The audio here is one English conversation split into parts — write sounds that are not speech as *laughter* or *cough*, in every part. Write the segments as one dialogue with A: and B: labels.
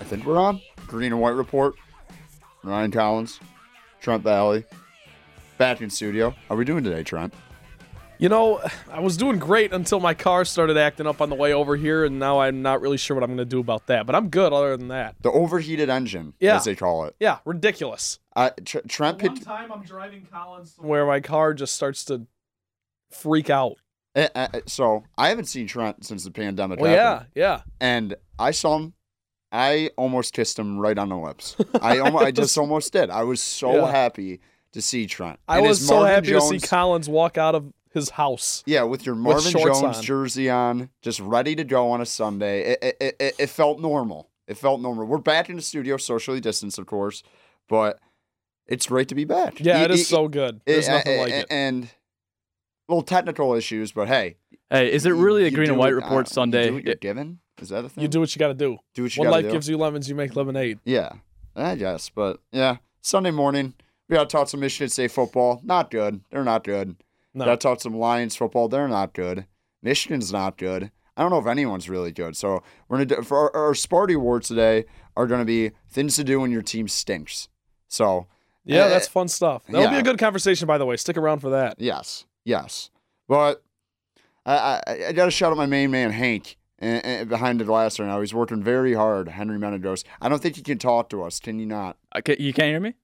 A: I think we're on. Green and White Report. Ryan Collins. Trent Valley. Back in studio. How are we doing today, Trent?
B: You know, I was doing great until my car started acting up on the way over here, and now I'm not really sure what I'm going to do about that. But I'm good other than that.
A: The overheated engine,
B: Yeah.
A: as they call it.
B: Yeah, ridiculous.
A: I, Tr- Trent
B: One
A: picked.
B: time I'm driving Collins where my car just starts to freak out.
A: eh, eh, eh, so I haven't seen Trent since the pandemic
B: Well,
A: happened.
B: yeah, yeah.
A: And I saw him. I almost kissed him right on the lips. I almost, I
B: *laughs*
A: just almost did. I was so
B: Yeah.
A: happy to see Trent.
B: I
A: And
B: was
A: his
B: so
A: Marvin
B: happy to see
A: Jones-
B: Collins walk out of his house.
A: Yeah, with your Marvin
B: shorts
A: Jones
B: on.
A: jersey on, just ready to go on a Sunday. It, it- it, it, it felt normal. It felt normal. We're back in the studio, socially distanced, of course, but it's great to be back.
B: Yeah, it
A: E- e-
B: is so good.
A: e-
B: There's nothing
A: a-
B: like
A: a-
B: it.
A: And little technical issues, but hey,
C: Hey, is it
A: you-
C: really a
A: you
C: green
A: do
C: and white
A: what- I
C: report
A: don't-
C: Sunday?
A: You do what you're
C: It-
A: given? Is that a thing?
B: You do what you got to do.
A: do what you
B: When
A: gotta
B: life
A: do.
B: gives you lemons, you make lemonade.
A: Yeah, I guess. But yeah, Sunday morning, we got to talk some Michigan State football. Not good. They're not good.
B: No.
A: Got to talk some Lions football. They're not good. Michigan's not good. I don't know if anyone's really good. So we're gonna do, for our, our Sparty awards today are gonna be things to do when your team stinks. So
B: Yeah,
A: eh,
B: that's fun stuff. That'll be
A: yeah.
B: a good conversation, by the way. Stick around for that.
A: Yes, yes. But I, I, I got to shout out my main man Hank and, and behind the glass right now. He's working very hard. Henry Menendez. I don't think he can talk to us. Can you not?
C: I Uh, ca- you can't hear me.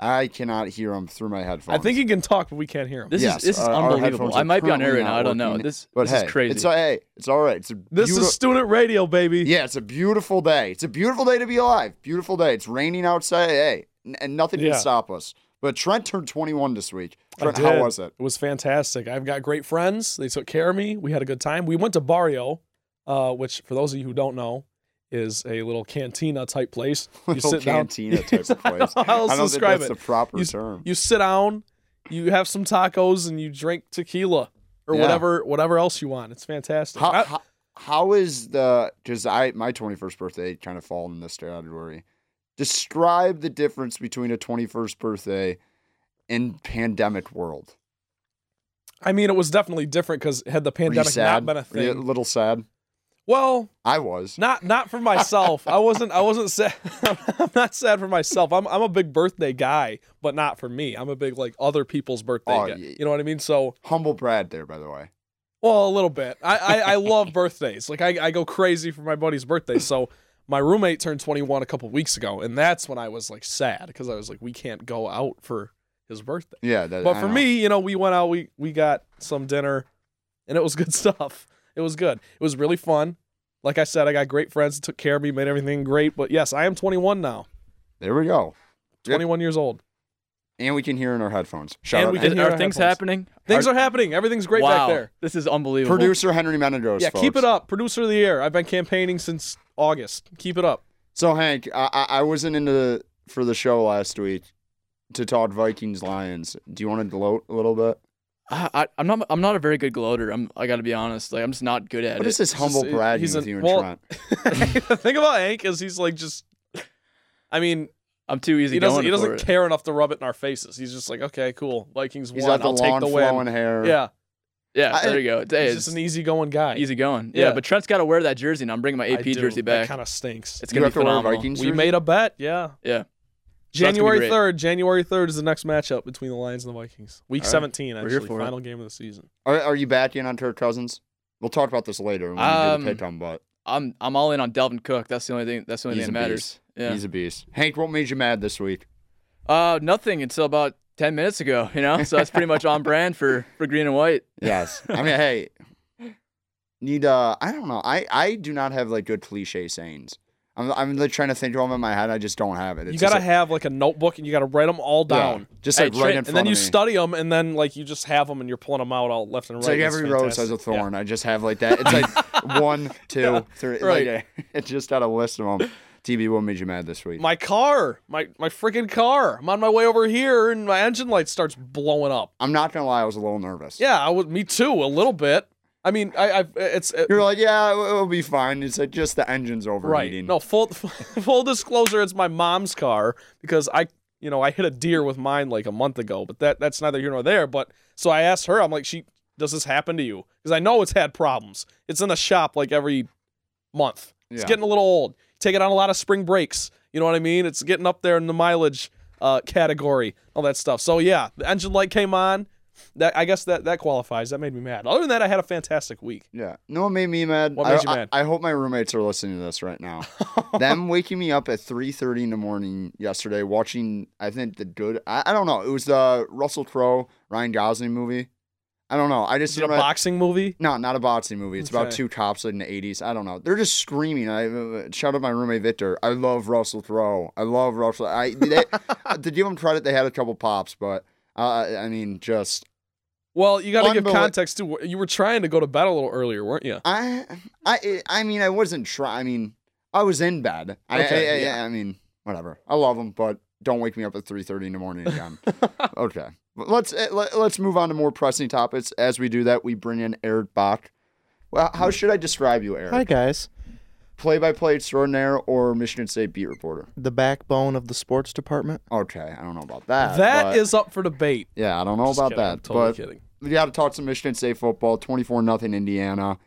A: I cannot hear him through my headphones.
B: I think he can talk, but we can't hear him.
C: This
A: Yes,
C: is this is
A: our- our
C: unbelievable.
A: headphones
C: I
A: are
C: might be on air
A: currently
C: right now.
A: not
C: I don't know.
A: working,
C: This
A: but
C: this
A: hey,
C: is crazy.
A: It's hey, it's all right. It's a
B: This
A: beauti-
B: is student radio, baby.
A: yeah, it's a beautiful day. It's a beautiful day to be alive. Beautiful day. It's raining outside. Hey, n- and nothing
B: Yeah.
A: can stop us. But Trent turned 21 this week.
B: I
A: Trent, how
B: did.
A: was it?
B: It was fantastic. I've got great friends. They took care of me. We had a good time. We went to Barrio, uh, which for those of you who don't know, is a little cantina type place.
A: *laughs*
B: You
A: Little
B: sit
A: cantina
B: down. *laughs*
A: type of
B: I
A: place.
B: don't know how
A: I
B: else
A: don't
B: to
A: think
B: describe
A: that's the
B: it.
A: proper
B: You-
A: term.
B: You sit down, you have some tacos, and you drink tequila or
A: Yeah.
B: whatever whatever else you want. It's fantastic.
A: How,
B: I-
A: how, how is the because I my 21st birthday kind of fall in this category. Describe the difference between a 21st birthday and pandemic world.
B: I mean, it was definitely different because had the
A: Were you
B: pandemic
A: sad?
B: not been a
A: Were you a
B: thing,
A: little sad.
B: well,
A: I was.
B: Not not for myself. I wasn't I wasn't sad. *laughs* I'm not sad for myself. I'm I'm a big birthday guy, but not for me. I'm a big like other people's birthday
A: Oh,
B: guy.
A: yeah.
B: You know what I mean? So
A: Humble Brad there, by the way.
B: well, a little bit. I I, I love birthdays. Like I, I go crazy for my buddy's birthday. So my roommate turned 21 a couple weeks ago, and that's when I was like sad because I was like, we can't go out for his birthday.
A: Yeah, that,
B: But
A: I
B: for
A: know.
B: me, you know, we went out, we we got some dinner, and it was good *laughs* stuff. It was good. It was really fun. Like I said, I got great friends that took care of me, made everything great. But yes, I am 21 now,
A: there we go. Yep.
B: 21 years old.
A: And we can hear in our headphones. Shout
B: And
A: out
B: we
A: to
B: can
C: Is-
B: hear
C: are
B: our
C: things
B: headphones.
C: happening?
B: Things
C: Are-
B: are happening. Everything's great
C: wow,
B: back there.
C: This is unbelievable.
A: producer Henry Menendez.
B: Yeah, keep
A: folks.
B: it up, producer of the year. I've been campaigning since August. Keep
A: *laughs*
B: it up. *laughs*
A: So Hank, I I, I wasn't into the, for the show last week to talk Vikings Lions. Do you want to gloat a little bit?
C: I, I, I'm not. I'm not a very good gloater. I'm. I got to be honest. Like I'm just not good at
A: What
C: it.
A: is this
B: It's
A: humble
B: just-
A: bragging
B: he's
A: with
B: an-
A: you and
B: well-
A: Trent?
B: the thing about Hank is he's like just. I mean,
C: I'm too easy
B: he doesn't.
C: going
B: He
C: for
B: doesn't
C: it.
B: care enough to rub it in our faces. He's just like, okay, cool. Vikings
A: He's
B: won.
A: got the
B: I'll
A: long
B: take the
A: flowing
B: win.
A: hair.
B: Yeah,
C: Yeah,
A: I-
C: there you go. Hey,
B: he's
C: it's
B: just an easygoing guy.
A: e-
C: easy going. Yeah.
B: Yeah.
C: but Trent's got to wear that jersey, and I'm bringing my AP
B: I do.
C: jersey
B: That
C: back.
B: kind of stinks.
C: It's
A: You
C: gonna
A: have
C: be
A: to wear a
C: phenomenal.
A: Vikings
B: we
A: jersey?
B: made a bet, yeah.
C: Yeah. So that's gonna be
B: January
C: great.
B: third. January third is the next matchup between the Lions and the Vikings. Week
C: All right.
B: seventeen,
C: We're
B: actually,
C: here for it.
B: final game of the season.
A: Are, are you back in on Kirk Cousins? We'll talk about this later when
C: Um,
A: we do the pick on, but
C: I'm I'm all in on Delvin Cook. That's the only thing. That's the only
A: he's
C: thing
A: a
C: that matters.
A: beast.
C: Yeah.
A: He's a beast. Hank, what made you mad this week?
C: Uh, nothing until about ten minutes ago. You know, so that's pretty
A: *laughs*
C: much on brand for for green and white.
A: Yes. I mean, hey, need uh, I don't know. I I do not have like good cliche sayings. I'm I'm like, trying to think of them in my head. I just don't have it.
B: You
A: It's
B: gotta
A: just,
B: have like a notebook and you gotta write them all
A: like,
B: down,
A: yeah, just
C: Hey,
A: like
C: Trent,
A: right in front
B: and then you
A: of me.
B: study them, and then like you just have them and you're pulling them out all left and right.
A: It's like
B: It's
A: every rose has
B: fantastic.
A: a thorn. I just have like that. It's
B: *laughs*
A: like one, two, three. *laughs*
B: right.
A: Like, it's just out of list of them. TB, what made you mad this week?
B: My car, my my freaking car. I'm on my way over here, and my engine light starts blowing up.
A: I'm not gonna lie, I was a little nervous.
B: Yeah, I would. Me too, a little bit. I mean, I, I it's it,
A: You're like, yeah, it'll it'll be fine. It's like just the engine's
B: Right.
A: overheating.
B: No, full *laughs* full disclosure, it's my mom's car because I, you know, I hit a deer with mine like a month ago, but that that's neither here nor there. But so I asked her, I'm like, she Does this happen to you? Because I know it's had problems. It's in the shop like every month. It's
A: Yeah.
B: getting a little old. Take it on a lot of spring breaks. You know what I mean? It's getting up there in the mileage uh, category, all that stuff. So yeah, the engine light came on. That I guess that that qualifies. That made me mad. Other than that, I had a fantastic week.
A: Yeah. No, it made me mad.
B: What
A: I,
B: made you
A: I-
B: mad?
A: I hope my roommates are listening to this right
B: *laughs*
A: now. Them waking me up at 3.30 in the morning yesterday watching, I think, the good, I, I don't know. It was the Russell Crowe, Ryan Gosling movie. I don't know. I just
B: Is it a
A: remember-
B: boxing movie?
A: No, not a boxing movie. It's about
B: Okay.
A: two cops in the 80s. I don't know. They're just screaming. I uh, shout out my roommate Victor. I love Russell Crowe. I love Russell. I
B: *laughs*
A: they, to give them credit, they had a couple pops, but uh, I mean, just
B: Well, you got to give
A: Unbelie-
B: context too. You were trying to go to bed a little earlier, weren't you?
A: I I eh, I mean, I wasn't trying. I mean, I was in bed. I,
B: Okay,
A: I, I,
B: yeah.
A: I mean, whatever. I love them, but don't wake me up at 3:30 in the morning
B: *laughs*
A: again. okay. But Let's eh, let, let's move on to more pressing topics. As we do that, we bring in Eric Bach. Well, how should I describe you, Eric?
D: Hi guys.
A: play-by-play extraordinaire or Michigan State beat reporter?
D: The backbone of the sports department.
A: Okay, I don't know about that.
B: That
A: but-
B: is up for debate.
A: yeah, I don't know
B: Just
A: about
B: kidding,
A: that.
B: I'm totally
A: but
B: kidding.
A: you got to talk some Michigan State football. Twenty-four nothing Indiana.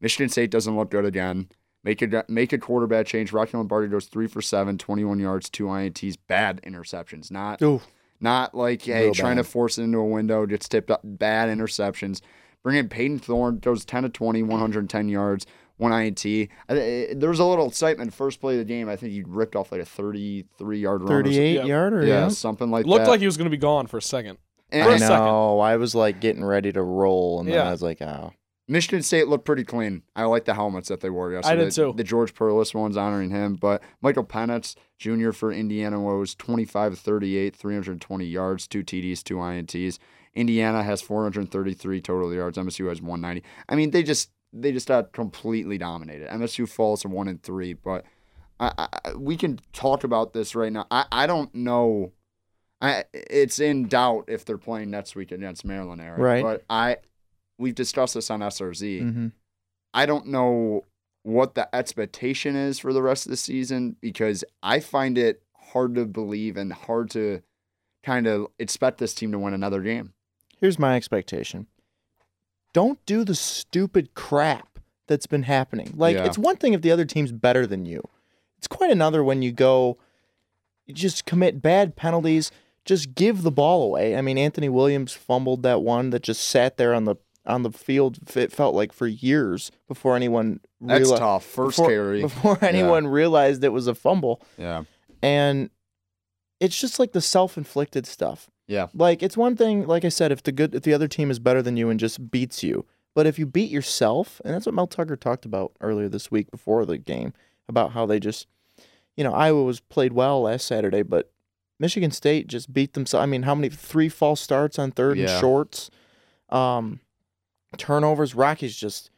A: Michigan State doesn't look good again. Make a make a quarterback change. Rocky Lombardi goes three for seven, 21 yards, two ints, bad interceptions. Not
D: Ooh.
A: not like hey
D: Real
A: trying to
D: bad.
A: force it into a window. Gets tipped up. Bad interceptions. Bring in Peyton Thorne. Goes 10 to 20, 110 yards, one int. I- I- There was a little excitement first play of the game. I think he ripped off like a 33 yard run. or something.
D: 38
B: Yep.
D: yarder.
A: Yeah,
D: Yeah.
A: something like
B: Looked
A: that.
B: like he was going to be gone for a second.
A: And-
B: For a
D: I
A: and
B: second.
D: know. I was like getting ready to roll, and then
B: Yeah.
D: I was like, oh.
A: Michigan State looked pretty clean. I like the helmets that they wore yesterday.
B: I did too.
A: The George Perlis one's honoring him, but Michael Penix Jr. for Indiana was 25 38, 320 yards, two TDs, two INTs. Indiana has 433 total yards. MSU has 190. I mean, they just they just got completely dominated. MSU falls to one and three, but I, I- I, we can talk about this right now. I, I don't know. I it's in doubt if they're playing next week against Maryland, Eric.
D: Right.
A: But I we've discussed this on SRZ.
D: Mm-hmm.
A: I don't know what the expectation is for the rest of the season because I find it hard to believe and hard to kind of expect this team to win another game.
D: Here's my expectation don't do the stupid crap that's been happening. Like,
A: Yeah.
D: it's one thing if the other team's better than you, it's quite another when you go, you just commit bad penalties, just give the ball away. I mean, Anthony Williams fumbled that one that just sat there on the on the field it felt like for years before anyone
A: That's
D: reali-
A: tough. First
D: before,
A: carry.
D: before *laughs* anyone realized it was a fumble
A: Yeah.
D: and it's just like the self-inflicted stuff.
A: Yeah.
D: Like it's one thing, like I said, if the good if the other team is better than you and just beats you, but if you beat yourself, and that's what Mel Tucker talked about earlier this week before the game about how they just, you know, Iowa was played well last Saturday, but Michigan State just beat themselves. I mean, how many three false starts on third
A: Yeah.
D: and shorts, um, turnovers. Rocky's just,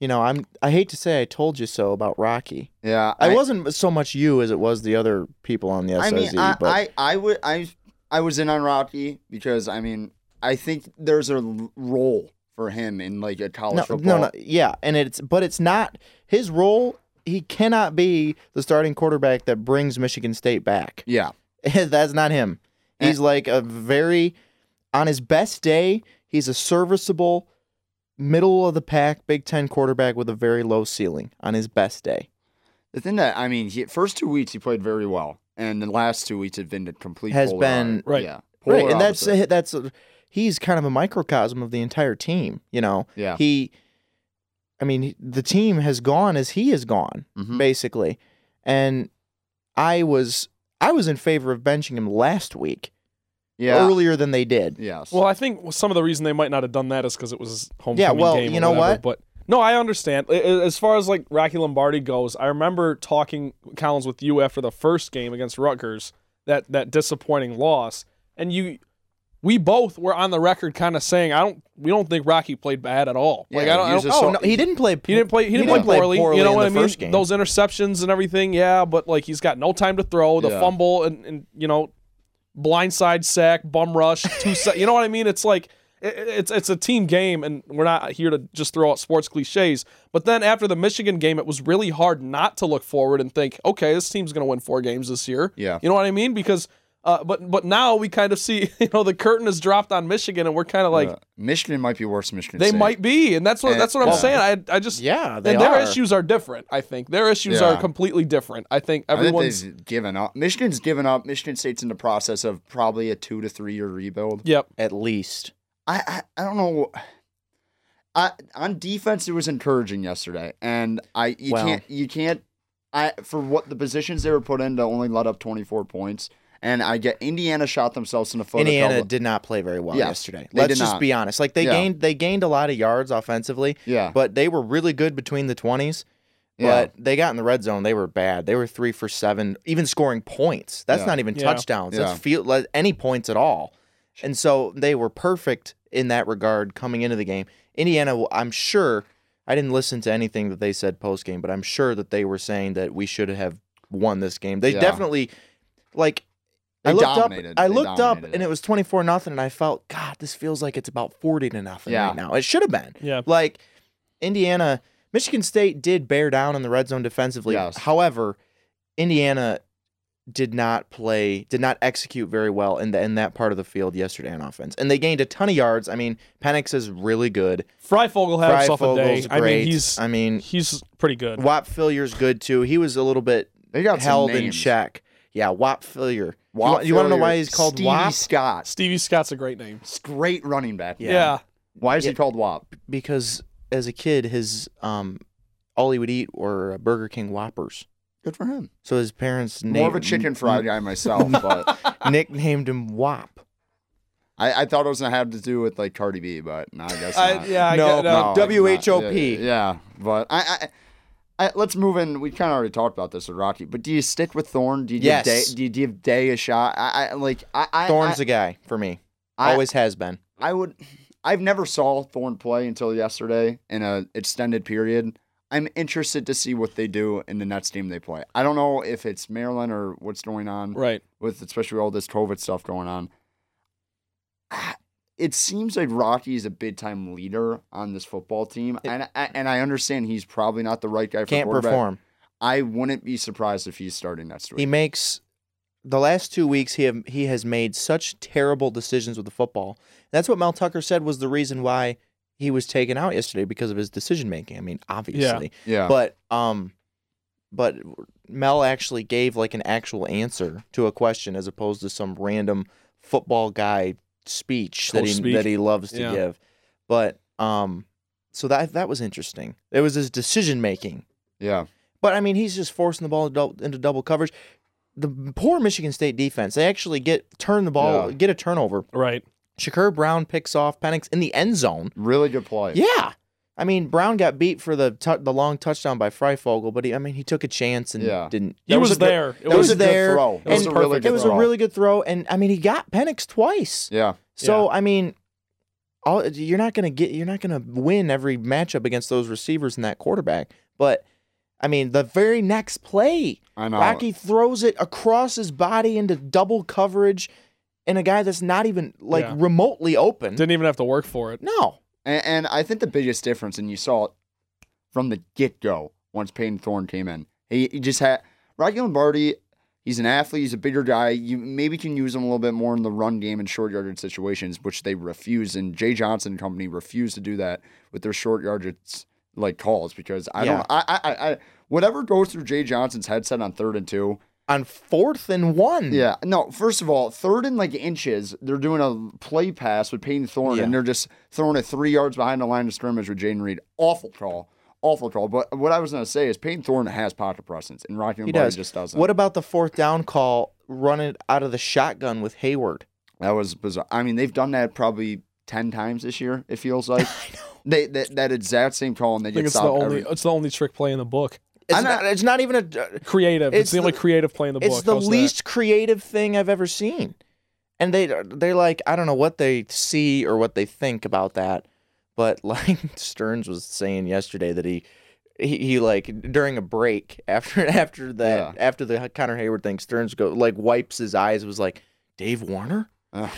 D: you know, I'm I hate to say I told you so about Rocky.
A: Yeah.
D: I, wasn't so much you as it was the other people on the SRZ.
A: I mean, I,
D: but
A: I, I would, I, I was in on Rocky because I mean, I think there's a l- role for him in like a college
D: no,
A: football.
D: no, no, yeah, and it's but it's not his role. He cannot be the starting quarterback that brings Michigan State back. *laughs*
A: Yeah.
D: That's not him. He's like a very, on his best day, he's a serviceable, middle of the pack Big Ten quarterback with a very low ceiling. On his best day,
A: The thing that I mean, he, first two weeks he played very well, and the last two weeks have been a complete
D: Has
A: polar
D: been-
A: op-
B: Right.
A: Yeah.
D: right?
A: Polar
D: And that's
A: opposite.
D: *laughs* that's he's kind of a microcosm of the entire team. You know,
A: yeah.
D: he i mean he- the team has gone as he has gone
B: Mm-hmm. Mm.
A: Mhm.
D: basically and i was i was in favor of benching him last week
A: Yeah.
D: earlier than they did
A: Yes.
B: Well, I think some of the reason they might not have done that is because it was homecoming
D: Yeah, well,
B: game or
D: you know
B: whatever,
D: what?
B: But no, I understand. I- I- As far as like Rocky Lombardi goes, I remember talking Collins with you after the first game against Rutgers, that that disappointing loss, and you, we both were on the record kind of saying I don't, we don't think Rocky played bad at all. like
A: Yeah,
B: I don't, I
A: he's
B: don't-
A: just
D: oh
A: So-
D: no he didn't play
B: he didn't play. He, didn't, play poorly. you know
D: in
B: what
D: the
B: I mean?
D: first game.
B: Those interceptions and everything. Yeah, but like he's got no time to throw. The
A: Yeah.
B: fumble and, and you know, blindside sack, bum rush, two. se- you know what I mean? It's like it, it- it's it's a team game, and we're not here to just throw out sports cliches. But then after the Michigan game, it was really hard not to look forward and think, okay, this team's going to win four games this year.
A: Yeah.
B: You know what I mean? Because Uh, but but now we kind of see *laughs* you know the curtain is dropped on Michigan, and we're kind of like
A: Uh, Michigan might be worse. than Michigan
B: they
A: State.
B: might be, and that's what
A: And-
B: that's what I'm
A: well,
B: saying. I I just
D: Yeah, they
B: and their
D: are.
B: issues are different. I think their issues
A: Yeah.
B: are completely different. I think
A: I think
B: everyone's
A: they've given up. Michigan's given up. Michigan State's in the process of probably a two to three year rebuild.
B: yep
D: At least.
A: I, I, I don't know. I on defense it was encouraging yesterday, and I you
D: Well.
A: can't you can't I for what the positions they were put in to only let up twenty four points, and I get Indiana shot themselves in the foot. a
D: Indiana
A: couple-
D: did not play very well
A: Yes,
D: yesterday.
A: they
D: Let's
A: did
D: just
A: not.
D: be honest. Like they
A: Yeah.
D: gained they gained a lot of yards offensively,
A: yeah,
D: but they were really good between the 20s.
A: yeah.
D: But they got in the red zone. They were bad. They were three for seven, even scoring points. That's
A: Yeah.
D: not even
B: Yeah.
D: touchdowns.
A: Yeah.
D: That's field like, any points at all. And so they were perfect in that regard coming into the game. Indiana, will- I'm sure. I didn't listen to anything that they said post game, but I'm sure that they were saying that we should have won this game. They
A: Yeah.
D: definitely, like,
A: They
D: I looked up.
A: dominated.
D: I
A: They
D: looked up,
A: dominated
D: and
A: it.
D: it was 24 nothing, and I felt, God, this feels like it's about 40 to nothing
A: Yeah.
D: right now. It should have been.
B: yeah
D: Like Indiana, Michigan State did bear down in the red zone defensively.
A: Yes.
D: However, Indiana did not play, did not execute very well in the, in that part of the field yesterday on offense, and they gained a ton of yards. I mean, Penix is really good.
B: Freifogel had himself a day.
D: Freifogel's
B: I
D: great.
B: mean he's
D: I mean,
B: he's pretty good.
D: Wap Fillier's good too. He was a little bit
A: they got some
D: held in
A: names.
D: check. Yeah, Wap Fillier. You
A: Wap
D: wa- you want to know
A: Fillier,
D: why he's called
A: Stevie
D: Wap?
A: Scott?
B: Stevie Scott's a great name.
A: It's great running back.
D: Yeah.
B: yeah.
A: Why is he
D: Yeah.
A: called Wop?
D: Because as a kid, his um, all he would eat were Burger King Whoppers.
A: Good for him.
D: So his parents named
A: More of a chicken fried guy myself, but
D: *laughs* nicknamed him Wop.
A: I, I thought it was gonna have to do with like Cardi B, but no, I guess
B: I,
A: not.
B: yeah, I
D: Uh, No,
B: get, Um, no.
A: it's not.
D: WHOP.
A: Yeah, yeah, but I, I, I, let's move in. We kind of already talked about this with Rocky, but do you stick with Thorne? Do you
D: Yes.
A: give Day, do you give Day a shot? I, I like I, *laughs* I
D: Thorne's
A: I,
D: a guy for me.
A: I-
D: Always has been.
A: I would. I've never saw Thorne play until yesterday in an extended period. I'm interested to see what they do in the next team they play. I don't know if it's Maryland or what's going on
B: Right.
A: with especially all this COVID stuff going on. Ah, It seems like Rocky is a big time leader on this football team, and I, and I understand he's probably not the right guy for
D: Can't
A: quarterback.
D: perform.
A: I wouldn't be surprised if he's starting next
D: He
A: week.
D: makes the last two weeks he have, he has made such terrible decisions with the football. That's what Mel Tucker said was the reason why he was taken out yesterday because of his decision making. I mean, obviously.
A: yeah,
D: But um but Mel actually gave like an actual answer to a question as opposed to some random football guy speech that
B: Coach
D: he
B: speak.
D: that he loves to
B: Yeah.
D: give. But um so that that was interesting. It was his decision making.
A: yeah,
D: But I mean, he's just forcing the ball dou- into double coverage. The poor Michigan State defense, they actually get turn the ball,
A: Yeah.
D: get a turnover.
B: Right.
D: Shakur Brown picks off Penix in the end zone.
A: really good play.
D: Yeah. I mean, Brown got beat for the tou the long touchdown by Freifogel, but he, I mean, he took a chance and
A: Yeah.
D: didn't.
B: He
D: that
B: was,
D: a good-
B: there. It
D: that was,
B: was,
D: *laughs*
A: a good
D: there.
A: throw.
D: and
B: It was a really
D: It
B: good
D: was a
A: throw.
D: really good throw, and I mean, he got Penix twice.
A: yeah,
D: So I mean, all you're not gonna get, you're not gonna win every matchup against those receivers and that quarterback. But I mean, the very next play,
A: I know.
D: Rocky throws it across his body into double coverage, and a guy that's not even like
B: Yeah.
D: remotely open.
B: Didn't even have to work for it.
D: no,
A: And, and I think the biggest difference, and you saw it from the get go once Peyton Thorne came in, he, he just had Rocky Lombardi. He's an athlete. He's a bigger guy. You maybe can use him a little bit more in the run game and short yardage situations, which they refuse. And Jay Johnson and company refuse to do that with their short yardage like calls because I
D: Yeah.
A: don't. I, I I I whatever goes through Jay Johnson's headset on third and two.
D: on fourth and one.
A: Yeah. No, first of all, third and like inches, they're doing a play pass with Peyton Thorne
D: Yeah.
A: and they're just throwing it three yards behind the line of scrimmage with Jaden Reed. Awful call. Awful call. But what I was gonna say is Peyton Thorne has pocket presence and Rocky
D: he
A: Lombardi
D: does.
A: just doesn't.
D: What about the fourth down call? Running out of the shotgun with Hayward.
A: that was bizarre. I mean, they've done that probably ten times this year, it
D: *laughs*
A: feels like. They that, that exact same call and they
B: I think
A: get
B: it's the
A: stopped
B: only
A: every
B: it's the only trick play in the book.
D: It's
A: I'm
D: not,
A: not-
D: It's not even a.
B: Creative. It's,
D: It's
B: the only
D: the-
B: creative play in the book.
D: It's the
B: How's that?
D: least creative thing I've ever seen. And they they're like I don't know what they see or what they think about that, but *laughs* like Stearns was saying yesterday that he he, he like during a break after *laughs* after that after the Connor Hayward thing Stearns go like wipes his eyes was like Dave Warner
A: Uh,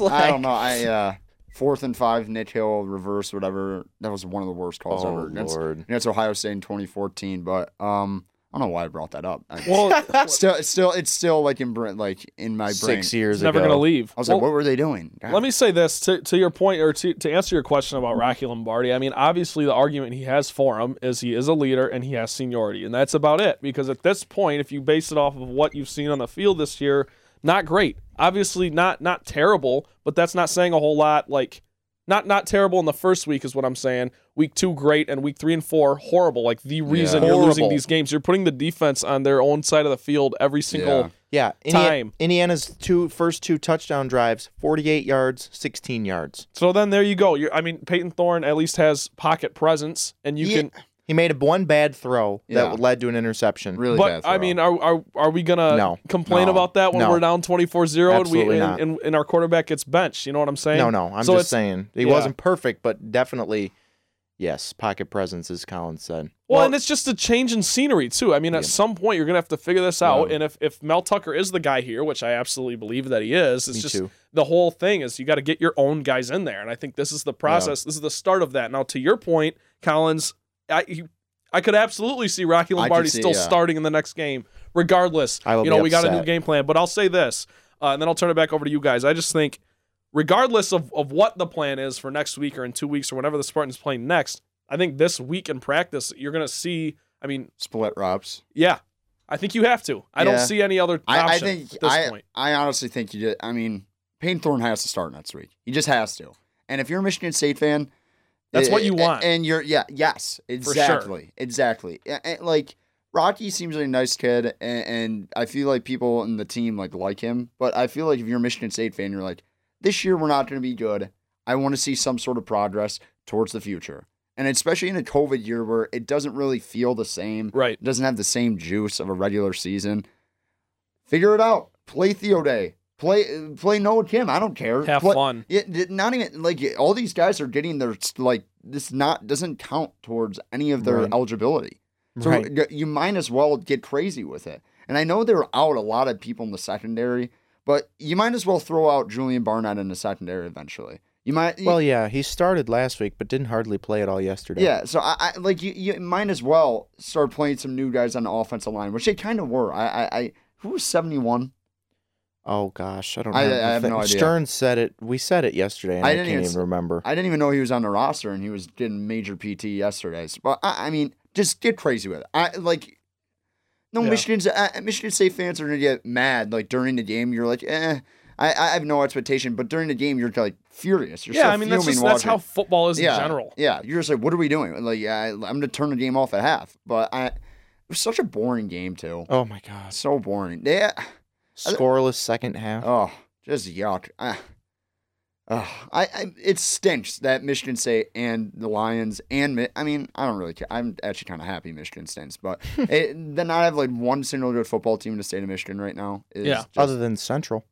B: *laughs*
D: *laughs* like
A: I don't know. I uh fourth and five, Nick Hill, reverse, whatever. That was one of the worst calls
D: oh
A: ever. That's-
D: lord
A: And That's Ohio State in 2014. But um, I don't know why I brought that up. I,
B: Well,
A: *laughs* still, it's still, it's still like in br- like in my brain.
D: six *laughs* years
B: it's never
D: ago.
B: going to leave.
A: I was
B: Well,
A: like, what were they doing? God.
B: Let me say this to, to your point, or to, to answer your question about Rocky Lombardi. I mean, obviously, the argument he has for him is he is a leader and he has seniority, and that's about it. Because at this point, if you base it off of what you've seen on the field this year, not great. Obviously, not not terrible, but that's not saying a whole lot. Like, not not terrible in the first week is what I'm saying. Week two, great, and week three and four, horrible. Like the reason
D: Yeah.
B: you're losing
D: Horrible.
B: these games, you're putting the defense on their own side of the field every single.
A: Yeah.
D: Yeah, Indiana,
B: Time.
D: Indiana's two first two touchdown drives, 48 yards, 16 yards.
B: So then there you go. You're, I mean, Peyton Thorne at least has pocket presence, and you
A: Yeah.
B: can.
D: He made a one bad throw
A: Yeah.
D: that led to an interception.
A: really bad.
B: But I
A: throw.
B: mean, uh, are are, are we gonna
D: No.
B: complain
A: No.
B: about that when
D: No.
B: we're down 24-0 and we
D: Absolutely
B: and,
D: not.
B: and, and our quarterback gets benched? You know what I'm saying?
D: No, no, I'm
B: So
D: just
B: it's-
D: saying he
B: yeah.
D: wasn't perfect, but definitely, yes, pocket presence, as Colin said.
B: Well, and it's just a change in scenery too. I mean, at
D: Yeah.
B: some point you're gonna have to figure this out.
D: Yeah.
B: And if if Mel Tucker is the guy here, which I absolutely believe that he is, it's
D: Me
B: just
D: too.
B: the whole thing is you got to get your own guys in there. And I think this is the process. This is the start of that. Now, to your point, Collins, I you- I could absolutely see Rocky
A: could
B: Lombardi
A: see,
B: still
A: yeah.
B: starting in the next game, regardless.
D: I will
B: you know,
D: be
B: we got a new
D: upset.
B: game plan. But I'll say this, uh, and then I'll turn it back over to you guys. I just think, regardless of, of what the plan is for next week or in two weeks or whenever the Spartans playing next, I think this week in practice, you're going to see. I mean,
A: split rops.
B: yeah, I think you have to. I
A: Yeah.
B: don't see any other option
A: I, I think
B: at this
A: I,
B: point.
A: I honestly think you did. I mean, Payne Thorne has to start next week. He just has to. And if you're a Michigan State fan,
B: That's what you
A: Eh, a- a-
B: want.
A: And you're yeah, yes,
B: sure.
A: exactly, exactly. A- and, like Rocky seems like a nice kid, and, and I feel like people in the team like like him. But I feel like if you're a Michigan State fan, you're like, this year we're not going to be good. I want to see some sort of progress towards the future, and especially in a COVID year where it doesn't really feel the same.
B: Right.
A: It doesn't have the same juice of a regular season. Figure it out. Play Theo Day. Play play Noah Kim. I don't care.
B: Have
A: Play-
B: fun.
A: It, it- not even like all these guys are getting their like this not doesn't count towards any of their
D: Right.
A: eligibility. So
D: Right.
A: y- you might as well get crazy with it. And I know there are out a lot of people in the secondary, but you might as well throw out Julian Barnett in the secondary eventually. You might
D: Well, yeah, he started last week, but didn't hardly play at all yesterday.
A: yeah, so I, I like you, you might as well start playing some new guys on the offensive line, which they kind of were. I, I, I who was seventy one?
D: Oh gosh, I don't.
A: I-
D: remember
A: I
D: the
A: have
D: thing.
A: no idea.
D: Stern said it. We said it yesterday, and
A: I
D: I,
A: didn't
D: can't
A: even
D: even remember.
A: I didn't even know he was on the roster, and he was getting major PT yesterday. So, but I, I mean, just get crazy with it. I like. No,
B: Yeah.
A: Michigan's uh, Michigan State fans are gonna get mad. Like during the game, you're like, eh, I, I have no expectation. But during the game, you're like furious. You're
B: yeah,
A: so
B: I mean that's
A: fuming
B: just that's
A: watching.
B: how football is
A: yeah,
B: in general.
A: Yeah, you're just like, what are we doing? Like, I, I'm gonna turn the game off at half. But I, it was such a boring game too.
D: Oh my gosh,
A: So boring. Yeah.
D: scoreless second half.
A: Oh, just yuck. Ah. Ah, I, I it stinks that Michigan State and the Lions and Mi- I mean I don't really care. I'm actually kind of happy Michigan stinks,
B: *laughs*
A: but it, then I have like one single good football team in the state of Michigan right now. Is
B: Yeah.
A: just-
D: Other than Central.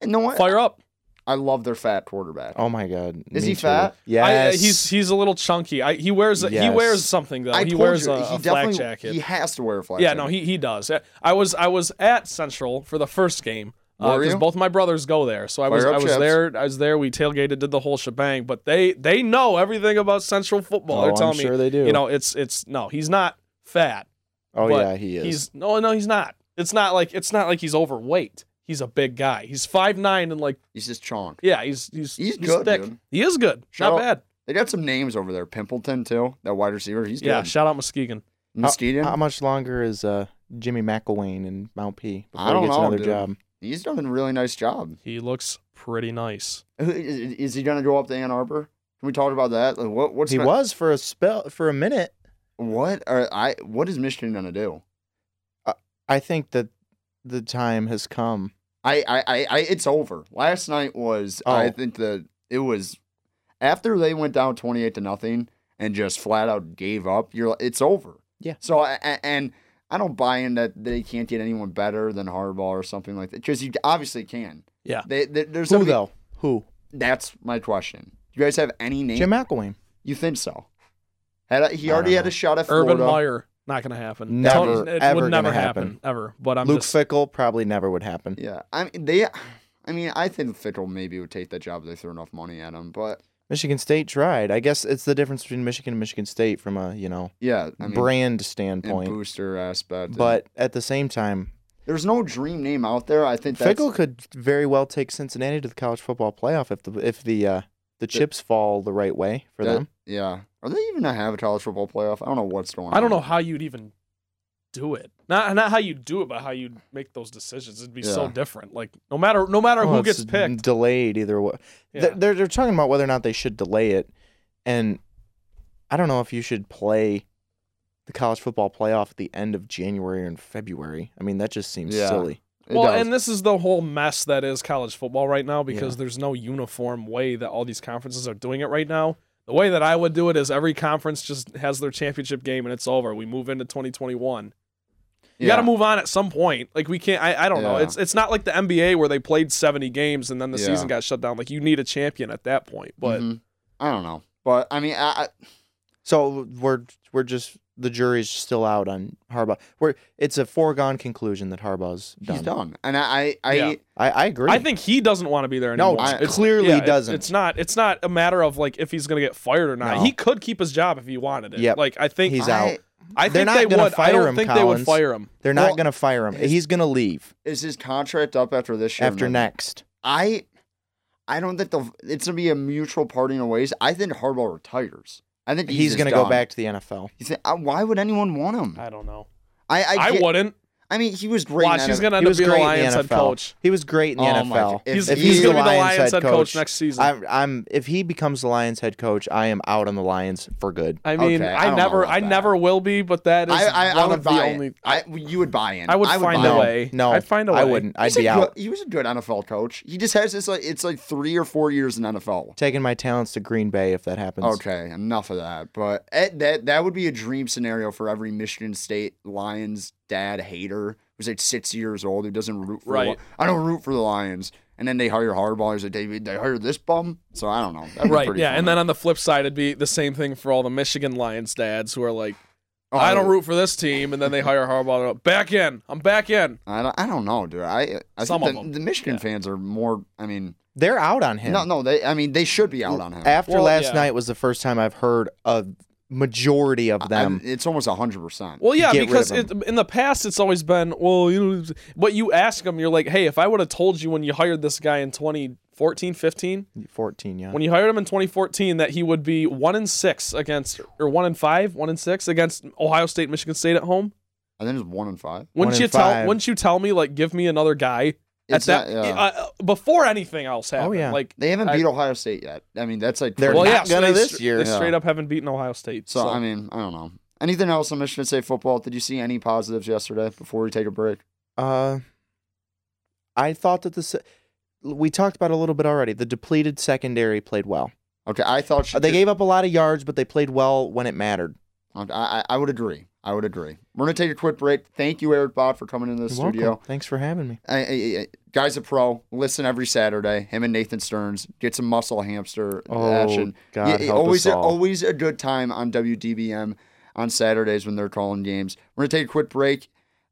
A: and no one.
B: Fire up.
A: I love their fat quarterback.
D: Oh my God,
A: Is
D: me
A: he
D: too.
A: fat?
D: Yes,
B: I, uh, he's he's a little chunky. I, he wears a he
D: Yes.
B: wears something though.
A: I
B: he
A: told
B: wears
A: you,
B: a, a flak
A: definitely-
B: jacket.
A: He has to wear a flag.
B: yeah, no, he he does. I was I was at Central for the first game
A: Were
B: because
A: you?
B: both my brothers go there. So I was
A: Fire up,
B: I was
A: chaps.
B: there I was there. We tailgated, did the whole shebang. But they they know everything about Central football.
D: Oh,
B: They're
D: I'm
B: telling
D: sure
B: me
D: they do.
B: you know it's it's no he's not fat.
D: oh
B: but
D: yeah, he is.
B: He's no no he's not. It's not like it's not like he's overweight. He's a big guy. He's five nine and like
A: he's just chonk.
B: yeah he's he's
A: He's good,
B: thick.
A: dude.
B: He is good.
A: Shout
B: not
A: out-
B: bad.
A: They got some names over there. Pimpleton too. That wide receiver. He's
B: Yeah,
A: good.
B: shout out Muskegon.
D: How-
A: Muskegon.
D: How, much longer is uh, Jimmy McElwain in Mount P before
A: I don't
D: he gets
A: know,
D: another
A: dude.
D: job?
A: He's done a really nice job.
B: He looks pretty nice.
A: Who- Is, is he gonna go up to Ann Arbor? Can we talk about that? Like, what what's
D: he
A: gonna-
D: was for a spell for a minute.
A: What are I? What is Michigan gonna do?
D: I think that the time has come.
A: I I I, I it's over. Last night was I
D: Oh.
A: think the it was after they went down twenty eight to nothing and just flat out gave up. You're like, it's over.
D: Yeah.
A: So I, I- and I don't buy in that they can't get anyone better than Harbaugh or something like that because you obviously can.
B: Yeah.
A: They, they, there's
D: Who
A: somebody-
D: though? Who?
A: That's my question. Do you guys have any name?
D: Jim McElwain.
A: you think so? Had a, he
D: I
A: already
D: don't
A: had a shot at
B: Urban
A: Florida.
B: Meyer, not gonna happen.
D: Never,
B: Totally- it
D: ever
B: would never
D: gonna happen.
B: ever. But I'm
D: Luke
B: just
D: Fickle probably never would happen.
A: Yeah, I mean they. I mean, I think Fickle maybe would take that job if they threw enough money at him, but
D: Michigan State tried. I guess it's the difference between Michigan and Michigan State from a you know
A: Yeah, I mean,
D: brand
A: and
D: standpoint.
A: booster aspect. and-
D: But at the same time,
A: there's no dream name out there. I think that's
D: Fickle could very well take Cincinnati to the college football playoff if the if the uh, the chips fall the right way for
A: that-
D: them.
A: Yeah, are they even gonna have a college football playoff? I don't know what's going on.
B: I don't know how you'd even do it. Not not how you do it, but how you'd make those decisions. It'd be so
A: Yeah. Oh,
B: different. Like no matter no matter
D: Well,
B: who gets
D: it's
B: picked.
D: Delayed either way.
B: Yeah.
D: They're- They're they're talking about whether or not they should delay it, and I don't know if you should play the college football playoff at the end of January and February. I mean, that just seems
A: Yeah.
D: silly.
A: It
B: well,
A: does.
B: and this is the whole mess that is college football right now because there's no uniform way that all these conferences are doing it right now. The way that I would do it is every conference just has their championship game and it's over. We move into 2021. You got to
A: Yeah.
B: move on at some point. Like we can't. I, I don't know.
A: Yeah.
B: It's it's not like the NBA where they played 70 games and then the
A: Yeah.
B: season got shut down. Like you need a champion at that point. But
A: Mhm. I don't know. But I mean, I, I,
D: So we're we're just the jury's still out on Harbaugh. We're it's a foregone conclusion that Harbaugh's done.
A: he's done, and I, I, I
B: Yeah.
D: I, I agree.
B: I think he doesn't want to be there anymore.
D: no,
A: I-
D: it clearly
B: Yeah, it-
D: doesn't.
B: It's not. It's not a matter of like if he's gonna get fired or not.
D: No.
B: He could keep his job if he wanted it.
D: Yep.
B: Like I think
D: He's
A: I-
D: out.
B: I
D: They're
B: think
D: not
B: they
D: gonna
B: would. I
D: fire
B: don't
D: him,
B: think they would
D: Collins.
B: fire him.
D: They're not
A: Well,
D: going to fire him.
A: his-
D: He's going to leave
A: is his contract up after this year?
D: after
A: maybe?
D: next.
A: I, I don't think they'll. It's gonna be a mutual parting of ways. I think Harbaugh retires. I think
D: He's,
A: he's,
D: going to go back to the NFL.
A: You think, uh, why would anyone want him?
B: I don't know.
A: I, I,
B: I
A: get-
B: wouldn't.
A: I mean, he was great. in
B: Watch, he's
A: NFL.
B: gonna end
D: He
B: up
D: was
B: being the
D: great in
B: Lions
D: the
B: head
D: NFL.
B: coach.
D: He was great in the
A: Oh my
D: NFL.
A: God. If
B: He's,
A: he's
B: he's
A: the
B: gonna be the Lions head coach next season. I,
D: I'm, I'm if he becomes the Lions head coach, I am out on the Lions for good.
B: mean,
A: Okay, I
B: I,
A: don't know
B: never,
A: about
B: I
A: that.
B: never will be, but that is
A: I, I, I
B: one
A: would
B: of the
A: buy
B: only.
A: in. I, you would buy in.
B: I would find
A: buy
B: a
A: in.
D: no,
B: way.
D: no,
B: I'd find a
D: I
B: way.
D: wouldn't. I'd
A: He's
D: be
A: a
D: out.
A: Good, he was a good NFL coach. He just has this like it's like three or four years in NFL.
D: Taking my talents to Green Bay if that happens.
A: Okay, enough of that. But eh, that that would be a dream scenario for every Michigan State Lions dad hater who's like six years old who doesn't root for. the Li-
B: Right.
A: I don't root for the Lions, and then they hire Harbaugh. He's like, they they hired this bum. So I don't know. That'd be
B: *laughs* Right,
A: pretty
B: yeah,
A: funny.
B: and then on the flip side, it'd be the same thing for all the Michigan Lions dads who are like,
A: Oh,
B: "I don't root for this team," and then they hire Harbaugh. they're like, Back in, I'm back in.
A: I don't, I don't know, dude. I, I
B: Some
A: think
B: of
A: the,
B: them.
A: the Michigan
B: Yeah.
A: fans are more. I mean,
D: They're out on him.
A: no, no. They, I mean, they should be out on him.
D: After
B: Well,
D: last
B: yeah.
D: night was the first time I've heard a majority of
A: I-
D: them.
A: it's almost hundred percent.
B: Well, yeah,
D: get rid
B: because
D: of
B: it, in the past it's always been, well, you know, what you ask them, you're like, hey, if I would have told you when you hired this guy in 2014, 15,
D: 14, yeah.
B: when you hired him in 2014 that he would be one in six against, or one in five, one in six against Ohio State, Michigan State at home,
A: I think it's one in five.
B: wouldn't
D: in
B: you tell?
D: five.
B: Wouldn't you tell me like, give me another guy at
A: It's
B: that
A: not- yeah.
B: uh, uh, before anything else happened?
D: yeah.
B: Like,
A: They haven't
B: I-
A: beat Ohio State yet. I mean, that's like
D: They're
A: pretty-
B: well,
D: not
B: yeah, so
D: gonna
B: they
D: this
B: str-
D: year.
B: They
A: Yeah.
B: straight up haven't beaten Ohio State.
A: So, I mean, I don't know. Anything else on Michigan State football? Did you see any positives yesterday before we take a break?
D: Uh, I thought that the se- we talked about it a little bit already. The depleted secondary played well.
A: Okay, I thought she
D: Uh, They
A: did-
D: gave up a lot of yards, but they played well when it mattered.
A: I, I I would agree. I would agree. We're gonna take a quick break. Thank you, Eric Bott, for coming into the studio.
D: Thanks for having me.
A: I, I- I- guy's a pro. Listen every Saturday. Him and Nathan Stearns get some muscle hamster
D: Oh,
A: action.
D: God
A: it-
D: help us
A: always
D: all.
A: always a good time on WDBM on Saturdays when they're calling games. We're gonna take a quick break,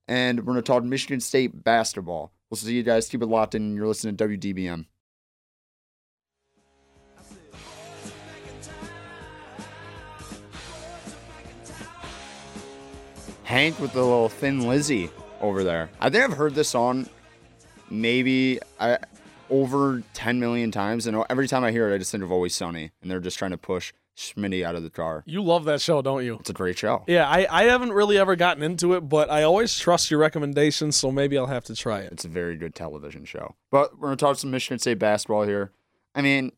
A: and we're gonna talk Michigan State basketball. We'll see you guys. Keep it locked in. You're listening to WDBM. Hank with the little Thin Lizzy over there. I think I've heard this song maybe I, over 10 million times. And every time I hear it, I just think of Always Sunny. And they're just trying to push Schmitty out of the car.
B: you love that show, don't you?
A: It's a great show.
B: Yeah, I, I haven't really ever gotten into it, but I always trust your recommendations, so maybe I'll have to try it.
A: It's a very good television show. But we're going to talk some Michigan State basketball here. I mean,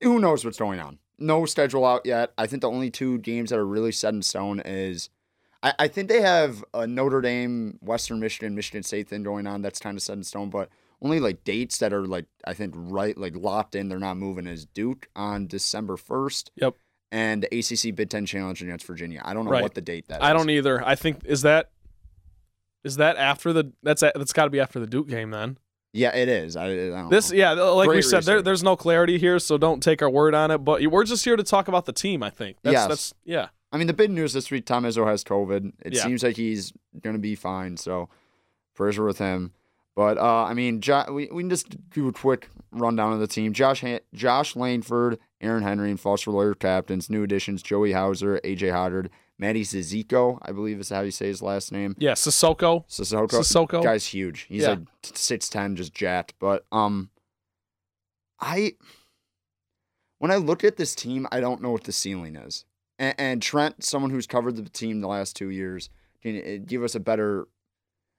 A: who knows what's going on? No schedule out yet. I think the only two games that are really set in stone is I, I think they have a Notre Dame, Western Michigan, Michigan State thing going on that's kind of set in stone, but only like dates that are like I think right like locked in, they're not moving is Duke on December first.
B: Yep.
A: And the ACC Big Ten Challenge against Virginia. I don't know
B: Right.
A: what the date that is.
B: I don't e either. I think is that is that after the that's a, that's got to be after the Duke game then.
A: Yeah, it is. I, I don't
B: This
A: know.
B: yeah, like we
A: Great
B: said, there,
A: research.
B: there's no clarity here, so don't take our word on it. But we're just here to talk about the team. I think that's
A: Yes.
B: that's yeah.
A: I mean, the big news this week: Tom Izzo has COVID. It
B: Yeah.
A: seems like he's gonna be fine, so prayers are with him. But uh, I mean, jo- we we can just do a quick rundown of the team. Josh Han- Josh Langford Aaron Henry, and Foster Lawyer captains. New additions Joey Hauser, AJ Hoddard, Matty Zizico, I believe is how you say his last name.
B: Yeah, Sissoko.
A: Sissoko.
B: Sissoko.
A: Guy's huge. He's
B: Yeah.
A: like six ten, just jacked. But um, I when I look at this team, I don't know what the ceiling is. And, and Trent, someone who's covered the team the last two years, can uh, give us a better.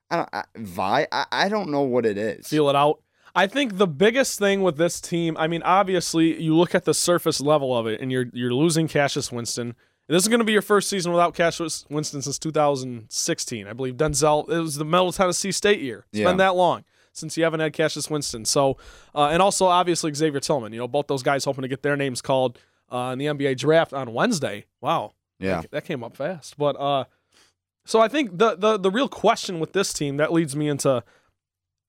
A: I don't I, vibe. I, I don't know what it is.
B: feel it out. I think the biggest thing with this team, I mean, obviously, you look at the surface level of it, and you're you're losing Cassius Winston. And this is going to be your first season without Cassius Winston since 2016, I believe. Denzel, it was the Middle Tennessee State year. It's
A: Yeah.
B: been that long since you haven't had Cassius Winston. So, uh, and also obviously Xavier Tillman. You know, both those guys hoping to get their names called uh, in the NBA draft on Wednesday. Wow,
A: yeah.
B: that came up fast. But uh, so I think the the the real question with this team that leads me into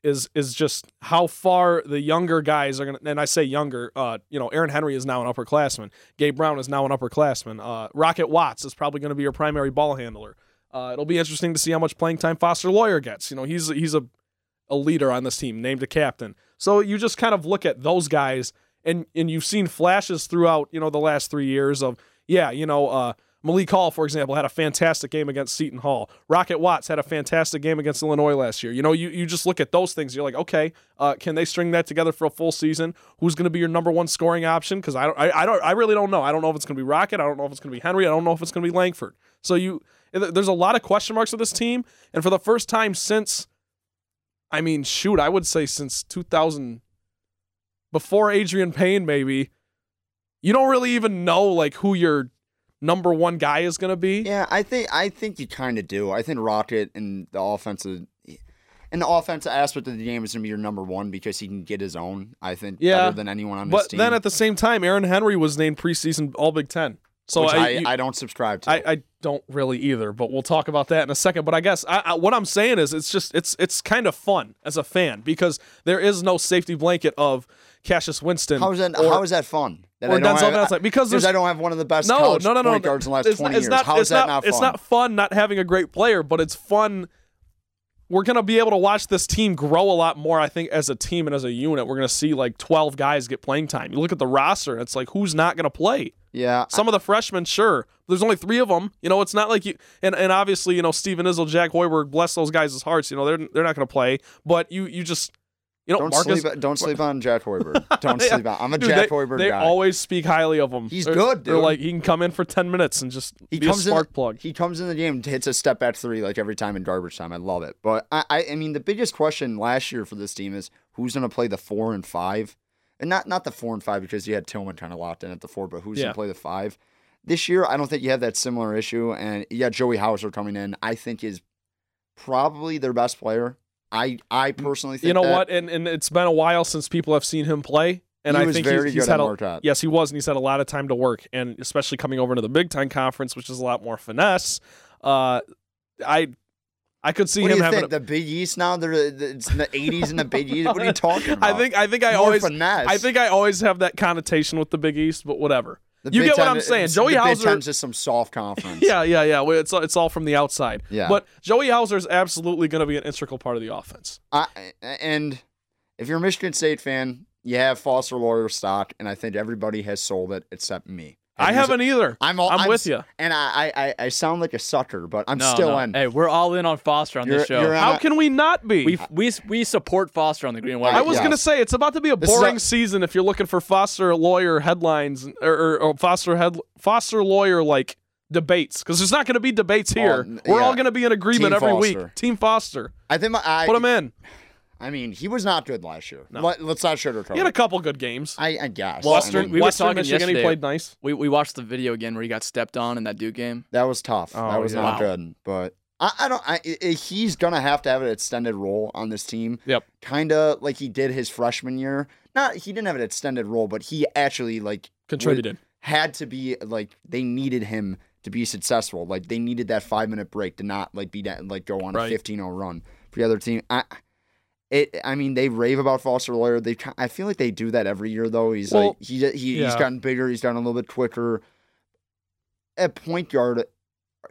B: is is just how far the younger guys are gonna. And I say younger, uh, you know, Aaron Henry is now an upperclassman. Gabe Brown is now an upperclassman. Uh, Rocket Watts is probably going to be your primary ball handler. Uh, it'll be interesting to see how much playing time Foster Lawyer gets. You know, he's he's a a leader on this team, named a captain. So you just kind of look at those guys, and and you've seen flashes throughout you know the last three years of yeah, you know, uh, Malik Hall for example had a fantastic game against Seton Hall. Rocket Watts had a fantastic game against Illinois last year. You know, you you just look at those things, you're like, okay, uh, can they string that together for a full season? Who's going to be your number one scoring option? Because I don't, I, I don't, I really don't know. I don't know if it's going to be Rocket. I don't know if it's going to be Henry. I don't know if it's going to be Langford. So you, eh, there's a lot of question marks with this team, and for the first time since I mean, shoot, I would say since 2000, before Adrian Payne, maybe, you don't really even know like who your number one guy is gonna be.
A: Yeah, I think I think you kind of do. I think Rocket and the offensive and the offensive aspect of the game is going to be your number one because he can get his own. I think
B: Yeah.
A: better than anyone on this
B: but
A: team.
B: then at the same time, Aaron Henry was named preseason All Big Ten. So
A: which
B: I,
A: I,
B: you-
A: I don't subscribe to.
B: I, I don't really either, but we'll talk about that in a second. But I guess I, I, what I'm saying is it's just it's it's kind of fun as a fan because there is no safety blanket of Cassius Winston.
A: How is that?
B: or-
A: how is that fun? That
B: or
A: I don't
B: Denzel
A: have,
B: Valentine, because
A: because
B: there's-
A: I don't have one of the best
B: no,
A: college
B: no, no, no,
A: point guards in the last
B: it's
A: twenty
B: not, it's
A: years.
B: Not,
A: how is
B: it's
A: that
B: not,
A: not, fun?
B: It's not fun not having a great player, but it's fun. We're gonna be able to watch this team grow a lot more. I think as a team and as a unit, we're gonna see like twelve guys get playing time. You look at the roster, and it's like who's not gonna play?
A: yeah,
B: Some of the freshmen, sure. There's only three of them. You know, it's not like you and, and obviously you know Steven Izzo, Jack Hoiberg, bless those guys' hearts. You know they're they're not gonna play, but you you just you know
A: don't
B: Marcus.
A: sleep. Don't sleep on Jack
B: *laughs*
A: Hoiberg. Don't sleep on. I'm a
B: Dude,
A: Jack
B: they,
A: Hoiberg
B: they
A: guy.
B: always speak highly of him.
A: He's
B: They're-
A: good,
B: They're
A: dude.
B: like he can come in for ten minutes and just
A: he
B: be
A: comes
B: a spark
A: in,
B: plug.
A: He comes in the game, and hits a step back three like every time in garbage time. I love it. But I, I, I mean, the biggest question last year for this team is who's going to play the four and five, and not not the four and five because you had Tillman kind of locked in at the four, but who's
B: Yeah.
A: going to play the five? This year, I don't think you have that similar issue, and yeah, Joey Hauser coming in, I think is probably their best player. I I personally think
B: you know
A: that.
B: what? And and it's been a while since people have seen him play. And
A: He
B: I
A: was
B: think
A: very
B: he's, he's
A: good at
B: had a,
A: Marquette.
B: yes, he was, and he's had a lot of time to work, and especially coming over into the Big Ten conference, which is a lot more finesse. Uh, I I could see
A: What do
B: him
A: you
B: having.
A: think?
B: a-
A: the Big East now? They're the, it's in the 80s and the Big East. What are you talking about?
B: *laughs* I think I think I
A: More
B: always
A: finesse.
B: I think I always have that connotation with the Big East, but whatever.
A: The
B: you
A: Big
B: get what
A: Ten-
B: I'm saying.
A: it's-
B: Joey
A: the
B: Hauser
A: Big Ten's just some soft conference.
B: *laughs* Yeah, yeah, yeah. Well, It's it's all from the outside.
A: Yeah.
B: But Joey Hauser is absolutely going to be an integral part of the offense.
A: I, and if you're a Michigan State fan, you have Foster Lawyer stock, and I think everybody has sold it except me.
B: I haven't either.
A: I'm all,
B: I'm with
A: s-
B: ya.
A: and I, I, I- I sound like a sucker, but I'm
C: No,
A: still
C: no.
A: in.
C: Hey, we're all in on Foster on
A: You're-
C: this show.
A: you're on-
B: How can we not be?
C: we, we we support Foster on the Green and White.
B: I was
A: Yeah.
B: gonna say it's about to be a
A: is
B: boring
A: a-
B: season if you're looking for Foster lawyer headlines or, or, or Foster head Foster lawyer like debates because there's not gonna be debates here.
A: n-
B: We're
A: yeah.
B: all gonna be in agreement
A: Team
B: every
A: Foster.
B: week. Team Foster,
A: I think my, I,
B: put him in.
A: I mean, he was not good last year. Let, us not sugarcoat
B: He had a
A: it.
B: couple good games.
A: I, I guess. I
B: Western,
A: mean,
C: we were
B: Western
C: talking
B: Michigan, he
C: yesterday.
B: played nice.
C: We we watched the video again where he got stepped on in that Duke game.
A: that was tough.
B: Oh,
A: that was
B: yeah.
A: not
C: Wow.
A: good. But I, I don't. I, I, he's gonna have to have an extended role on this team.
B: Yep.
A: kind of like he did his freshman year. Not he didn't have an extended role, but he actually like
B: Contributed.
A: would- had to be like they needed him to be successful. Like they needed that five minute break to not like be that like go on
B: Right.
A: a 15-0 run for the other team. I it I mean they rave about Foster Lawyer. They ki- I feel like they do that every year though. He's
B: Well,
A: like he, he he's
B: yeah.
A: gotten bigger. He's gotten a little bit quicker. At point guard,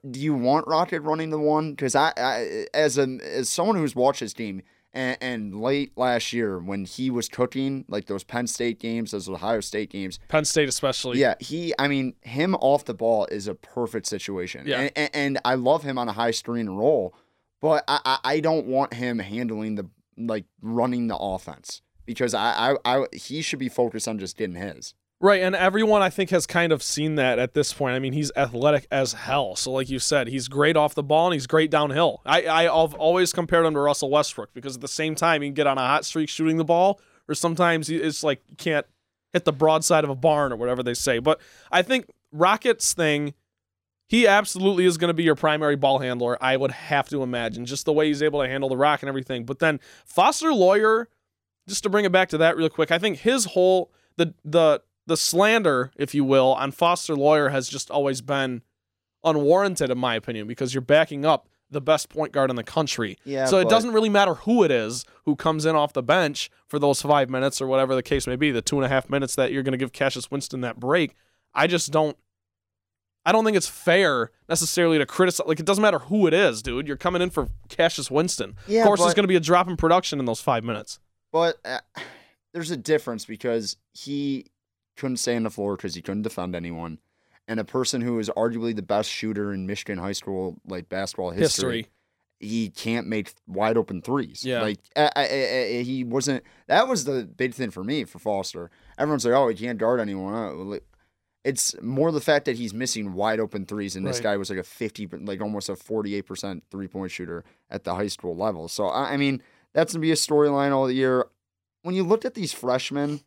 A: do you want Rocket running the one? Because I, I, as a as someone who's watched this game, And, and late last year, when he was cooking, like those Penn State games, those Ohio State games,
B: Penn State especially.
A: yeah, he. I mean, him off the ball is a perfect situation.
B: Yeah.
A: and, and, and I love him on a high screen roll, but I, I, I don't want him handling the like running the offense because I, I, I he should be focused on just getting his.
B: Right, and everyone I think has kind of seen that at this point. I mean, he's athletic as hell. So, like you said, he's great off the ball and he's great downhill. I, I- I've always compared him to Russell Westbrook because at the same time, he can get on a hot streak shooting the ball, or sometimes he- it's like you can't hit the broadside of a barn or whatever they say. But I think Rockets thing, he absolutely is going to be your primary ball handler. I would have to imagine just the way he's able to handle the rock and everything. But then Foster Lawyer, just to bring it back to that real quick, I think his whole the the the slander, if you will, on Foster Lawyer has just always been unwarranted in my opinion because you're backing up the best point guard in the country.
A: Yeah,
B: so it doesn't really matter who it is who comes in off the bench for those five minutes or whatever the case may be, the two and a half minutes that you're going to give Cassius Winston that break. I just don't. I don't think it's fair necessarily to criticize. Like, it doesn't matter who it is, dude. You're coming in for Cassius Winston.
A: Yeah,
B: of course, there's
A: but-
B: going to be a drop in production in those five minutes.
A: But uh, *sighs* there's a difference because he couldn't stay on the floor because he couldn't defend anyone, and a person who is arguably the best shooter in Michigan high school like basketball history.
B: History.
A: he can't make wide open threes.
B: Yeah.
A: Like I, I, I, I- he wasn't. That was the big thing for me for Foster. Everyone's like, oh, he can't guard anyone. Uh, like, It's more the fact that he's missing wide open threes, and this
B: Right.
A: guy was like a fifty, like almost a forty-eight percent three-point shooter at the high school level. So I, I mean, that's gonna be a storyline all year. When you looked at these freshmen,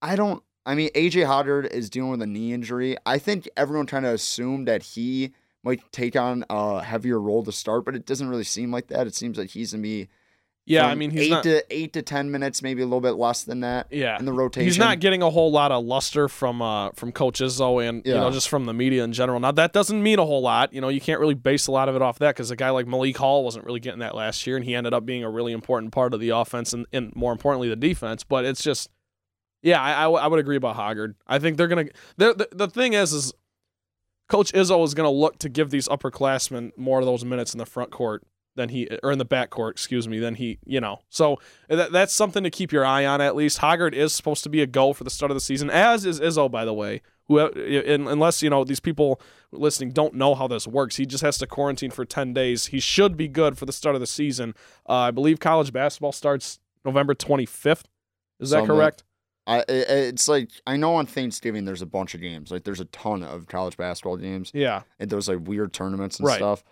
A: I don't. I mean, AJ Hodgard is dealing with a knee injury. I think everyone kind of assumed that he might take on a heavier role to start, but it doesn't really seem like that. It seems like he's gonna be
B: Yeah,
A: from
B: I mean, he's
A: eight
B: not.
A: to eight to ten minutes, maybe a little bit less than that
B: yeah.
A: in the rotation.
B: He's not getting a whole lot of luster from uh, from Coach Izzo and you
A: Yeah.
B: know just from the media in general. Now that doesn't mean a whole lot. You know you can't really base a lot of it off that because a guy like Malik Hall wasn't really getting that last year, and he ended up being a really important part of the offense and, and more importantly the defense. But it's just, yeah, I I w- I would agree about Hoggard. I think they're gonna. They're, the the thing is is Coach Izzo is gonna look to give these upperclassmen more of those minutes in the front court than he or in the back court, excuse me, than he you know. So that, that's something to keep your eye on at least. Hoggard is supposed to be a go for the start of the season, as is Izzo, by the way. Who, in- unless you know these people listening don't know how this works, he just has to quarantine for ten days. He should be good for the start of the season. Uh, I believe college basketball starts November twenty fifth. Is that
A: Something.
B: correct?
A: I, I- it's like I know on Thanksgiving there's a bunch of games. Like there's a ton of college basketball games
B: Yeah,
A: and those like weird tournaments and
B: Right.
A: stuff.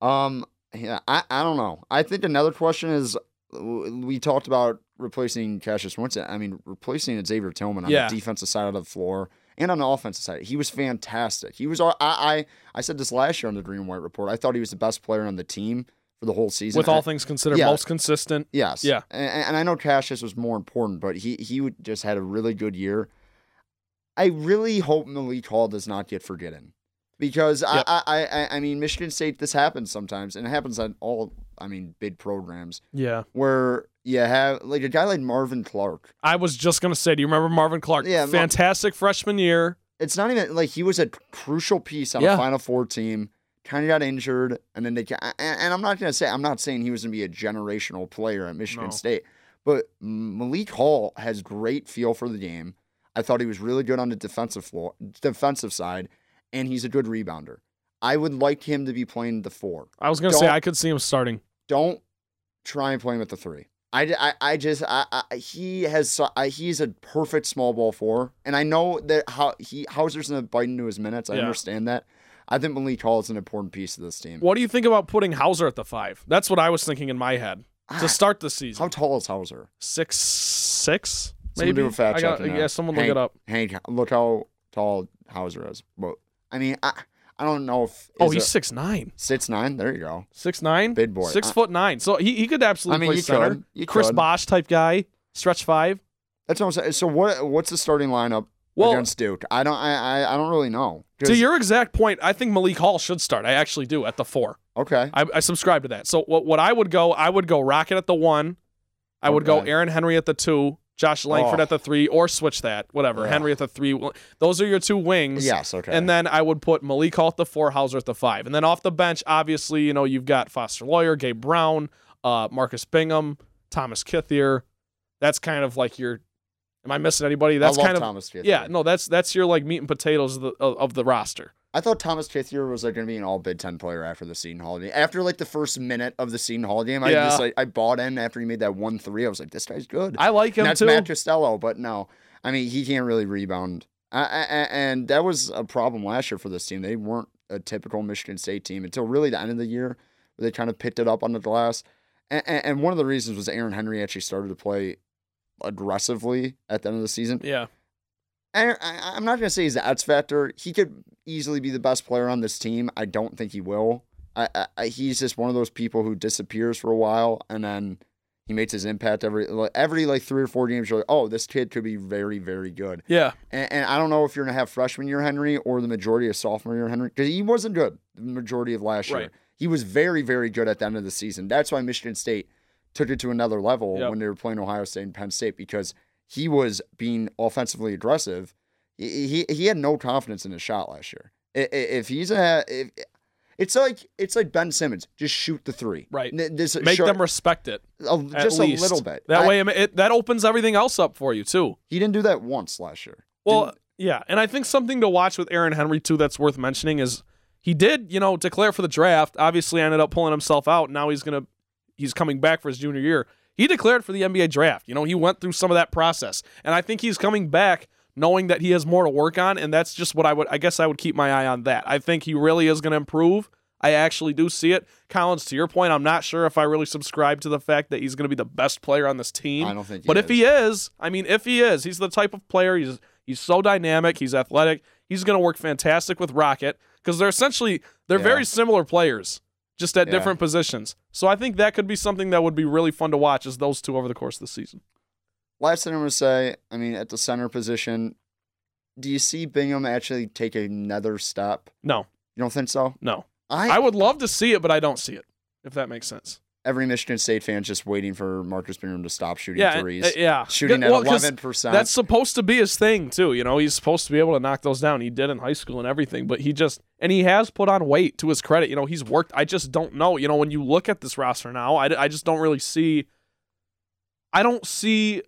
A: Um, yeah, I, I don't know. I think another question is w- we talked about replacing Cassius Winston. I mean, replacing Xavier Tillman on
B: Yeah.
A: the defensive side of the floor and on the offensive side. He was fantastic. He was. all- I I, I said this last year on the Green and White report. I thought he was the best player on the team for the whole season.
B: with
A: I-
B: all things considered,
A: Yeah.
B: most consistent.
A: Yes.
B: Yeah.
A: A- a- And, I know Cassius was more important, but he he would- just had a really good year. I really hope Malik Hall does not get forgotten, because I
B: Yep.
A: I, I I I mean Michigan State this happens sometimes, and it happens on all I mean big programs
B: Yeah,
A: where you have like a guy like Marvin Clark.
B: I was just gonna say, do you remember Marvin Clark?
A: Yeah, Mar-
B: fantastic freshman year.
A: It's not even like he was a crucial piece on
B: Yeah.
A: a Final Four team. Kind of got injured, and then they ca- a- and, and I'm not gonna say I'm not saying he was gonna be a generational player at Michigan
B: No.
A: State, But Malik Hall has great feel for the game. I thought he was really good on the defensive floor, defensive side, and he's a good rebounder. I would like him to be playing the four.
B: I was gonna say
A: Don't-
B: I could see him starting.
A: Don't try and play him at the three. I, I, I just I, I he has so- I, he's a perfect small ball four, and I know that how he Hauser's gonna bite into his minutes. I
B: Yeah.
A: understand that. I think Malik Hall is an important piece of this team.
B: What do you think about putting Hauser at the five? That's what I was thinking in my head to start the season.
A: Ah, How tall is Hauser?
B: six six
A: Someone
B: maybe.
A: do a fact
B: I got-
A: check on that.
B: yeah, someone look
A: Hank-
B: it up.
A: Hank, look how tall Hauser is. But I mean, I I don't know if
B: Oh,
A: is
B: he's
A: it-
B: six nine,
A: six nine. There you go.
B: six nine,
A: Big boy.
B: six
A: I-
B: foot nine. So he, he could absolutely
A: I mean,
B: play
A: you
B: center.
A: could. You
B: Chris
A: could.
B: Bosch type guy, stretch five.
A: That's what I'm saying. So what what's the starting lineup
B: Well-
A: against Duke? I don't I I, I don't really know.
B: To
A: 'Cause-
B: your exact point, I think Malik Hall should start. I actually do at the four.
A: okay.
B: I, I subscribe to that. So what what I would go, I would go Rocket at the one. I would go
A: Okay.
B: Aaron Henry at the two. Josh Langford
A: Oh.
B: at the three, or switch that, whatever.
A: Ugh.
B: Henry at the three. Those are your two wings.
A: Yes. Okay.
B: And then I would put Malik Hall at the four, Hauser at the five. And then off the bench, obviously, you know, you've got Foster Lawyer, Gabe Brown, uh, Marcus Bingham, Thomas Kithier. That's kind of like your. Am I missing anybody? That's
A: I love
B: kind of
A: Thomas Kithier.
B: yeah. No, that's that's your like meat and potatoes of the of, of the roster.
A: I thought Thomas Kithier was like going to be an all Big Ten player after the Seton Hall game. After like the first minute of the Seton Hall game, I
B: Yeah.
A: just like I bought in after he made that one three. I was like, this guy's good.
B: I like him
A: And that's
B: too.
A: Matt Costello, but no, I mean he can't really rebound. I, I, I- and that was a problem last year for this team. They weren't a typical Michigan State team until really the end of the year. Where they kind of picked it up on the glass, and, and, and one of the reasons was Aaron Henry actually started to play aggressively at the end of the season.
B: Yeah.
A: I, I, I'm not going to say he's the X factor. He could easily be the best player on this team. I don't think he will. I, I, I he's just one of those people who disappears for a while and then he makes his impact every like, every like three or four games. You're like, oh, this kid could be very very good.
B: Yeah.
A: And, and I don't know if you're going to have freshman year Henry or the majority of sophomore year Henry because he wasn't good the majority of last year.
B: Right.
A: He was very very good at the end of the season. That's why Michigan State took it to another level
B: Yep.
A: when they were playing Ohio State and Penn State because he was being offensively aggressive. He he, he had no confidence in his shot last year. I- i- If he's a if, it's like it's like Ben Simmons, just shoot the three.
B: Right.
A: N- This
B: Make
A: show-
B: them respect it.
A: a-
B: at
A: just
B: least.
A: a little bit.
B: That
A: I-
B: way, it, it, that opens everything else up for you too.
A: he didn't do that once last year.
B: Well, yeah, and I think something to watch with Aaron Henry too that's worth mentioning is he did, you know, declare for the draft. Obviously, ended up pulling himself out. Now he's gonna he's coming back for his junior year. He declared for the NBA draft. You know, he went through some of that process, and I think he's coming back knowing that he has more to work on. And that's just what I would. I guess I would keep my eye on that. I think he really is gonna improve. I actually do see it, Collins. To your point, I'm not sure if I really subscribe to the fact that he's going to be the best player on this team.
A: I don't think he
B: But if
A: is.
B: he is, I mean, if he is, he's the type of player. He's he's so dynamic. He's athletic. He's going to work fantastic with Rocket because they're essentially they're
A: Yeah.
B: very similar players, just at
A: Yeah.
B: different positions. So I think that could be something that would be really fun to watch is those two over the course of the season.
A: Last thing I'm gonna say, I mean, at the center position, do you see Bingham actually take another step?
B: No,
A: You don't think so?
B: no,
A: I,
B: I would love to see it, but I don't see it. If that makes sense.
A: every Michigan State fan's just waiting for Marcus Bingham to stop shooting
B: Yeah,
A: threes,
B: uh, yeah.
A: shooting
B: Well,
A: at
B: 'cause
A: eleven percent.
B: That's supposed to be his thing too. You know, he's supposed to be able to knock those down. He did in high school and everything, but he just and he has put on weight to his credit. You know, he's worked. I just don't know. You know, when you look at this roster now, I, I just don't really see. I don't see.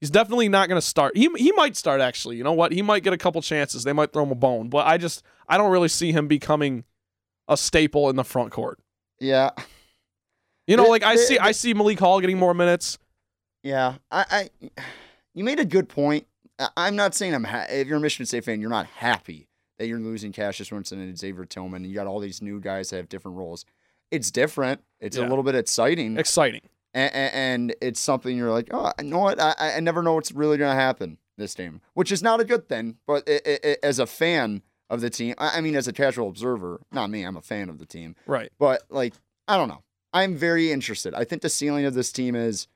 B: He's definitely not going to start. He he might start actually. You know what? He might get a couple chances. They might throw him a bone, but I just I don't really see him becoming a staple in the front court.
A: yeah,
B: You know,
A: Th-
B: like I
A: th-
B: see I see Malik Hall getting more minutes.
A: yeah. I, I, you made a good point. I, I'm not saying I'm. Ha- if you're a Michigan State fan, you're not happy that you're losing Cassius Winston and Xavier Tillman. You got all these new guys that have different roles. It's different. It's a
B: Yeah.
A: little bit exciting.
B: Exciting.
A: and, and it's something you're like, oh, you know what? I, I I never know what's really going to happen this team, which is not a good thing. But i i i as a fan of the team, I, I mean, as a casual observer, not me, I'm a fan of the team.
B: Right.
A: But like, I don't know. I'm very interested. I think the ceiling of this team is,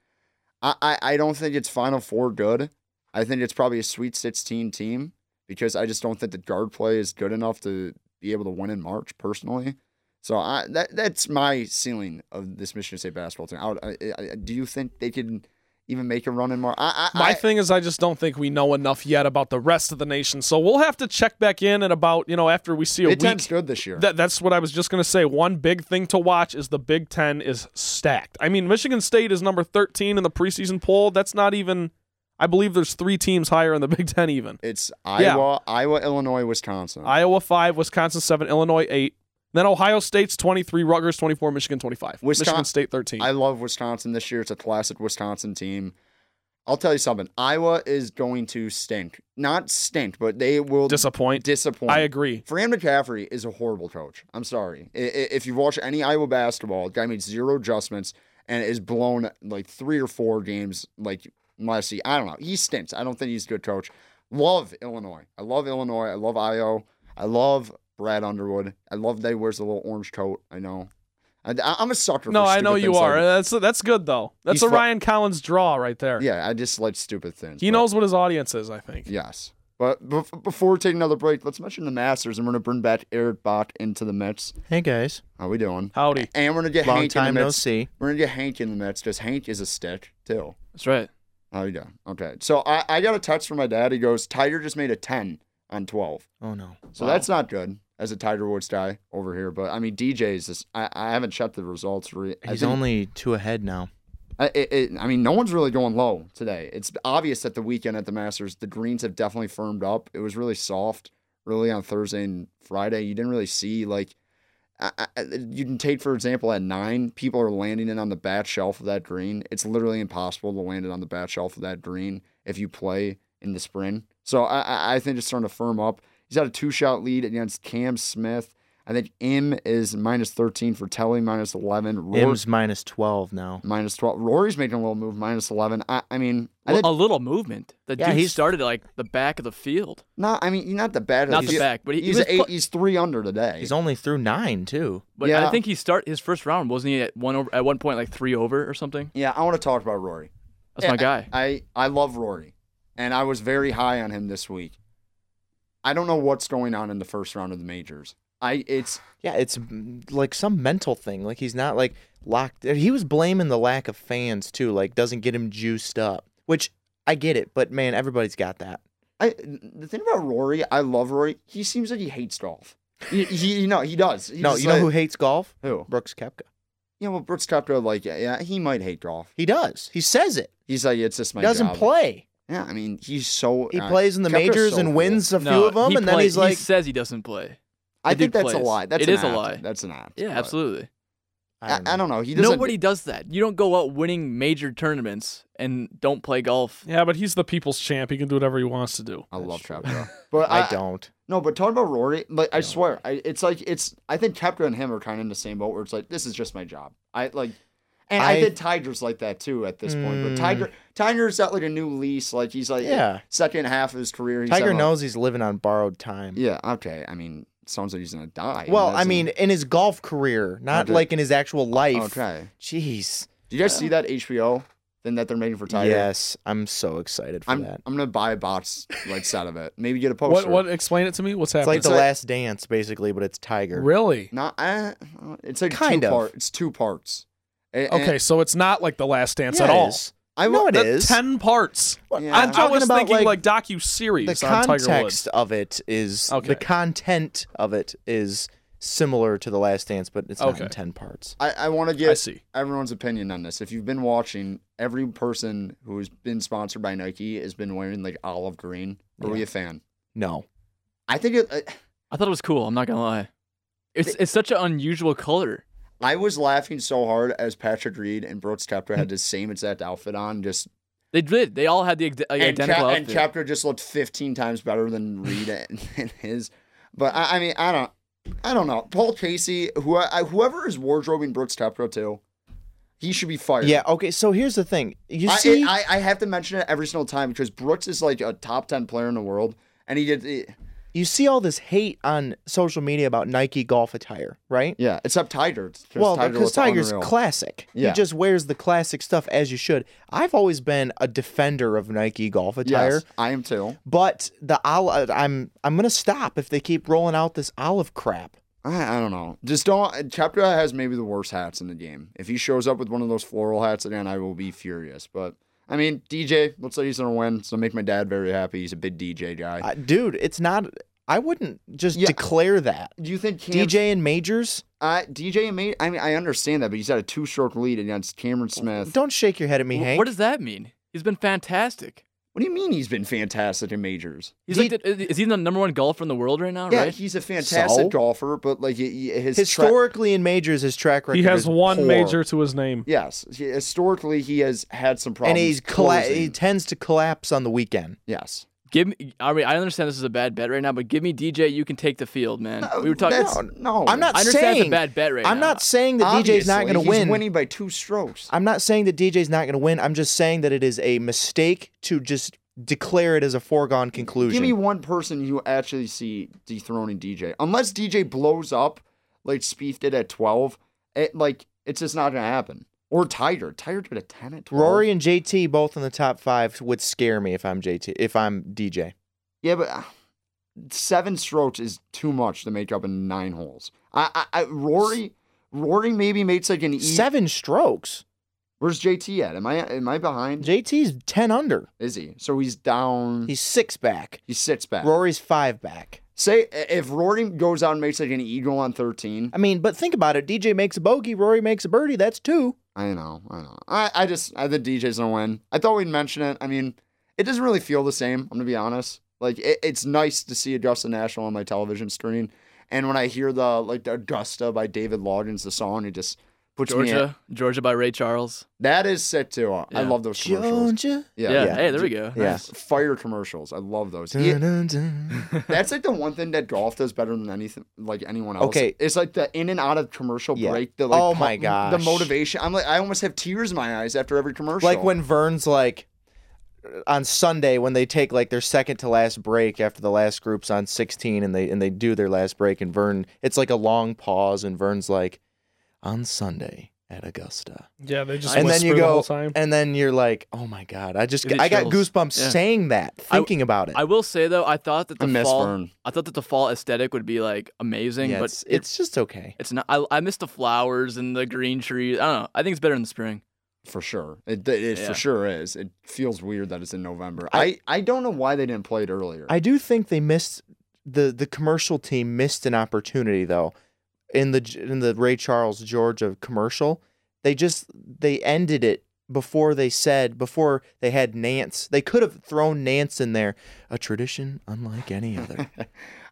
A: I, I, I don't think it's Final Four good. I think it's probably a Sweet 16 team because I just don't think the guard play is good enough to be able to win in March personally. So I that that's my ceiling of this Michigan State basketball team. I, would- I, I, I- do you think they can even make a run in March? I, I,
B: My
A: I-
B: thing is, I just don't think we know enough yet about the rest of the nation. So we'll have to check back in and about, you know, after we see a
A: Big
B: week.
A: Ten's good this year.
B: That, that's what I was just going to say. One big thing to watch is the Big Ten is stacked. I mean, Michigan State is number 13 in the preseason poll. That's not even, I believe there's three teams higher in the *laughs* Big Ten even.
A: it's Iowa, Iowa, Illinois, Wisconsin.
B: Iowa 5, Wisconsin 7, Illinois 8. Then Ohio State's 23, Rutgers 24, Michigan 25.
A: Wisconsin-
B: Michigan State 13.
A: I love Wisconsin this year. It's a classic Wisconsin team. I'll tell you something. Iowa is going to stink. Not stink, but they will
B: Disappoint.
A: disappoint.
B: I agree.
A: Fran McCaffrey is a horrible coach. I'm sorry. I- i- If you watch any Iowa basketball, the guy made zero adjustments and is blown like three or four games like last year. I don't know. He stinks. I don't think he's a good coach. Love Illinois. I love Illinois. I love Io. I love Brad Underwood. I love that he wears a little orange coat. I know. I, am a sucker.
B: No,
A: for
B: I know
A: stupid
B: you
A: things like
B: are.
A: that.
B: That's that's good though. That's
A: He's
B: a
A: fu-
B: Ryan Collins draw right there.
A: Yeah, I just like stupid things.
B: He
A: but-
B: knows what his audience is, I think.
A: Yes. But bef- before we take another break, let's mention the Masters, and we're going to bring back Eric Bach into the Mets.
D: Hey guys,
A: How we doing?
B: Howdy.
A: And we're gonna get
D: long
A: Hank
D: time
A: in the
D: no
A: Mets.
D: see.
A: We're gonna get Hank in the Mets because Hank is a stick too.
C: That's right.
A: Oh yeah. Okay. So I, I got a text from my dad. He goes, Tiger just made a ten on twelve.
D: Oh no.
A: So that's not good as a Tiger Woods guy over here. But I mean DJ's just I, I haven't checked the results re- I
D: He's
A: think-
D: only two ahead now.
A: I- It, it, I mean, no one's really going low today. It's obvious that the weekend at the Masters, the greens have definitely firmed up. It was really soft, really on Thursday and Friday. You didn't really see like I, I, I- you can take for example at nine, people are landing it on the back shelf of that green. It's literally impossible to land it on the back shelf of that green if you play in the sprint. So I, I- I think it's starting to firm up. He's had a two shot lead against Cam Smith. I think M is minus thirteen for Telly, minus eleven. Rory,
D: M's minus twelve now.
A: minus twelve. Rory's making a little move, minus eleven. I, I mean, I
C: Well,
A: think
C: a little movement. The
D: Yeah,
C: dude
D: he's-
C: started at, like the back of the field.
A: not. I mean, not the bad.
C: Not
A: he's,
C: the back, but he- he
A: he's
C: was
A: eight.
C: put-
A: he's three under today.
D: He's only through nine too.
C: But
A: Yeah.
C: I think he start his first round wasn't he at one over at one point like three over or something.
A: yeah, I want to talk about Rory.
C: That's my
A: Yeah,
C: guy.
A: I, I love Rory, and I was very high on him this week. I don't know what's going on in the first round of the majors. I it's
D: Yeah, it's mm, like some mental thing. Like he's not like locked. He was blaming the lack of fans too. Like doesn't get him juiced up, which I get it. But man, everybody's got that.
A: I the thing about Rory. I love Rory. He seems like he hates golf. He, he you know he does. He's
D: no,
A: just
D: you know who
A: like-
D: hates golf?
A: who?
D: Brooks Kepka.
A: Yeah, well, Brooks Koepka, like yeah, he might hate golf.
D: He does. He says it.
A: He's like it's just my
D: He doesn't
A: job.
D: play.
A: Yeah, I mean he's so
D: He
A: uh,
D: plays in the
A: Koepka's
D: majors
A: so
D: and
A: cool.
D: wins a few
C: No,
D: of them,
C: he
D: and then
C: play-
D: he's
C: he
D: like,
C: says he doesn't play.
A: I
C: The
A: think
C: dude
A: that's a
C: plays.
A: lie. That's
C: It
A: an
C: is a
A: apt.
C: lie.
A: That's an apt.
C: Yeah,
A: but-
C: absolutely.
A: I I don't, know. He doesn't.
C: Nobody does that. You don't go out winning major tournaments and don't play golf.
B: Yeah, but he's the people's champ. He can do whatever he wants to do.
A: I love
D: *laughs*
A: Koepka, but
D: I don't.
A: No, but talking about Rory, like I, swear, I, it's like it's. I think Kepka and him are kind of in the same boat where it's like this is just my job. I like, and I,
D: I- Mm.
A: think Tiger's like that too at this point. But Tiger, Tiger's at like a new lease. Like he's like
D: Yeah.
A: second half of his career. He's
D: Tiger
A: having a-
D: knows he's living on borrowed time.
A: Yeah. Okay. I mean, sounds like he's gonna die.
D: Well,
A: That's
D: I
A: a-
D: mean, in his golf career, not
A: Okay.
D: like in his
A: Oh,
D: actual life.
A: okay.
D: Jeez.
A: Do you guys see that HBO thing that they're making for Tiger?
D: Yes, I'm so excited for
A: I'm
D: that.
A: I'm gonna buy a box like set of it. Maybe get a poster.
B: What? What? Explain it to me. What's
D: It's like
B: happening?
D: the
A: like-
D: last dance, basically, but it's Tiger.
B: really?
A: Not. Uh, it's like
D: Kind
A: two
D: of.
A: part. It's two parts. A- and-
B: Okay, so it's not like the Last Dance
D: Eh. Yeah,
B: at
D: it
B: all.
D: is.
A: I
D: no,
A: wa-
D: it
B: The
D: is.
B: ten parts.
D: Well,
A: Yeah.
B: I,
D: I'm
B: I
D: talking
B: was
D: about
B: thinking like,
D: like,
B: docu
D: the
B: series on Tiger Woods.
D: context of it is
B: Okay.
D: the content of it is similar to the last dance, but it's not
B: Okay.
D: in ten parts.
A: I, I want to
B: I
A: get
B: see.
A: everyone's opinion on this. If you've been watching, every person who has been sponsored by Nike has been wearing like olive green. Are we a fan?
D: No,
A: I think it, I,
C: I thought it was cool. I'm not gonna lie. It's it's such an unusual color.
A: I was laughing so hard as Patrick Reed and Brooks Koepka
B: Hmm.
A: had the same exact outfit on. Just
C: They did. They all had the ide-
A: and,
C: like, identical
A: Ka- and
C: outfit.
A: Koepka just looked 15 times better than Reed and, *laughs* and his. But I, I mean, I don't, I don't know. Paul Casey, who I, whoever is wardrobing Brooks Koepka too, he should be fired.
D: yeah, okay. So here's the thing. You
A: I,
D: see,
A: I, I have to mention it every single time because Brooks is like a top 10 player in the world. And he did, he-
D: you see all this hate on social media about Nike golf attire, right?
A: yeah, except Tiger.
D: Well, because Tiger's
A: unreal.
D: classic.
A: Yeah.
D: He just wears the classic stuff as you should. I've always been a defender of Nike golf attire,
A: Yes, I am too.
D: but the olive, I'm I'm gonna stop if they keep rolling out this olive crap.
A: I, I don't know. Just don't. uh, Chapter has maybe the worst hats in the game. If he shows up with one of those floral hats again, I will be furious. But I mean, DJ looks like he's gonna win, so make my dad very happy. He's a big DJ guy.
D: Uh, dude, it's not. I wouldn't just
A: Yeah.
D: declare that.
A: Do you think Cam,
D: DJ in majors,
A: Uh, DJ made? I mean, I understand that, but he's had a two-stroke lead against Cameron Smith.
D: don't shake your head at me,
C: Wh-
D: Hank.
C: What does that mean? He's been fantastic.
A: What do you mean he's been fantastic in majors?
C: He's
D: He-
C: like the, is he the number one golfer in the world right now?
A: Yeah,
C: right?
A: he's a fantastic
D: So?
A: golfer, but like he- he- his tra-
D: Historically, in majors, his track record
B: He has
D: is
B: one
D: poor,
B: major to his name.
A: yes, he- historically he has had some problems.
D: and he's colla- he
A: closing.
D: tends to collapse on the weekend.
A: yes.
C: Give me. I mean, I understand this is a bad bet right now, but give me DJ. You can take the field, man.
D: Oh,
C: we were talking.
A: That's- no.
D: I'm not
C: Oh, I understand it's a
D: saying
C: bad bet right
D: I'm
C: now.
D: not saying that DJ's not
A: Obviously,
D: going to
A: he's
D: win.
A: winning by two strokes.
D: I'm not saying that DJ's not going to win. I'm just saying that it is a mistake to just declare it as a foregone conclusion.
A: Give me one person you actually see dethroning DJ, unless DJ blows up like Spieth did at 12. It, like it's just not gonna happen. Or Tiger. Tiger did a 10 at 12.
D: Rory and JT both in the top five would scare me if I'm JT. If I'm DJ,
A: Yeah, but uh, seven strokes is too much to make up in nine holes. I, I, I Rory, Rory maybe makes like an E.
D: seven strokes.
A: Where's JT at? Am I am I behind?
D: JT's ten under.
A: Is he? So he's down.
D: He's six back.
A: he sits back.
D: Rory's five back.
A: Say i- if Rory goes out and makes like an eagle on 13.
D: I mean, but think about it. DJ makes a bogey. Rory makes a birdie. That's two.
A: I know, I know. I, I just I, the DJ's gonna win. I thought we'd mention it. I mean, it doesn't really feel the same. I'm gonna be honest. Like it, it's nice to see Augusta National on my television screen, and when I hear the like the Augusta by David Loggins, the song, it just puts me. In.
C: Georgia, Georgia by Ray Charles.
A: That is sick too. I
C: Yeah.
A: love those commercials.
D: Georgia.
A: Yeah,
C: yeah.
D: yeah.
C: Hey, there we go.
D: Yeah.
C: Nice.
A: Fire commercials. I love those.
D: Dun,
A: It-
C: *laughs*
D: dun, dun.
A: that's like the one thing that golf does better than anything, like anyone else.
D: Okay.
A: it's like the in and out of commercial
D: Yeah.
A: break. The like,
D: Oh my
A: pump- the
D: gosh.
A: motivation. I'm like, I almost have tears in my eyes after every commercial.
D: like when Vern's like on Sunday when they take like their second to last break after the last group's on 16 and they and they do their last break and Vern it's like a long pause and Vern's like on Sunday at Augusta.
B: Yeah, they just
D: and then you
B: whisper the
D: go
B: whole time.
D: and then you're like, "Oh my god, I just
C: Give you
D: I got
C: chills.
D: goosebumps
C: Yeah.
D: saying that, thinking about it."
C: I will say though, I thought that
A: I
C: the
A: miss
C: fall,
A: Vern.
C: I thought that the fall aesthetic would be like amazing,
D: yeah,
C: but
D: it's,
C: it-
D: it's just okay.
C: it's not. I, I miss the flowers and the green trees. I don't know. I think it's better in the spring.
A: for sure, it, it, it
C: Yeah.
A: for sure is. It feels weird that it's in November. I, I don't know why they didn't play it earlier.
D: I do think they missed the the commercial team missed an opportunity though in the in the Ray Charles Georgia commercial. They just they ended it before they said before they had Nance. They could have thrown Nance in there, a tradition unlike
C: *laughs*
D: any other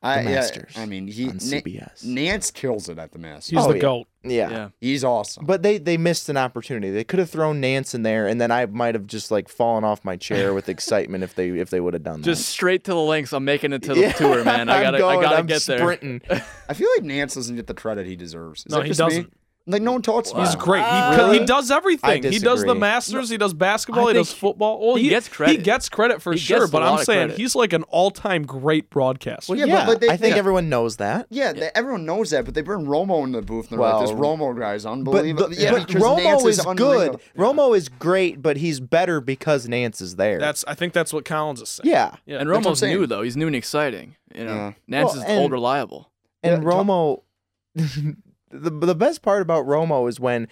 A: I, yeah,
D: Masters
A: I mean, he
D: on
A: Na-
D: CBS.
A: Nance kills it at the Masters.
B: He's
D: Oh,
B: the
D: yeah.
B: goat.
D: yeah.
C: Yeah.
A: He's awesome.
D: But they, they missed an opportunity. They could have thrown Nance in there, and then I might have just like fallen off my chair with excitement if they if they would have done that.
C: Just *laughs* straight to the links. I'm making it to the
D: Yeah,
C: tour, man. I
D: *laughs* I'm
C: gotta,
D: going,
C: I gotta
D: I'm
C: get there. *laughs*
D: sprinting.
A: I feel like Nance doesn't get the credit he deserves. Is
B: No,
A: that
B: he
A: just me?
B: doesn't.
A: Like no one talks about.
B: He's
A: him.
B: great. He,
D: Really?
B: he does everything. He does the
D: disagree.
B: Masters. He does basketball. He does
C: think
B: football. Well,
C: he gets
B: He
C: credit.
B: gets credit for
C: He gets
B: sure.
C: a
B: But
C: lot
B: I'm
C: of
B: saying
C: credit.
B: he's like an all-time great broadcaster.
A: Well, but-
D: yeah,
A: but they-
D: I think
A: yeah.
D: everyone knows that.
A: Yeah, they- everyone knows that, but they bring Romo in the booth and they're like, "This
D: Well,
A: Romo guy is
D: But,
A: unbelievable."
D: the-
A: yeah,
D: but
A: because Nance
D: Romo is,
A: unreal.
D: good. Romo is great, but he's better because Nance is there.
B: That's. I think that's what Collins is saying.
D: yeah.
B: Yeah.
C: And
A: That's what I'm
C: Romo's
A: saying.
C: new though. He's new and exciting. You know,
A: Yeah.
C: Nance is
D: Well, and-
C: old, reliable.
D: And
A: Yeah, Tom-
D: Romo, *laughs* the the best part about Romo is when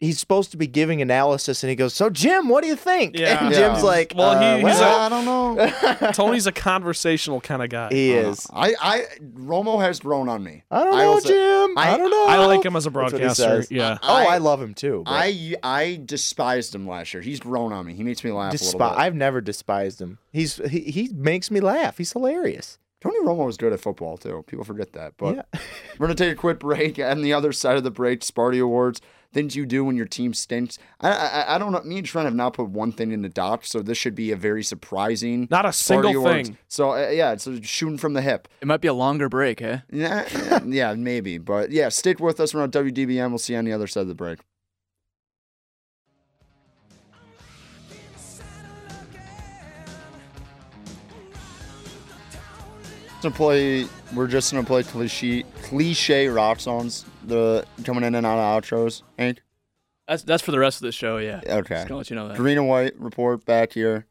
D: he's supposed to be giving analysis, and he goes, "So Jim, what do you think?"
B: Yeah.
D: And
A: Yeah.
D: Jim's like,
B: Well,
D: "Uh,
B: he- he's
A: Well,
D: well,
A: I don't know.
B: *laughs* Tony's a conversational kind of guy.
D: he
A: I don't
D: is. Oh,
A: know. *laughs* I, I Romo has grown on me.
D: Uh-huh. I don't
A: I
D: know,
A: also-
D: Jim. I,
A: I-
D: don't know."
B: I like him as a
D: That's what he
B: broadcaster.
D: says.
B: Yeah.
D: Oh, I,
A: I-
D: love him too. but
A: I I despised him last year. He's grown on me. He makes me laugh a
D: despi-
A: little bit.
D: I've never despised him. He's he, he makes me laugh. He's hilarious.
A: Tony Romo is good at football too. People forget that. But
B: *laughs*
D: Yeah.
A: we're gonna take a quick break. On the other side of the break, Sparty Awards. Things you do when your team stinks. I I, I don't know. Me and Trent have not put one thing in the dots, so this should be a very surprising.
B: Not a single
A: Sparty Awards.
B: thing.
A: So uh, yeah, it's a shooting from the hip.
C: It might be a longer break, eh? *laughs*
A: Yeah, yeah, maybe. But yeah, stick with us. We're on WDBM. We'll see you on the other side of the break. To play, we're just gonna play cliche cliche rock songs. The coming in and out of outros. Hank.
C: That's that's for the rest of the show. Yeah.
A: Okay.
C: Just gonna let you know that.
A: Green and white report back here.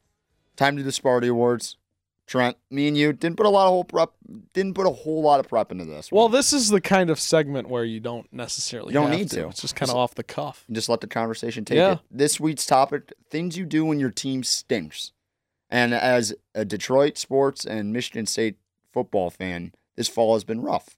A: Time to do the Sparty Awards. Trent, me and you didn't put a lot of whole prep. Didn't put a whole lot of prep into this.
B: Well,
A: one.
B: this is the kind of segment where you don't necessarily
A: You don't
B: have
A: need to.
B: It's just kind of off the cuff.
A: and just let the conversation take
B: Yeah.
A: it. This week's topic: things you do when your team stinks. And as a Detroit sports and Michigan State football fan, this fall has been rough.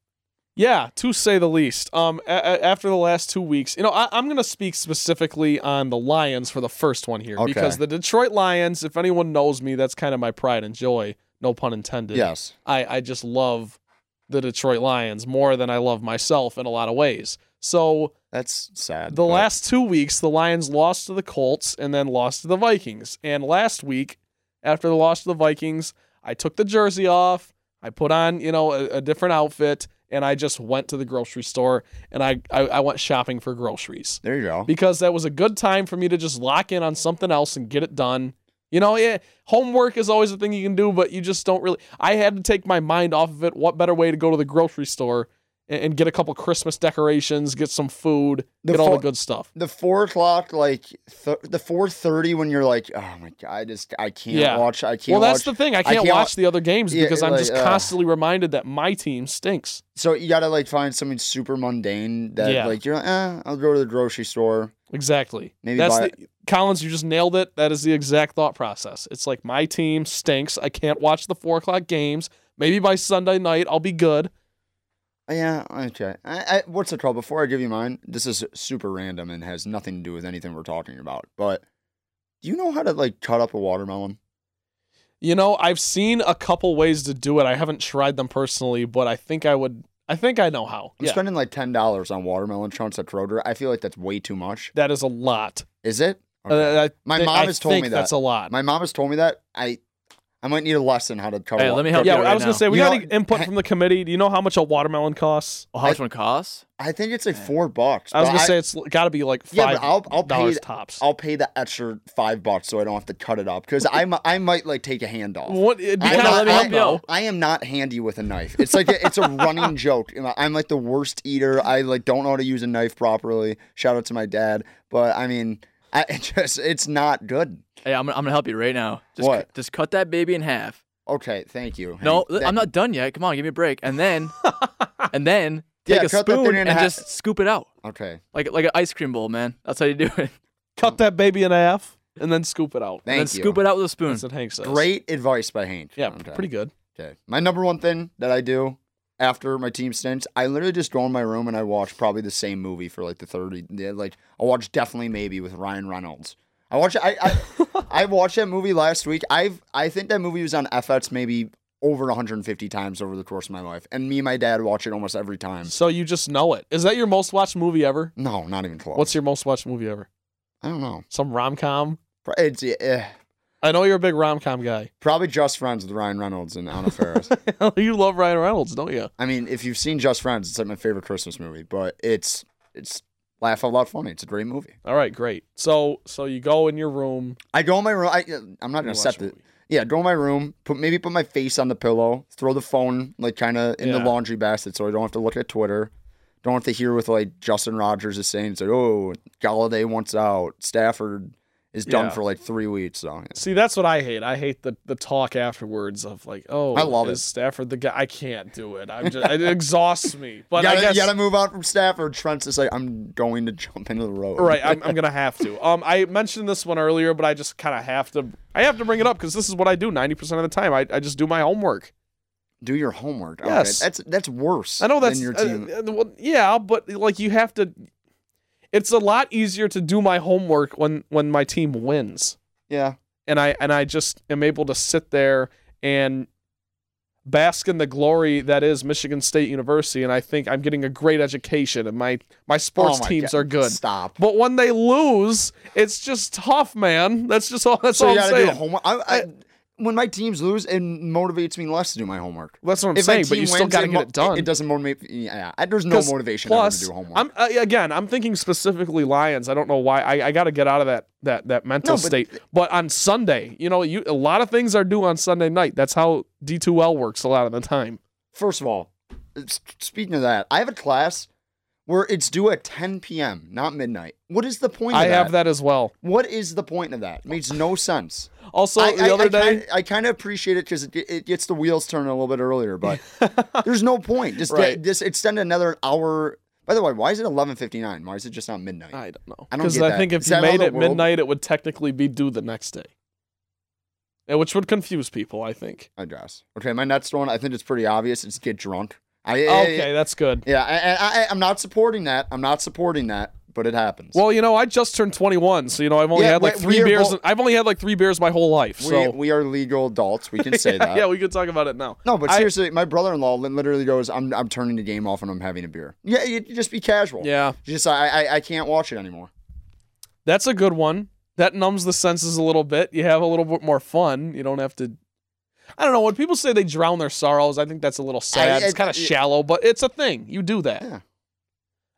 B: Yeah, to say the least. Um, a- a- after the last two weeks, you know, I- I'm going to speak specifically on the Lions for the first one here
A: Okay.
B: because the Detroit Lions. If anyone knows me, that's kind of my pride and joy. No pun intended.
A: Yes,
B: I, I just love the Detroit Lions more than I love myself in a lot of ways. So
A: that's sad.
B: the
A: but-
B: last two weeks, the Lions lost to the Colts and then lost to the Vikings. And last week, after the loss to the Vikings, I took the jersey off. I put on, you know, a, a different outfit, and I just went to the grocery store and I, I I went shopping for groceries
A: there you go.
B: because that was a good time for me to just lock in on something else and get it done. You know, yeah, homework is always a thing you can do, but you just don't really. I had to take my mind off of it. What better way to go to the grocery store and, and get a couple Christmas decorations, get some food,
A: The
B: get all
A: fo-
B: the good stuff?
A: The four o'clock, like th- the four thirty, when you're like, oh my god, I just I can't
B: Yeah.
A: watch. I can't.
B: Well, that's
A: watch.
B: the thing. I can't,
A: can't wa-
B: watch the other games
A: Yeah,
B: because I'm
A: like, uh,
B: just
A: ugh.
B: constantly reminded that my team stinks.
A: so you gotta like find something super mundane that
B: Yeah.
A: like you're like, eh, I'll go to the grocery store.
B: Exactly.
A: Maybe
B: that's
A: buy-
B: the, Collins. You just nailed it. That is the exact thought process. It's like my team stinks. I can't watch the four o'clock games. Maybe by Sunday night I'll be good.
A: Yeah, okay. I, I, what's the call? Before I give you mine, this is super random and has nothing to do with anything we're talking about. But do you know how to like cut up a watermelon?
B: You know, I've seen a couple ways to do it. I haven't tried them personally, but I think I would. I think I know how.
A: I'm
B: yeah,
A: spending like ten dollars on watermelon chunks at Kroger. I feel like that's way too much.
B: that is a lot.
A: Is it?
B: Uh,
A: Okay.
B: I
A: My
B: thi-
A: mom
B: I
A: has told
B: think
A: me
B: That's
A: that.
B: a lot.
A: My mom has told me that. I I might need a lesson how to cut.
C: Hey,
A: a wa-
C: let me help
B: yeah,
C: you
B: I
C: right
B: was
C: now.
B: gonna say we
A: You
B: got
A: know-
B: any input from the committee. Do you know how much a watermelon costs?
C: Oh, how much one costs?
A: I think it's like four bucks.
B: I was
A: but
B: gonna say it's got to be like
A: Yeah, but
B: five
A: I'll- I'll pay
B: dollars
A: th-
B: tops.
A: I'll pay the extra five bucks so I don't have to cut it up because I mi- I might like take a hand off.
B: what? It'd be
A: I'm
C: Yeah,
B: kinda
A: not-
C: let me
A: I-
C: help you out.
A: I am not handy with a knife. It's like a, it's a
C: *laughs*
A: running joke. You know, I'm like the worst eater. I like don't know how to use a knife properly. Shout out to my dad. But I mean, I *laughs* it just it's not good.
C: Hey, I'm, gonna- I'm gonna help you right now. Just
A: What?
C: Cu- just cut that baby in half.
A: Okay, thank you.
C: No,
A: Hank.
C: I'm not done yet. Come on, give me a break.
A: *laughs*
C: And then, and then
A: Yeah,
C: take a
A: cut that thing
C: spoon
A: in
C: and
A: half.
C: just scoop it out
A: That- okay.
C: like like an ice cream bowl, man. That's how you do it. and
B: cut that baby in half and then scoop it out.
A: Thank
C: then
A: you.
C: scoop it out with a spoon.
B: That's what Hank says.
A: Great advice by Hank.
B: Yeah,
A: Okay.
B: pretty good.
A: Okay. My number one thing that I do after my team stints, I literally just go in my room and I watch probably the same movie for like the thirty. yeah, Like I watch definitely maybe with Ryan Reynolds. I watch I
B: *laughs*
A: I, I watched that movie last week. I've I think that movie was on FX maybe over 150 times over the course of my life, and me and my dad watch it almost every time.
B: So you just know it. Is that your most watched movie ever?
A: No, not even close.
B: What's your most watched movie ever?
A: I don't know.
B: Some rom com.
A: Pro- It's eh,
B: I know you're a big rom com guy.
A: probably just friends with Ryan Reynolds and Anna Faris.
B: *laughs* you love Ryan Reynolds, don't you?
A: I mean, if you've seen Just Friends, it's like my favorite Christmas movie, but it's it's laugh out loud funny. It's a great movie.
B: All right, great. So so you go in your room.
A: I go in my room. I, I'm not
B: and you
A: gonna
B: watch
A: set
B: the
A: the.
B: movie.
A: Yeah, go in my room. Put maybe put my face on the pillow. Throw the phone like kind of in the
B: Yeah.
A: laundry basket, so I don't have to look at Twitter. Don't have to hear what like Justin Rogers is saying. It's like, oh, Galladay wants out. Stafford is done
B: Yeah.
A: for like three weeks. So yeah.
B: See, that's what I hate. I hate the, the talk afterwards of like, oh,
A: I love
B: is
A: it.
B: Stafford the guy? I can't do it. I'm just it
A: *laughs*
B: exhausts me. But
A: you, gotta,
B: I guess
A: you gotta move out from Stafford. Trent's just like, I'm going to jump into the road.
B: *laughs* Right, I'm, I'm gonna have to. Um, I mentioned this one earlier, but I just kind of have to. I have to bring it up because this is what I do 90% of the time. I, I just do my homework.
A: Do your homework. Okay,
B: Yes.
A: that's that's worse.
B: I know that's
A: than your
B: uh,
A: team.
B: uh, well, yeah, but like you have to. It's a lot easier to do my homework when when my team wins,
A: yeah.
B: and I and I just am able to sit there and bask in the glory that is Michigan State University, and I think I'm getting a great education, and my my sports
A: Oh my
B: teams
A: God,
B: are good.
A: Stop.
B: But when they lose, it's just tough, man. That's just all. That's
A: So
B: all
A: you
B: I'm
A: gotta do
B: saying.
A: homework. I, I, when my teams lose, it motivates me less to do my homework.
B: that's what I'm
A: my
B: saying. But
A: team
B: you still
A: wins,
B: got to
A: it
B: get
A: mo-
B: it done.
A: It, doesn't motivate. Yeah, I- there's no
B: 'Cause
A: motivation ever
B: Plus,
A: to do homework.
B: I'm uh, again. I'm thinking specifically Lions. I don't know why. I, I got to get out of that that that mental
A: No, but-
B: state. But on Sunday, you know, you a lot of things are due on Sunday night. That's how D2L works a lot of the time.
A: First of all, s- speaking of that, I have a class where it's due at 10 p.m., not midnight. What is the point? Of
B: I
A: that?
B: have that as well.
A: What is the point of that? It makes no sense.
B: Also,
A: I,
B: the
A: I-
B: other
A: I
B: day,
A: kinda, I kind of appreciate it because it, it gets the wheels turning a little bit earlier,
B: *laughs*
A: but there's no point. Just
B: Right.
A: just extend another hour. By the way, why is it 11:59? Why is it just not midnight?
B: I don't know.
A: I don't
B: Because
A: get
B: I,
A: that.
B: think if
A: Is
B: you
A: that how
B: made
A: the
B: it
A: world-
B: midnight, it would technically be due the next day, and which would confuse people. I think.
A: I guess. Okay, my next one. I think it's pretty obvious. It's get drunk. I,
B: Okay, that's good.
A: Yeah, I, I, I, I'm not supporting that. I'm not supporting that, but it happens.
B: Well, you know, I just turned 21, so you know, I've only
A: Yeah,
B: had like
A: we-
B: three
A: we are
B: beers.
A: both-
B: I've only had like three beers my whole life.
A: we,
B: *laughs* So
A: we are legal adults. We
B: *laughs*
A: can say that.
B: yeah, we could talk about it now.
A: no, but
B: I-
A: seriously, my brother-in-law li- literally goes, "I'm I'm turning the game off and I'm having a beer." Yeah, you, you just be casual.
B: Yeah,
A: Just I, I I can't watch it anymore.
B: that's a good one. That numbs the senses a little bit. You have a little bit more fun. You don't have to. I don't know. When people say they drown their sorrows, I think that's a little sad.
A: I-
B: it's kind of
A: yeah.
B: shallow, but it's a thing. You do that.
A: Yeah.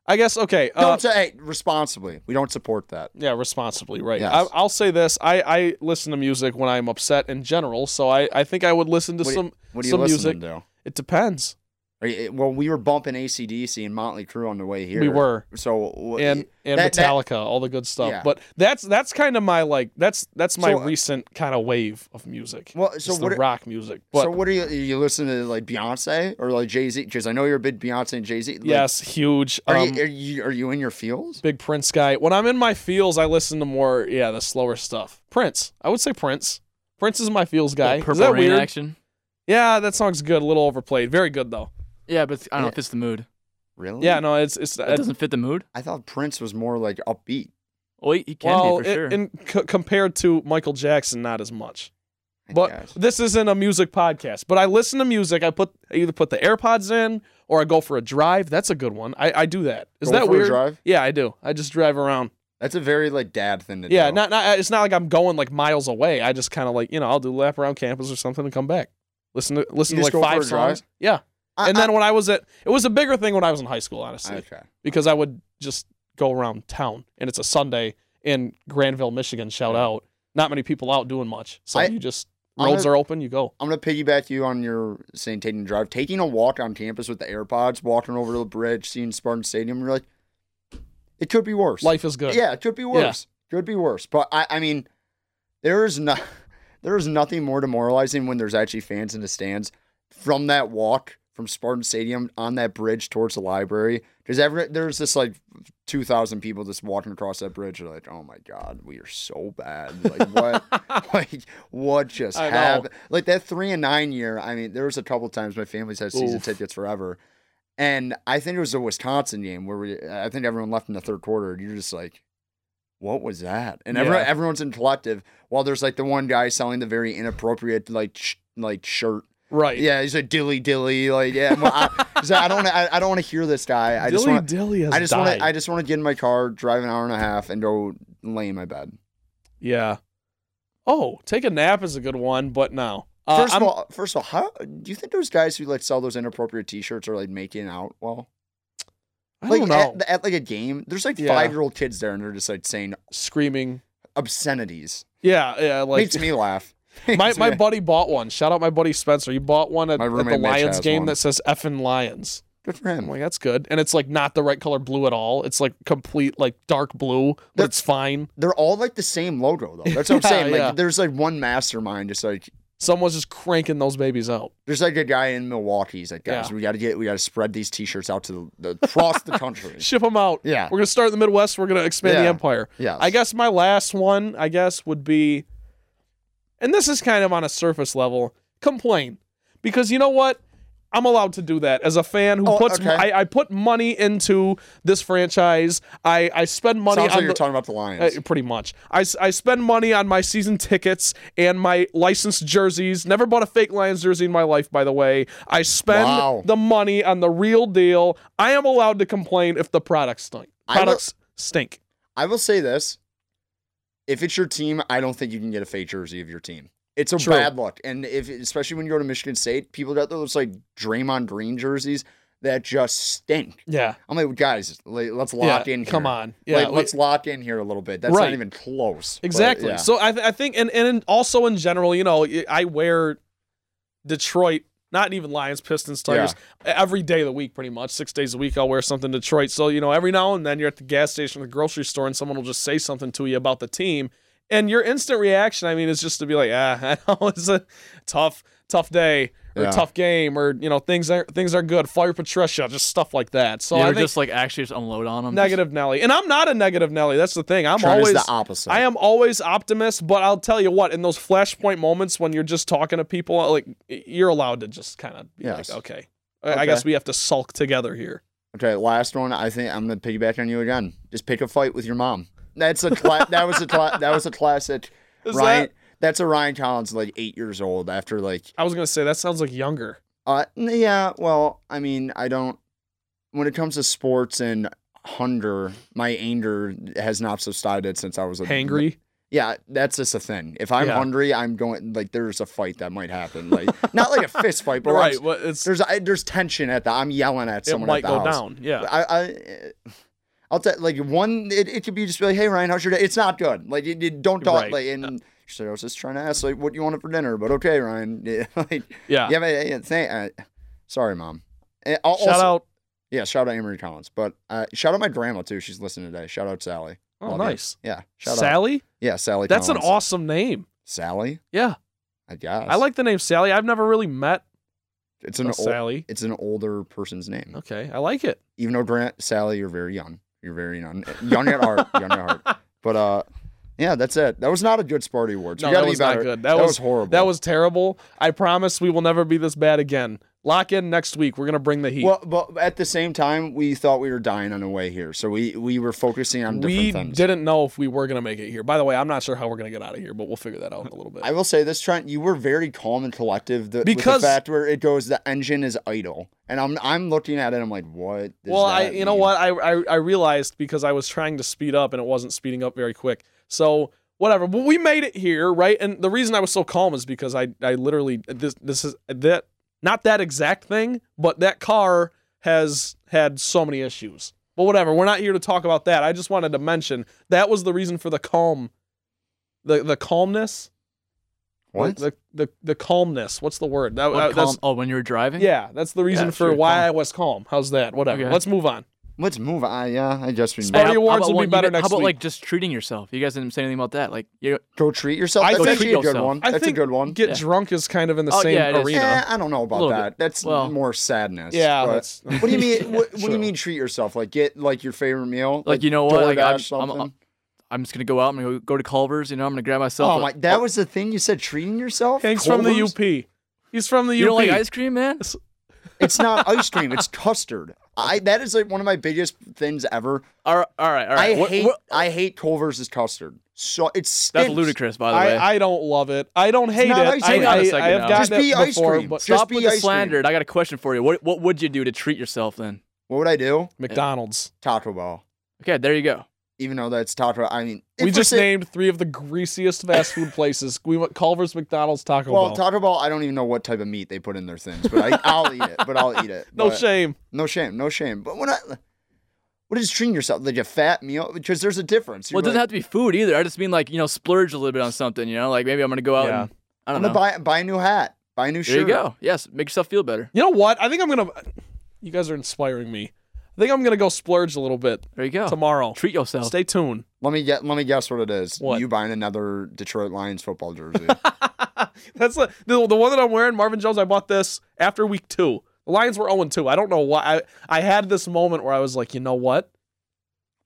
B: I guess. Okay. uh,
A: don't say hey, responsibly. We don't support that.
B: Yeah, responsibly, right.
A: Yes.
B: I, I'll say this: I, I listen to music when I'm upset in general, so I, I think I would listen to
A: What do you-
B: some.
A: What do you
B: Some
A: listening to?
B: It depends.
A: Are you- eh, well, we were bumping ACDC and Motley Crue on the way here.
B: We were.
A: So wh-
B: and and
A: that- that-
B: Metallica, all the good stuff.
A: Yeah.
B: But that's that's kind of my like that's that's my
A: So, uh,
B: recent kind of wave of music.
A: Well,
B: It's
A: so
B: the
A: what? are-
B: rock music. But
A: so what are you? Are you listening to like Beyonce or like Jay Z? Because I know you're a big Beyonce and Jay Z. Like,
B: yes, huge.
A: Are,
B: Um,
A: you, are you are you in your feels?
B: big Prince guy. When I'm in my feels, I listen to more yeah the slower stuff. Prince, I would say Prince. Prince is my feels guy.
C: Little
B: Is that
C: purple rain
B: weird?
C: action.
B: Yeah, that song's good. A little overplayed. Very good though.
C: Yeah, but it's- I don't know
A: Yeah.
C: if it's the mood.
A: Really?
B: Yeah, no, it's uh, it's
C: It doesn't fit the mood.
A: I thought Prince was more like upbeat.
C: Well, he, he can
B: well,
C: be for
B: it-
C: sure.
B: in c- compared to Michael Jackson, not as much.
A: I
B: But
A: guess.
B: this isn't a music podcast. But I listen to music. I put I either put the AirPods in or I go for a drive. That's a good one. I, I do that. Is
A: Go
B: that
A: for a
B: weird?
A: drive?
B: Yeah, I do. I just drive around.
A: That's a very like dad thing to do.
B: Yeah, not, not it's not like I'm going like miles away. I just kind of like you know I'll do a lap around campus or something and come back. Listen to listen
A: You
B: to
A: just
B: like
A: go for
B: five
A: a drive?
B: songs. Yeah,
A: I-
B: and then when I was at it was a bigger thing when I was in high school honestly
A: okay.
B: because I would just go around town and it's a Sunday in Granville, Michigan. Shout out, not many people out doing much, so
A: I-
B: you just
A: I'm
B: roads
A: gonna-
B: are open. You go.
A: I'm gonna piggyback you on your saying taking a drive, taking a walk on campus with the AirPods, walking over to the bridge, seeing Spartan Stadium. You're like, it could be worse.
B: Life is good.
A: yeah, it could be worse. Could be worse. But I, I mean, there is no, *laughs* there is nothing more demoralizing when there's actually fans in the stands from that walk from Spartan Stadium on that bridge towards the library. Because every there's this like two thousand people just walking across that bridge. They're like, oh my god, we are so bad. Like
B: *laughs*
A: what? *laughs* like what just
B: I know.
A: happened? Like that three and nine year. I mean, there was a couple times my family's had season
B: Oof.
A: tickets forever. And I think it was the Wisconsin game where we, I think everyone left in the third quarter. And you're just like, what was that? And everyone,
B: Yeah.
A: everyone's in collective. While there's like the one guy selling the very inappropriate like sh- like shirt.
B: Right.
A: Yeah, he's like dilly dilly. Like yeah, well, I, he's like, I don't I, I don't want to hear this guy. I
B: dilly
A: just want
B: dilly has
A: I just want
B: died.
A: to I just want to get in my car, drive an hour and a half, and go lay in my bed.
B: yeah. Oh, take a nap is a good one, but Uh, now
A: 1st of all, first of all, how do you think those guys who like sell those inappropriate T-shirts are like making out well?
B: I
A: like eh,
B: don't know.
A: At, at like a game, there's like
B: Yeah.
A: five year old kids there, and they're just like saying
B: Screaming.
A: obscenities.
B: Yeah, yeah. Like
A: *laughs* Makes me laugh.
B: *laughs* my,
A: Makes
B: my
A: me-
B: buddy bought one. Shout out my buddy Spencer. He bought one at,
A: My
B: at the
A: roommate Mitch
B: Lions
A: has
B: game
A: one.
B: that says effing Lions.
A: good for him.
B: I'm like, that's good. And it's like not the right color blue at all. It's like complete like dark blue, but
A: They're-
B: it's fine.
A: they're all like the same logo though. That's what I'm
B: *laughs* Yeah,
A: saying. Like
B: yeah.
A: there's like one mastermind. Just like
B: Someone's just cranking those babies out.
A: there's like a guy in Milwaukee. He's like, guys,
B: Yeah.
A: we got to get, we got to spread these T-shirts out to the, the across the
B: *laughs*
A: country.
B: Ship them out.
A: Yeah.
B: We're gonna start in the Midwest. We're gonna expand the
A: Yeah.
B: empire.
A: Yeah,
B: I guess my last one, I guess, would be, and this is kind of on a surface level, complain. Because you know what? I'm allowed to do that as a fan who
A: Oh,
B: puts
A: okay.
B: I, I put money into this franchise. I, I spend money
A: Sounds
B: on
A: like you're
B: the-
A: talking about the
B: uh,
A: Lions.
B: pretty much. I, s- I spend money on my season tickets and my licensed jerseys. Never bought a fake Lions jersey in my life, by the way. I spend
A: Wow.
B: the money on the real deal. I am allowed to complain if the products stink.
A: I will-
B: Products stink.
A: I will say this: if it's your team, I don't think you can get a fake jersey of your team. It's a
B: True.
A: bad look, and if especially when you go to Michigan State, people got those like Draymond Green jerseys that just stink.
B: Yeah.
A: I'm like, guys, like, let's lock
B: yeah,
A: in. Here.
B: Come on.
A: Yeah,
B: Yeah.
A: like,
B: we-
A: let's lock in here a little bit. That's
B: Right.
A: not even close. but
B: exactly.
A: yeah.
B: So I, th- I think, and, and also in general, you know, y- I wear Detroit, not even Lions, Pistons, Tigers, e, every day of the week, pretty much. Six days a week, I'll wear something Detroit. So, you know, every now and then you're at the gas station or the grocery store and someone will just say something to you about the team. And your instant reaction, I mean, is just to be like, ah, *laughs* I know it's a tough, tough day or
A: Yeah.
B: tough game or, you know, things are things are good. Fire Patricia, just stuff like that. So
C: you
B: I
C: ever
B: think
C: just like actually just unload on them.
B: negative Nelly. And I'm not a negative Nelly. That's the thing. I'm
A: Trent
B: always
A: is the opposite.
B: I am always optimist, but I'll tell you what, in those flashpoint moments when you're just talking to people, uh, like you're allowed to just kind of be
A: Yes.
B: like, okay, I- I guess we have to sulk together here.
A: Okay, last one. I think I'm gonna piggyback on you again. Just pick a fight with your mom. That's a cla-
B: *laughs*
A: that was a cla- that was a classic.
B: Is
A: Ryan,
B: that-
A: that's a Ryan Collins like eight years old after like
B: I was gonna say that sounds like younger.
A: uh n- yeah. Well, I mean I don't. When it comes to sports and hunger, my anger has not subsided since I was a
B: Hangry.
A: Yeah, that's just a thing. If I'm
B: Yeah.
A: hungry, I'm going like there's a fight that might happen. Like not like a fist fight, but
B: *laughs* right.
A: I'm-
B: Well, it's
A: there's I, there's tension at the. I'm yelling at
B: it
A: someone.
B: might
A: at the
B: go
A: house.
B: down. Yeah.
A: I, I, uh, I'll tell like one. It, it could be just be like, hey Ryan, how's your day? It's not good. Like you, you don't talk.
B: Right.
A: Like and she said, I was just trying to ask like what you wanted for dinner, but okay, Ryan. *laughs* Yeah, like,
B: Yeah.
A: yeah, but uh, thank. Uh, sorry, mom. And I'll
B: Shout
A: also-
B: out.
A: Yeah, shout out Amory Collins, but uh, shout out my grandma too. She's listening today. Shout out Sally.
B: Oh,
A: Love you.
B: nice.
A: Yeah, shout out.
B: Sally.
A: Yeah, Sally.
B: That's an
A: Collins.
B: awesome name.
A: Sally.
B: Yeah.
A: I guess.
B: I like the name Sally. I've never really met
A: It's
B: a
A: an old,
B: Sally.
A: It's an older person's name.
B: Okay. I like it.
A: Even though Grant Sally, you're very young. You're very young. Young at heart. Young at heart.
B: *laughs*
A: But uh, yeah, that's it. That was not a good Sparty Awards.
B: No,
A: we gotta
B: that
A: be
B: was
A: better.
B: not good. That,
A: That,
B: was
A: was horrible.
B: That was terrible. I promise we will never be this bad again. Lock in next week. We're gonna bring the heat.
A: Well, but at the same time, we thought we were dying on the way here, so we we were focusing on different
B: we
A: things.
B: didn't know if we were gonna make it here. By the way, I'm not sure how we're gonna get out of here, but we'll figure that out in a little bit.
A: I will say this, Trent. You were very calm and collective. The,
B: Because-
A: with the fact where it goes, the engine is idle, and I'm I'm looking at it. I'm like, what? does
B: well, I
A: that
B: you know
A: mean?
B: what I, I I realized because I was trying to speed up and it wasn't speeding up very quick. So whatever. But we made it here, right? And the reason I was so calm is because I I literally this this is that not that exact thing, but that car has had so many issues. But whatever, we're not here to talk about that. I just wanted to mention that was the reason for the calm, the the calmness,
A: What?
B: the the, the calmness. What's the word? That,
C: What,
B: that- that's
C: calm- oh, when you were driving?
B: yeah, that's the reason
C: Yeah,
B: for
C: sure,
B: why
C: calm.
B: I was calm. How's that? Whatever.
C: Okay.
B: Let's move on.
A: Let's move. on. yeah, I guess we
C: Hey,
B: Spark-
A: know.
B: Party
C: how- how
B: awards
C: about
B: will be
C: one- you
B: better
C: did-
B: next
C: How about
B: week.
C: like just treating yourself? You guys didn't say anything about that. Like you
A: Go treat yourself.
B: I
A: That's
B: think-
A: actually a good
C: yourself.
A: one.
B: I
A: That's
B: think
A: a good one.
B: Get
C: Yeah.
B: drunk is kind of in the
C: Oh,
B: same
C: yeah, it is.
B: arena.
A: Eh, I don't know about
C: Little bit.
A: that. That's
C: Well-
A: more sadness.
B: Yeah,
A: but-
B: that's-
A: *laughs* what do you mean? What, what
C: *laughs*
A: do
B: True.
A: you mean? Treat yourself? Like get like your favorite meal?
C: Like, you know what? Like,
A: DoorDash
C: I'm- I'm-
A: something.
C: I'm- I'm just gonna go out. I'm gonna go, go to Culver's. You know, I'm gonna grab myself.
A: oh
C: a-
A: my! That was the thing you said. Treating yourself.
B: Hank's from the
A: Culver's?
B: UP. He's from the
C: You
B: UP.
C: don't like ice cream, man?
A: It's not ice cream. It's custard. I that is like one of my biggest things ever.
C: All right, all right. All
A: I
C: right. What-
A: hate
C: what-
A: I hate Culver's as custard. So it's
C: that's ludicrous, by the way.
B: I, I don't love it. I don't hate
A: not
B: it.
A: ice cream. Hang
B: I,
A: on
C: a
B: I,
C: second
B: I have
C: now.
B: gotten
A: Just be
B: it
A: ice
B: before,
A: cream.
B: but
A: Just
C: Stop
A: be
C: with the
A: ice cream.
C: slander. and I got a question for you. What what would you do to treat yourself then?
A: What would I do?
B: McDonald's.
A: Taco Bell.
C: Okay, there you go.
A: Even though that's Taco. I mean, if
B: We
A: we're
B: just
A: say-
B: named three of the greasiest fast food places. We went Culver's, McDonald's, Taco
A: Well,
B: Bell.
A: Taco Bell. I don't even know what type of meat they put in their things, but I, I'll eat it. But I'll eat
C: *laughs*
A: it.
B: no
A: But-
B: shame.
A: No shame. No shame. But when I, what is treating yourself like a fat meal? Because there's a difference.
C: Well, it
A: You're
C: doesn't
A: like,
C: have to be food either. I just mean like you know splurge a little bit on something. You know, like maybe I'm gonna go out
B: Yeah.
C: and I
A: I'm
C: don't
A: gonna buy
C: know.
A: buy a new hat. Buy a new
C: there
A: shirt.
C: you go. Yes, make yourself feel better.
B: You know what? I think I'm gonna. You guys are inspiring me. I think I'm gonna go splurge a little bit
C: There you go.
B: tomorrow.
C: Oh. Treat yourself.
B: Stay tuned.
A: Let me get. Let me guess what it is.
B: What?
A: You buying another Detroit Lions football jersey?
C: *laughs*
B: That's the, the the one that I'm wearing, Marvin Jones. I bought this after week two. The Lions were 0 2. I don't know why. I, I had this moment where I was like, you know what?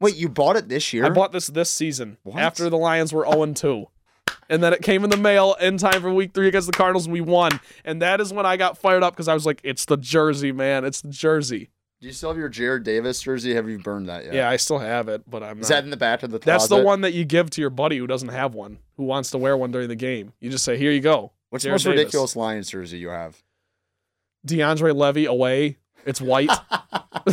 A: Wait, you bought it this year?
B: I bought this this season
A: What?
B: after the Lions were 0 2. And then it came in the mail in time for week three against the Cardinals, and we won. And that is when I got fired up because I was like, it's the jersey, man. It's the jersey.
A: Do you still have your Jared Davis jersey? Have you burned that yet?
B: Yeah, I still have it, but I'm
A: Is
B: not.
A: that in the back of the closet?
B: That's the one that you give to your buddy who doesn't have one, who wants to wear one during the game. You just say, here you go.
A: What's
B: Jared
A: the most
B: Davis.
A: ridiculous Lions jersey you have?
B: DeAndre Levy away. It's white.
A: *laughs*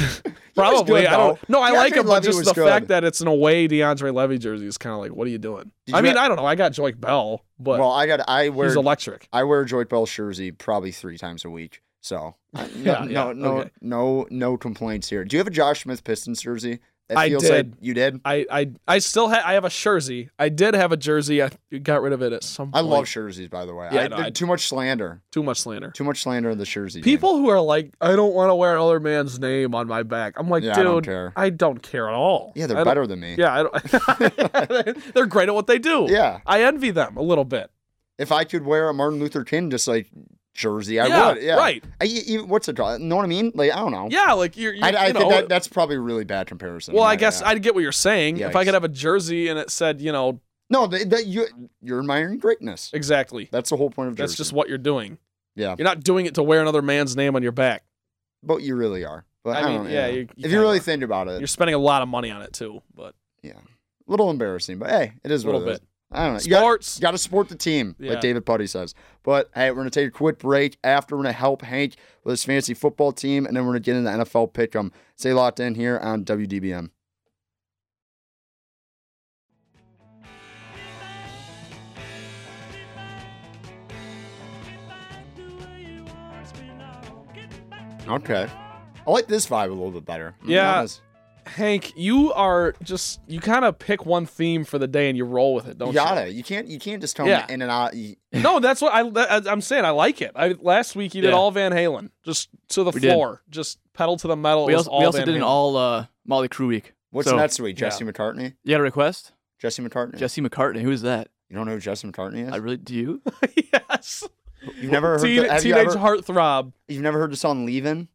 B: Probably. I don't. No, I
A: DeAndre
B: like him, but
A: Levy
B: just
A: was
B: the
A: good.
B: fact that it's an away DeAndre Levy jersey is kind of like, what are you doing?
A: Did
B: I
A: you
B: mean,
A: ha-
B: I don't know. I got Joyke Bell, but
A: well, I got. I wear.
B: he's electric.
A: I wear a Joy Bell jersey probably three times a week. So I-
B: *laughs*
A: no,
B: Yeah,
A: no,
B: yeah,
A: no,
B: okay.
A: no, no complaints here. Do you have a Josh Smith Pistons jersey? That
B: I
A: feels
B: did.
A: Like you did.
B: I I I still have. I have a jersey. I did have a jersey. I got rid of it at some.
A: I
B: point.
A: love jerseys, by the way.
B: Yeah,
A: I,
B: no,
A: there-
B: I-
A: too much slander.
B: too much slander.
A: Too much slander in the jersey. game.
B: People who are like, I don't want to wear another man's name on my back. I'm like,
A: Yeah, I
B: dude,
A: don't care.
B: I don't care at all.
A: Yeah,
B: I
A: they're
B: don't-
A: better than me.
B: Yeah, I don't, *laughs* they're great at what they do.
A: Yeah.
B: I envy them a little bit.
A: If I could wear a Martin Luther King just like jersey, I
B: Yeah,
A: would. Yeah.
B: right.
A: I, you, what's it called? Know what I mean? Like I don't know.
B: Yeah, like you're. you're
A: I, I
B: you know,
A: think that, that's probably a really bad comparison.
B: Well,
A: in
B: I
A: my-
B: guess
A: yeah.
B: I'd get what you're saying. If I
A: Yikes.
B: could have a jersey and it said, you know,
A: no. That, that you you're admiring greatness.
B: exactly.
A: That's the whole point of jersey.
B: That's just what you're doing.
A: yeah.
B: You're not doing it to wear another man's name on your back.
A: But you really are. But I,
B: I mean,
A: don't,
B: yeah,
A: yeah.
B: you- you
A: if you really
B: kinda are.
A: think about it,
B: You're spending a lot of money on it too, but
A: little embarrassing, but hey, it is
B: a
A: what
B: little
A: it is. Uh,
B: bit.
A: I don't know. You gotta,
B: Sports.
A: gotta support the team,
B: Yeah.
A: like David Putty says. But hey, we're gonna take a quick break. After we're gonna help Hank with his fancy football team, and then we're gonna get into NFL pick'em. Stay locked in here on WDBM. Okay. I like this vibe a little bit better. I'm
B: Yeah.
A: honest.
B: Hank, you are just you kind of pick one theme for the day and you roll with it, don't
A: You
B: you?
A: gotta. You can't. You can't just tell
B: Oh, Yeah.
A: me in and out. You,
B: No, that's what I, that- I'm saying. I like it. I last week you did
C: Yeah.
B: all Van Halen, just to the
C: We did.
B: floor, just pedal to the metal.
C: we
B: It was
C: also,
B: all
C: we also
B: Van
C: did an
B: Halen.
C: all uh, Molly Crew week.
A: what's
C: So-
A: next week?
B: yeah.
A: Jesse McCartney.
C: You got a request?
A: Jesse McCartney.
C: Jesse McCartney. Who is that?
A: you don't know who Jesse McCartney is?
C: I really do. You?
B: *laughs* yes.
A: You've never heard
B: Teen,
A: the, have
B: teenage
A: you ever,
B: heartthrob.
A: You've never heard the song "Leavin"?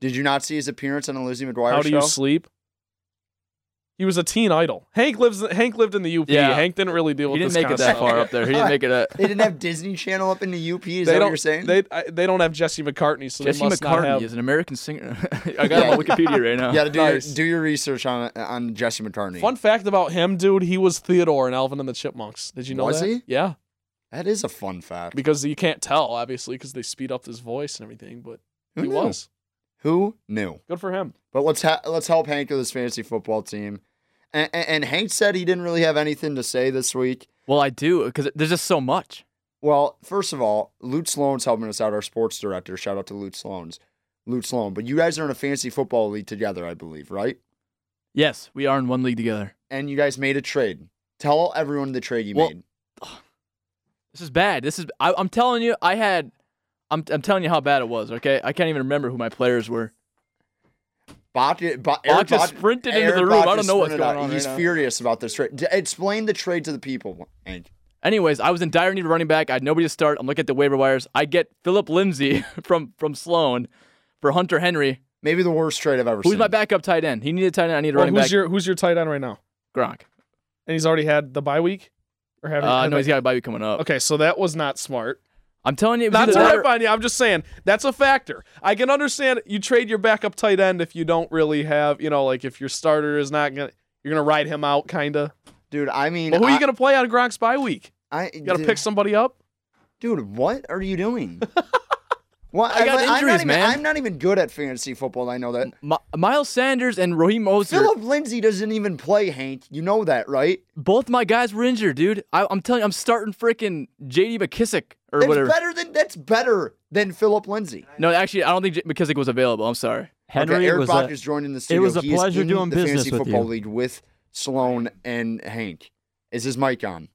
A: Did you not see his appearance on the Lizzie McGuire
B: How
A: show?
B: do you sleep? He was a teen idol. Hank lives. Hank lived in the UP.
C: Yeah.
B: Hank didn't really deal
C: He
B: with this
C: didn't make
B: kind
C: it
B: of
C: that
B: stuff.
C: far up there. He didn't make it uh, that.
A: They didn't have Disney Channel up in the UP. *laughs* Is that
B: They don't.
A: what you're saying?
B: They I, they don't have Jesse McCartney, so
C: Jesse
B: they must not
C: McCartney
B: have.
C: is an American singer. *laughs* I got him on Wikipedia right now.
A: you got to do
B: Nice.
A: your do your research on on Jesse McCartney.
B: Fun fact about him, dude. He was Theodore in Alvin and the Chipmunks. Did you know
A: Was
B: that?
A: he?
B: Yeah,
A: That is a fun fact.
B: because you can't tell obviously because they speed up his voice and everything. But
A: Who
B: he
A: knew?
B: was
A: Who knew?
B: good for him.
A: But let's ha- let's help Hank with his fantasy football team. And, and, and Hank said he didn't really have anything to say this week.
C: Well, I do because there's just so much.
A: Well, first of all, Lute Sloan's helping us out, our sports director. Shout out to Lute Sloan's. Lute Sloan. But you guys are in a fantasy football league together, I believe, right?
C: Yes, we are in one league together.
A: And you guys made a trade. Tell everyone the trade you
C: Well-
A: made.
C: This is bad. This is. I, I'm telling you, I had. I'm, I'm telling you how bad it was. Okay, I can't even remember who my players were.
A: Botch, bo-
C: Bach just sprinted into the room. I don't know what's going on
A: He's
C: right now.
A: furious about this trade. D- explain the trade to the people, Hank.
C: Anyways, I was in dire need of running back. I had nobody to start. I'm looking at the waiver wires. I get Philip Lindsay *laughs* from from Sloan for Hunter Henry,
A: Maybe the worst trade I've ever
C: who's
A: seen.
C: my backup tight end. He needed tight end. I needed a
B: Well,
C: running
B: Oh, who's
C: back.
B: your who's your tight end right now?
C: Gronk.
B: And he's already had the bye week, or have
C: Uh,
B: have
C: no,
B: they-
C: he's got a bye week coming up.
B: Okay, so that was not smart.
C: I'm telling you, it was
B: Not
C: either
B: to
C: that or-
B: rip on you. I'm just saying that's a factor. I can understand you trade your backup tight end if you don't really have, you know, like if your starter is not gonna, you're gonna ride him out, kinda.
A: Dude, I mean,
B: But who are
A: I-
B: you gonna play on Gronk's bye week?
A: I,
B: You gotta
A: dude,
B: pick somebody up.
A: Dude, what are you
C: *laughs*
A: doing? What
C: I got
A: I'm not
C: injuries,
A: even,
C: man. Mm,
A: I'm not even good at fantasy football. I know that.
C: Mi- Miles Sanders and Raheem Mostert.
A: Philip Lindsay doesn't even play, Hank. You know that, right?
C: Both my guys were injured, dude. I, I'm telling you, I'm starting freaking J.D. McKissick or
A: That's
C: whatever.
A: better than that's better than Philip Lindsay.
C: No, actually, I don't think J- McKissick was available. I'm sorry.
D: Henry
A: okay, Eric
D: was
A: Bach
D: a-
A: is joining the studio.
D: was a
A: He is
D: pleasure
A: in
D: doing
A: the
D: business
A: fantasy
D: with
A: football
D: you.
A: league with Sloan and Hank. Is his mic on?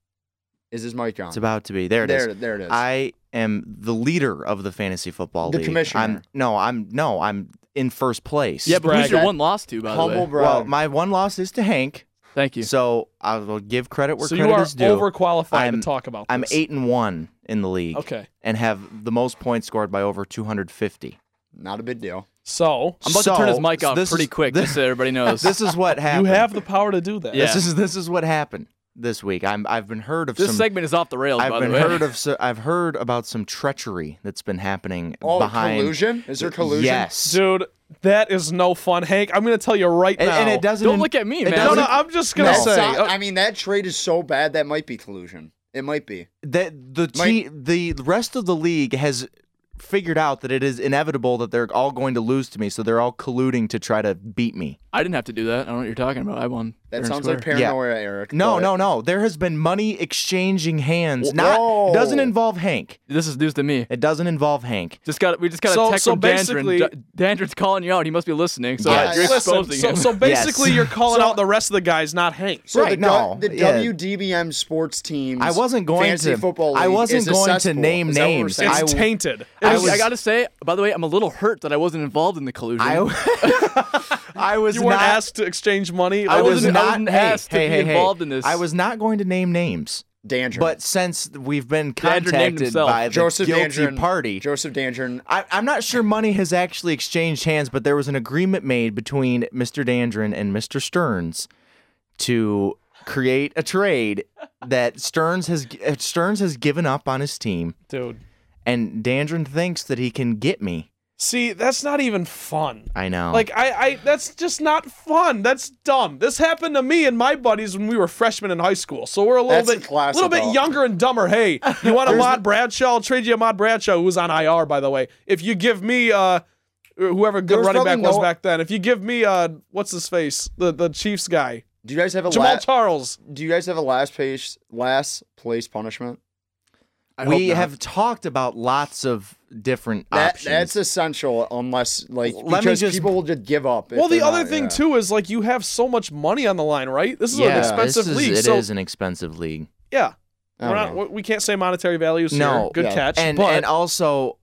A: Is his mic on?
D: It's about to be. There it is.
A: there, there it is.
D: I am the leader of the fantasy football
A: The
D: league.
A: commissioner.
D: I'm no, I'm no, I'm in first place.
C: Yeah, but who's
B: brag.
C: your one loss to, by the
A: Humble
C: way?
A: brag.
D: Well, my one loss is to Hank,
C: Thank you.
D: so I will give credit where
B: so you
D: credit
B: are
D: is due.
B: overqualified
D: I'm-
B: to talk about.
D: I'm
B: this.
D: eight and one in the league,
B: Okay,
D: and have the most points scored by over 250.
A: Not a big deal.
B: so
C: I'm about to turn his
D: So,
C: mic off
D: this
C: pretty
D: is-
C: quick,
D: this-
C: just so everybody knows.
D: *laughs* This is
C: *laughs*
D: what
B: you
D: happened.
B: have the power to do that.
C: Yeah.
D: This is this is what happened this week. I'm I've been heard of
C: this
D: some.
C: segment is off the rails, by
D: I've
C: the
D: been
C: way.
D: heard of. so- I've heard about some treachery that's been happening
A: Oh,
D: behind.
A: collusion? Is there collusion?
D: Yes.
B: dude, that is no fun, Hank. I'm gonna tell you right
D: and,
B: now.
D: and it doesn't.
C: Don't look at me,
D: it
C: man.
B: No, no,
D: doesn't-
B: I'm just gonna
D: No.
A: That's
B: say.
A: not-
B: uh,
A: I mean, that trade is so bad that might be collusion. It might be.
D: that the
A: My-
D: te- the rest of the league has figured out that it is inevitable that they're all going to lose to me, so they're all colluding to try to beat me.
C: I didn't have to do that. I don't know what you're talking about. I won. fair
A: That
C: and
A: sounds
C: square.
A: like paranoia, Eric.
D: No,
A: but-
D: no, no. There has been money exchanging hands.
A: Whoa.
C: Oh.
D: Not doesn't involve Hank.
C: this is news to me.
D: It doesn't involve Hank.
C: Just got we just got a
B: So-
C: text
B: so
C: from Dandrin.
B: basically-
C: D- Dandrin's calling you out. He must be listening. So
A: Yes.
C: you're
B: listen,
C: exposing
B: so,
C: him.
B: so basically,
D: Yes.
B: you're calling
D: So-
B: out the rest of the guys, not Hank.
A: So the,
D: Right, no,
A: du- the
D: yeah.
A: WDBM sports teams.
D: I wasn't going
A: fantasy
D: to-
A: Football
D: I
A: league
D: wasn't
A: is a
D: going to
A: cesspool.
D: name
A: Is that what we're
D: names.
A: saying?
B: It's
D: I w-
B: tainted.
C: I,
D: I
B: It is-
D: was-
C: gotta say, by the way, I'm a little hurt that I wasn't involved in the collusion.
D: I *laughs* I was
B: you weren't
D: not
B: asked to exchange money.
D: I
B: Like,
D: was
B: this is-
C: wasn't- I
D: not
C: wasn't
D: hey,
C: asked to
D: hey,
C: be
D: hey, hey.
C: involved in this.
D: I was not going to name names.
A: Dandrin.
D: But since we've been
C: Dandrin named
D: contacted
C: himself.
D: by the
A: Joseph
D: guilty
A: Dandrin,
D: party,
A: Joseph Dandrin.
D: I, I'm not sure money has actually exchanged hands, but there was an agreement made between Mr. Dandrin and Mr. Stearns to create a trade that Stearns has uh, Stearns has given up on his team,
B: dude.
D: and Dandrin thinks that he can get me.
B: See, that's not even fun.
D: I know.
B: Like I, I, that's just not fun. That's dumb. This happened to me and my buddies when we were freshmen in high school. So we're a little
A: That's a
B: bit,
A: class
B: little bit
A: adult.
B: younger and dumber. Hey, you want a mod Bradshaw? I'll trade you a mod Bradshaw, who's on IR by the way. If you give me uh, whoever good
A: was
B: running back
A: probably
B: was
A: no-
B: back then, if you give me uh, what's his face, the the Chiefs guy,
A: Do you guys have a
B: Jamal
A: la-
B: Charles.
A: Do you guys have a last place last place punishment?
C: I hope
D: we
C: not.
D: have talked about lots of different
A: That
D: options.
A: that's essential unless like
D: Let me
A: because
D: just-
A: people will just give up. if
B: Well, the
A: they're
B: other
A: not-
B: thing
A: yeah.
B: too is like you have so much money on the line, right? This is
D: yeah,
B: an expensive
D: this is,
B: league.
D: it
B: so
D: is an expensive league.
B: yeah,
A: I don't
B: we're not,
A: know.
B: we- we can't say monetary values. here.
D: No,
B: good
A: yeah.
B: catch.
D: and
B: but
D: and also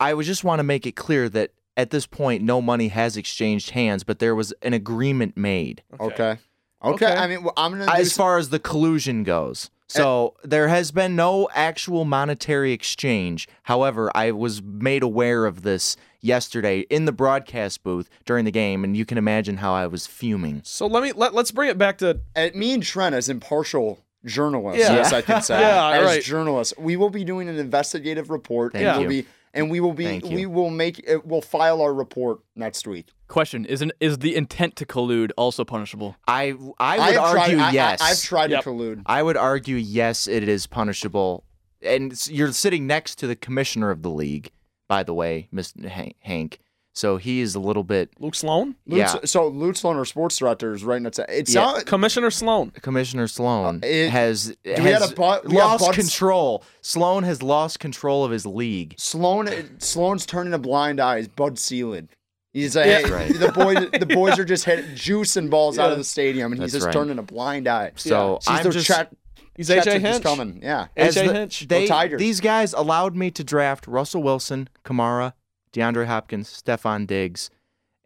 D: i would just want to make it clear that at this point no money has exchanged hands but there was an agreement made
A: Okay. okay.
B: Okay.
A: I mean, well, I'm gonna do
D: as
A: s-
D: far as the collusion goes so there has been no actual monetary exchange however i was made aware of this yesterday in the broadcast booth during the game, and you can imagine how I was fuming.
B: So let me let let's bring it back to
A: at eh, me and Trent as impartial journalists.
B: Yeah.
A: Yes, I
D: *laughs*
A: can say.
B: Yeah,
A: as
B: right.
A: journalists, we will be doing an investigative report.
D: Thank
A: and we'll
D: you.
A: be and we will be
D: Thank you.
A: we will make it we'll file our report next week.
C: Question: Is an, is the intent to collude also punishable?
D: I I would
A: have
D: argue
A: tried,
D: yes.
A: I, have tried
B: Yep.
A: to collude.
D: I would argue yes, it is punishable. And s- you're sitting next to the commissioner of the league, by the way, Miss Han- Hank. So he is a little bit
B: Luke Sloan,
A: Lutz,
D: yeah.
A: So Lutz on our sports director is writing. It's it's
D: Yeah.
A: not
B: Commissioner Sloan.
D: Commissioner Sloan
A: Uh, it-
D: has,
A: we
D: has
A: had a bu- we had
D: lost
A: buts-
D: control. Sloan has lost control of his league.
A: Sloan. Sloan's turning a blind eye. He's Bud Sealand. He's like,
B: Yeah.
A: hey,
D: Right.
A: the boy. The boys
D: *laughs*
A: are just hitting juice and balls out of the stadium, and he's
D: That's
A: just
D: right.
A: turning a blind eye.
D: So
A: Sees
D: I'm
A: their
D: just
A: chat-
B: He's
A: chat
B: AJ
A: is
B: Hinch.
A: coming. Yeah,
D: as
B: AJ
D: the-
B: Hinch.
D: They,
A: Go Tigers.
D: These guys allowed me to draft Russell Wilson, Kamara, DeAndre Hopkins, Stefan Diggs,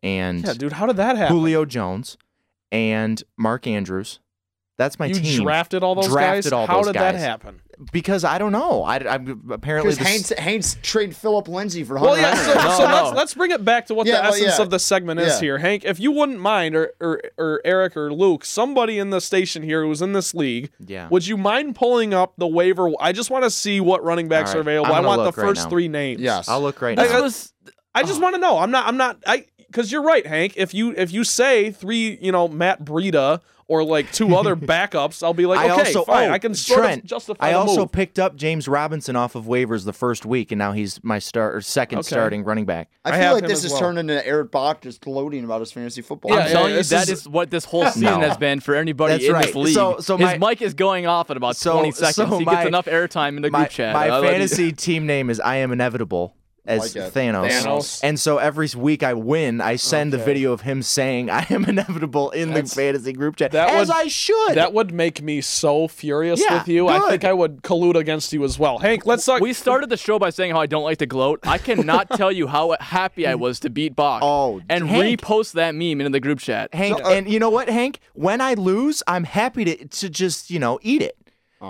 D: and
B: Yeah, dude, how did that *laughs* happen?
D: Julio Jones and Mark Andrews. That's my
B: you
D: team.
B: drafted all those
D: Drafted
B: guys.
D: all
B: how
D: those
B: did that
D: guys.
B: happen?
D: because I don't know. I, am apparently
A: because
D: this-
A: Haynes Haynes traded Philip Lindsay for Hunter.
B: Well, yeah. So,
A: Henry.
C: No,
B: so
C: no.
B: let's let's bring it back to what
A: Yeah,
B: the
A: well,
B: essence
A: yeah.
B: of the segment is
A: Yeah.
B: here, Hank. If you wouldn't mind, or, or or Eric or Luke, somebody in the station here who's in this league,
D: Yeah.
B: would you mind pulling up the waiver? I just want to see what running backs
D: All right.
B: are available.
D: I'm
B: I
D: gonna
B: want the
D: look right
B: first
D: now.
B: three names.
A: Yes.
D: I'll look right
C: This
D: now.
C: was
B: I
D: Oh.
B: just want to know. I'm not. I'm not. I because you're right, Hank. If you if you say three, you know, Matt Breida or like
D: *laughs*
B: two other backups, I'll be like,
D: I
B: okay,
D: also
B: fine.
D: oh,
B: I can sort
D: Trent,
B: of justify.
D: I
B: the
D: also
B: move.
D: picked up James Robinson off of waivers the first week, and now he's my start or second
B: Okay.
D: starting running back.
A: I
B: I
A: feel
B: have
A: like
B: him
A: this
B: as
A: is
B: well.
A: turned into Eric Bach just gloating about his fantasy football.
B: Yeah,
C: I'm
B: yeah,
C: telling you,
B: this
C: that
B: is-
C: is what this whole season has been for anybody
D: That's
C: in
D: right.
C: this league.
D: So- so my-
C: His mic is going off in about
D: So-
C: 20 seconds.
D: so
C: he
D: my-
C: gets enough airtime in the
D: my,
C: group chat.
D: my
C: I let you-
D: fantasy team name is I am inevitable
A: Like
D: as
A: it.
D: Thanos.
B: Thanos.
D: And so every week I win, I send the video of him saying I am inevitable in
B: That's-
D: the fantasy group chat.
B: that
D: as
B: would-
D: I should.
B: That would make me so furious
D: Yeah,
B: with you. I
D: good.
B: think I would collude against you as well. Hank, let's talk.
C: *laughs* We started the show by saying how I don't like to gloat. I cannot tell you how happy I was to beat Bach
D: *laughs* Oh,
C: and
D: Hank.
C: repost that meme into the group chat.
D: Hank, and you know what, Hank? When I lose, I'm happy to to just, you know, eat it.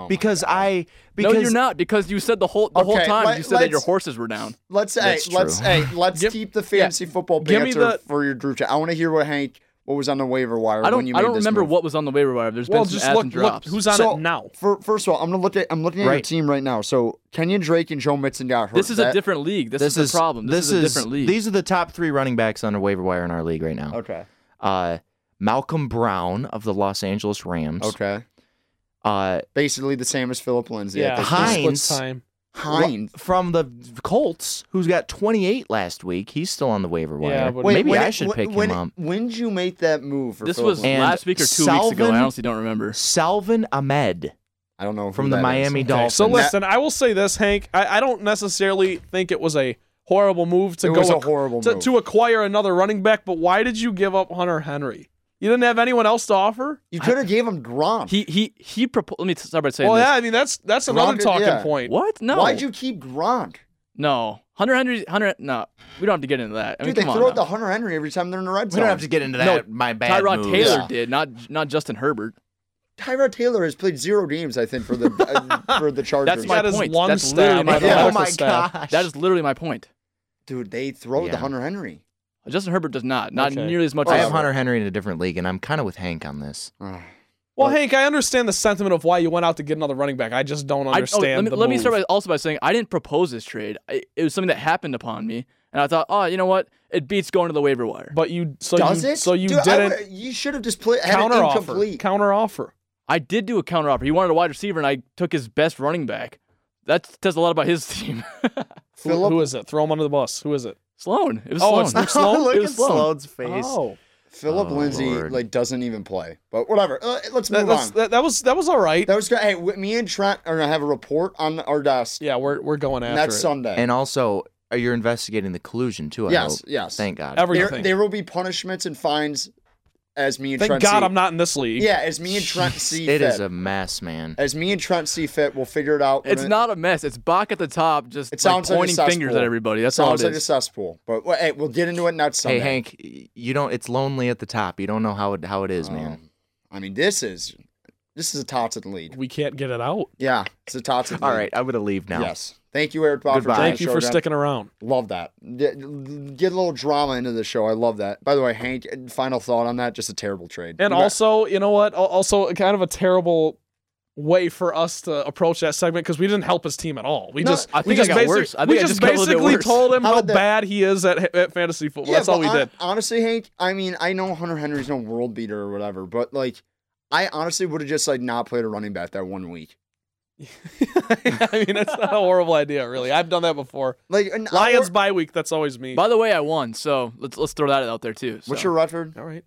D: because I
C: no,
D: because
C: you're not because you said the whole the whole
A: Okay,
C: time
A: let-
C: you said that your
A: let's-
C: horses were down.
A: Let's hey,
D: That's
A: let's
D: true.
A: hey, let's
B: Give-
A: keep the fantasy football
B: Give me
A: banter
B: the-
A: for your group chat. I want to hear what Hank what was on the waiver wire
C: I
A: when
C: don't
A: you
C: I
A: made
C: don't
A: this
C: remember
A: move.
C: what was on the waiver wire. There's
B: well,
C: been
B: just
C: some ads
B: look,
C: and
B: look
C: drops.
B: who's on
A: So-
B: it now.
A: For, first of all, I'm gonna look at I'm looking at your
D: Right.
A: team right now. So Kenyon Drake and Joe Mixon got hurt.
C: this is a
A: That-
C: different league. This,
D: this
C: is the problem. This, is a different league.
D: These are the top three running backs on a waiver wire in our league right now.
A: Okay.
D: Uh, Malcolm Brown of the Los Angeles Rams.
A: Okay.
D: Uh,
A: Basically the same as Philip Lindsay. I
B: Yeah,
A: think.
D: Hines-
B: he splits time.
A: Hines.
D: from the Colts, who's got 28 last week. He's still on the waiver wire.
B: Yeah, but-
A: Wait,
D: maybe
A: when
D: I
A: it-
D: should
A: when-
D: pick
A: when,
D: him up.
A: When did you make that move for
C: this
A: Philip
C: was
A: Lindsay?
D: And
C: last week or two weeks ago. and I
D: Salvin-
C: honestly don't remember.
D: Salvin Ahmed
A: I don't know
D: from
A: who
D: the
A: that is.
D: Miami
B: Okay,
D: Dolphins.
B: so listen, I will say this, Hank. I, I don't necessarily think it was a horrible move to
A: It
B: go
A: was a
B: ac-
A: horrible
B: to,
A: move.
B: to acquire another running back. But why did you give up Hunter Henry? You didn't have anyone else to offer.
A: You could have gave him Gronk.
C: He he he proposed. Let me start by saying
B: Well,
C: this.
B: yeah, I mean that's that's another
A: Gronk-
B: talking
A: yeah.
B: point.
C: What? No.
A: Why'd you keep Gronk?
C: No. Hunter Henry. Hunter. No. We don't have to get into that. I mean,
A: Dude, they
C: come on
A: throw out
C: now.
A: the Hunter Henry every time they're in the red
D: we
A: zone.
D: don't have to get into that. my bad.
C: Tyrod
D: moves.
C: Taylor
A: Yeah.
C: did, not not Justin Herbert.
A: Tyrod Taylor has played zero games, I think, for the uh, for the Chargers.
C: That's my
B: That is
C: point.
B: one
C: That's
B: stab
C: literally my
B: at the
D: Yeah,
C: point.
D: oh
B: medical
D: my
B: staff.
D: gosh.
C: That is literally my point.
A: Dude, they throw the
D: Yeah.
A: Hunter Henry.
C: Justin Herbert does not. Not
B: Okay.
C: nearly as much.
D: I
C: as
D: have Hunter Henry in a different league, and I'm kind of with Hank
A: *laughs*
D: on this.
A: Ugh.
B: Well, Hank, I understand the sentiment of why you went out to get another running back. I just don't
C: I- oh,
B: understand.
C: let me,
B: the
C: let me
B: move.
C: start by, also by saying I didn't propose this trade. I, it was something that happened upon me, and I thought, oh, you know what? It beats going to the waiver wire.
B: But you so
A: Does
B: you
A: it?
B: so you
A: Dude, I
B: didn't
A: would've- You should have just played had it
B: counter offer.
A: incomplete.
B: Counter offer.
C: I did do a counter offer. He wanted a wide receiver, and I took his best running back. That says a lot about his *laughs* team.
B: Who,
A: Philip-
B: who is it? Throw him under the bus. Who is it?
C: Sloan. It was
B: Oh,
C: Sloan.
B: it's Luke Sloan?
C: It was Sloan.
D: face.
B: Oh,
A: Philip
D: Oh,
A: Lindsay
D: Lord.
A: like doesn't even play. But whatever. Uh, let's
B: that,
A: move
B: that's,
A: on.
B: that, that was that was all right.
A: That was great. Hey, w- me and Trent are gonna have a report on our desk
B: yeah, we're we're going after
A: next
B: it.
A: Sunday.
D: And also, uh, you're investigating the collusion too. I
A: Yes,
D: hope.
A: yes.
D: Thank God.
A: there,
B: Everything.
A: there will be punishments and fines as me and
B: Thank
A: Trent.
B: God
A: see-
B: I'm not in this league.
A: Yeah, as me and Trent see
D: it
A: fit.
D: is a mess, man.
A: as me and Trent see fit, we'll figure it out.
C: It's
A: We're gonna-
C: not a mess. It's Bach at the top, just
A: It
C: like,
A: sounds like a
C: pointing fingers
A: cesspool.
C: at everybody. That's all it
A: sounds like a
C: is.
A: cesspool. But well, hey, we'll get into it next Sunday.
D: Hey Hank, y- you don't. It's lonely at the top. You don't know how it how it
A: Oh,
D: is, man.
A: Um, I mean, this is this is a Totson lead.
B: we can't get it out.
A: Yeah, it's a Totson lead.
D: All right, I'm gonna leave now.
A: Yes. Thank you, Eric Bob, for
E: Goodbye.
A: joining
B: Thank
A: the
B: you
A: show
B: for
A: again.
B: sticking around.
A: Love that. Yeah, Get a little drama into the show. I love that. By the way, Hank, final thought on that? Just a terrible trade.
B: And
A: You got-
B: also, you know what? Al- Also, kind of a terrible way for us to approach that segment because we didn't help his team at all. We
A: No,
B: just,
C: I
B: we
C: think I
B: just
C: got
B: basic-
C: worse. I
B: we
C: think I
B: just
C: just got a little bit
B: basically
C: worse.
B: told him
A: How
B: how,
A: about that?
B: bad he is at, at fantasy football. That's
A: but
B: all we
A: hon- *laughs*
B: did.
A: Honestly, Hank, I mean, I know Hunter Henry's no world beater or whatever, but like, I honestly would have just like not played a running back that one week.
B: I mean, that's not a horrible idea, really. I've done that before.
A: Like, an
B: *laughs* Lions
A: hour-
B: bye week. That's always me.
C: By the way, I won, so let's let's throw that out there too.
A: What's
C: so.
A: your Rutford?
B: all right.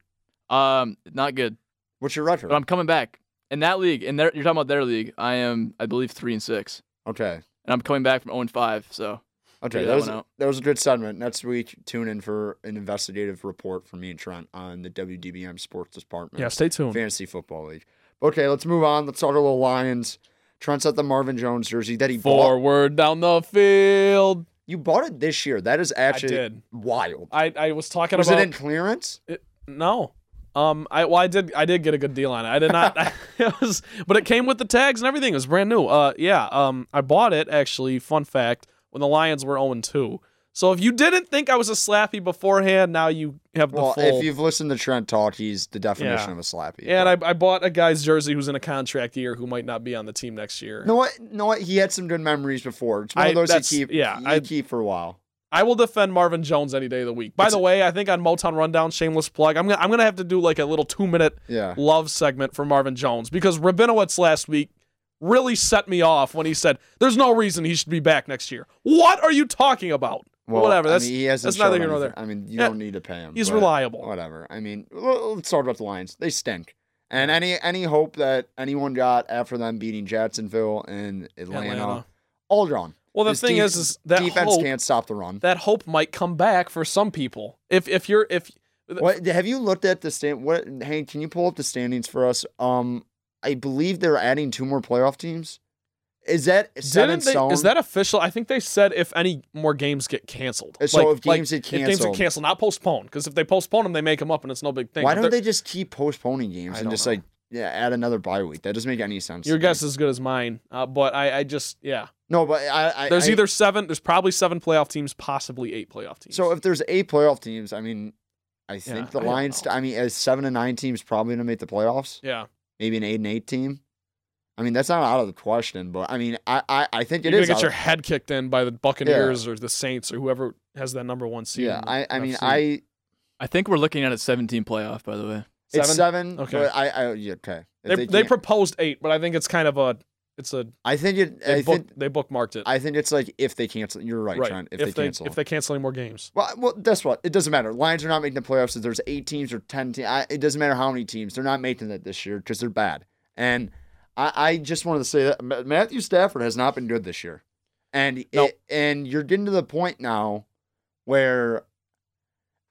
C: um not good,
A: What's your
C: but
B: Um,
A: Rutford?
C: I'm coming back in that league. In there, you're talking about their league. I am, I believe, three and six,
A: Okay.
C: and I'm coming back from zero and five. So
A: Okay,
C: Figure
A: that
C: that
A: was,
C: one out.
A: that was a good segment. Next week, tune in for an investigative report from me and Trent on the WDBM Sports Department.
B: Yeah, stay tuned.
A: Fantasy Football League. Okay, let's move on. Let's talk a little Lions. Trent's at the Marvin Jones jersey that he bought.
B: Forward down the field.
A: You bought it this year. That is actually
B: did.
A: wild.
B: I, I was talking
A: was
B: about
A: it in clearance?
B: It, no. Um, I well, I did I did get a good deal on it. I did not.
A: *laughs*
B: *laughs* it was, but it came with the tags and everything. It was brand new. Uh, yeah. Um, I bought it actually. Fun fact: when the Lions were 0 2. So if you didn't think I was a slappy beforehand, now you have the
A: Well,
B: full.
A: if you've listened to Trent talk, he's the definition
B: Yeah.
A: of a slappy.
B: and I, I bought a guy's jersey who's in a contract year who might not be on the team next year.
A: know what? Know what? He had some good memories before. It's one
B: I-
A: of those you
B: that's-
A: keep.
B: yeah,
A: you
B: I-
A: keep for a while.
B: I will defend Marvin Jones any day of the week. By the way, I think on Motown Rundown, shameless plug, I'm gonna I'm gonna have to do like a little two minute
A: Yeah.
B: love segment for Marvin Jones because Rabinowitz last week really set me off when he said, "There's no reason he should be back next year." What are you talking about?
A: Well,
B: Whatever.
A: I
B: That's
A: mean, he hasn't
B: that's neither
A: shown
B: here nor
A: anything.
B: there.
A: I mean, you
B: Yeah,
A: don't need to pay him.
B: He's
A: but
B: reliable.
A: Whatever. I mean, well, let's talk about the Lions. They stink. And any any hope that anyone got after them beating Jacksonville and Atlanta,
B: Atlanta.
A: all gone.
B: Well, the
A: This
B: thing
A: def-
B: is, is that
A: defense
B: hope
A: can't stop the run.
B: that hope might come back for some people. If if you're if
A: What have you looked at the stand? What Hank? Can you pull up the standings for us? Um, I believe they're adding two more playoff teams. Is that set in
B: didn't they,
A: stone?
B: is that official? I think they said if any more games get canceled.
A: Uh, so if games get
B: if games
A: canceled-
B: get canceled, not postponed, because if they postpone them, they make them up, and it's no big thing.
A: Why
B: But
A: don't they
B: they're-
A: just keep postponing games
B: I
A: and
B: don't
A: just
B: know.
A: like yeah, add another bye week? That doesn't make any sense.
B: Your
A: to me.
B: guess is as good as mine, uh, but I, I just yeah.
A: No, but I, I
B: There's
A: I-
B: either seven. There's probably seven playoff teams, possibly eight playoff teams.
A: So if there's eight playoff teams, I mean, I think
B: I
A: the
B: don't
A: Lions.
B: know.
A: I mean, as seven and nine teams probably gonna make the playoffs.
B: yeah,
A: Maybe an eight and eight team. I mean, that's not out of the question. But I mean, I I, I think it
B: you're gonna
A: is
B: get
A: out
B: your
A: of-
B: head kicked in by the Buccaneers or the Saints or whoever has that number one seed.
A: yeah,
B: in the
A: I I mean,
B: NFC.
A: I
C: I think we're looking at a 17 playoff. By the way,
A: it's seven.
B: Okay.
A: But I I yeah, okay. If
B: They, they,
A: they can't-
B: proposed eight, but I think it's kind of a it's a
A: I think it.
B: they,
A: I
B: book,
A: think
B: they bookmarked it.
A: I think it's like if they cancel. You're right, Trent. If, they cancel.
B: if they cancel any more games.
A: Well, well, that's what it doesn't matter. Lions are not making the playoffs. If there's eight teams or ten teams, I, it doesn't matter how many teams. They're not making that this year because they're bad. And I, I just wanted to say that Ma- Matthew Stafford has not been good this year, and
B: Nope.
A: it, and you're getting to the point now where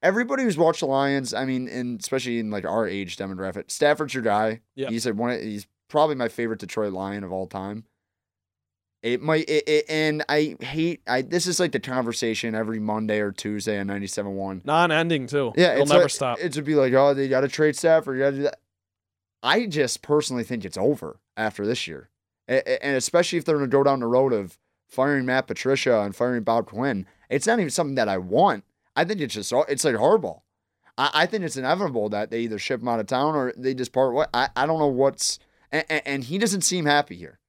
A: everybody who's watched the Lions, I mean, and especially in like our age demographic, Stafford's your guy.
B: Yeah.
A: he's like one. Of, he's probably my favorite Detroit Lion of all time. It might, it, it, and I hate. I this is like the conversation every Monday or Tuesday on ninety-seven one.
B: Non-ending too.
A: Yeah,
B: it'll
A: it's
B: never
A: like-
B: stop.
A: It would be like, oh, they got to trade Stafford. You got to do that. I just personally think it's over after this year, A- a- and especially if they're going to go down the road of firing Matt Patricia and firing Bob Quinn. It's not even something that I want. I think it's just it's like horrible. I, I think it's inevitable that they either ship him out of town or they just part. What I, I don't know what's and, and he doesn't seem happy here.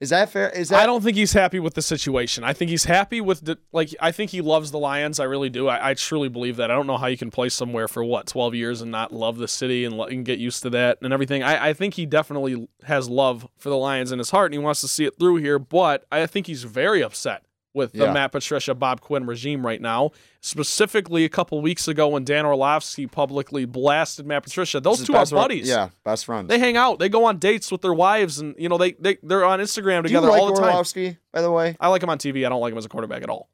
A: Is that fair? Is that
B: I don't think he's happy with the situation. I think he's happy with the like. I think he loves the Lions. I really do. I, I truly believe that. I don't know how you can play somewhere for what twelve years and not love the city and, lo- and get used to that and everything. I, I think he definitely has love for the Lions in his heart and he wants to see it through here. But I think he's very upset with the
A: Yeah.
B: Matt Patricia Bob Quinn regime right now. Specifically, a couple weeks ago when Dan Orlovsky publicly blasted Matt Patricia. Those
A: is
B: two are
A: best fri-
B: buddies.
A: Yeah, best friends.
B: They hang out. They go on dates with their wives, and you know they they they're on
A: do you
B: Instagram together
A: like
B: all the time.
A: Orlovsky, by the way?
B: I like him on TV. I don't like him as a quarterback at all.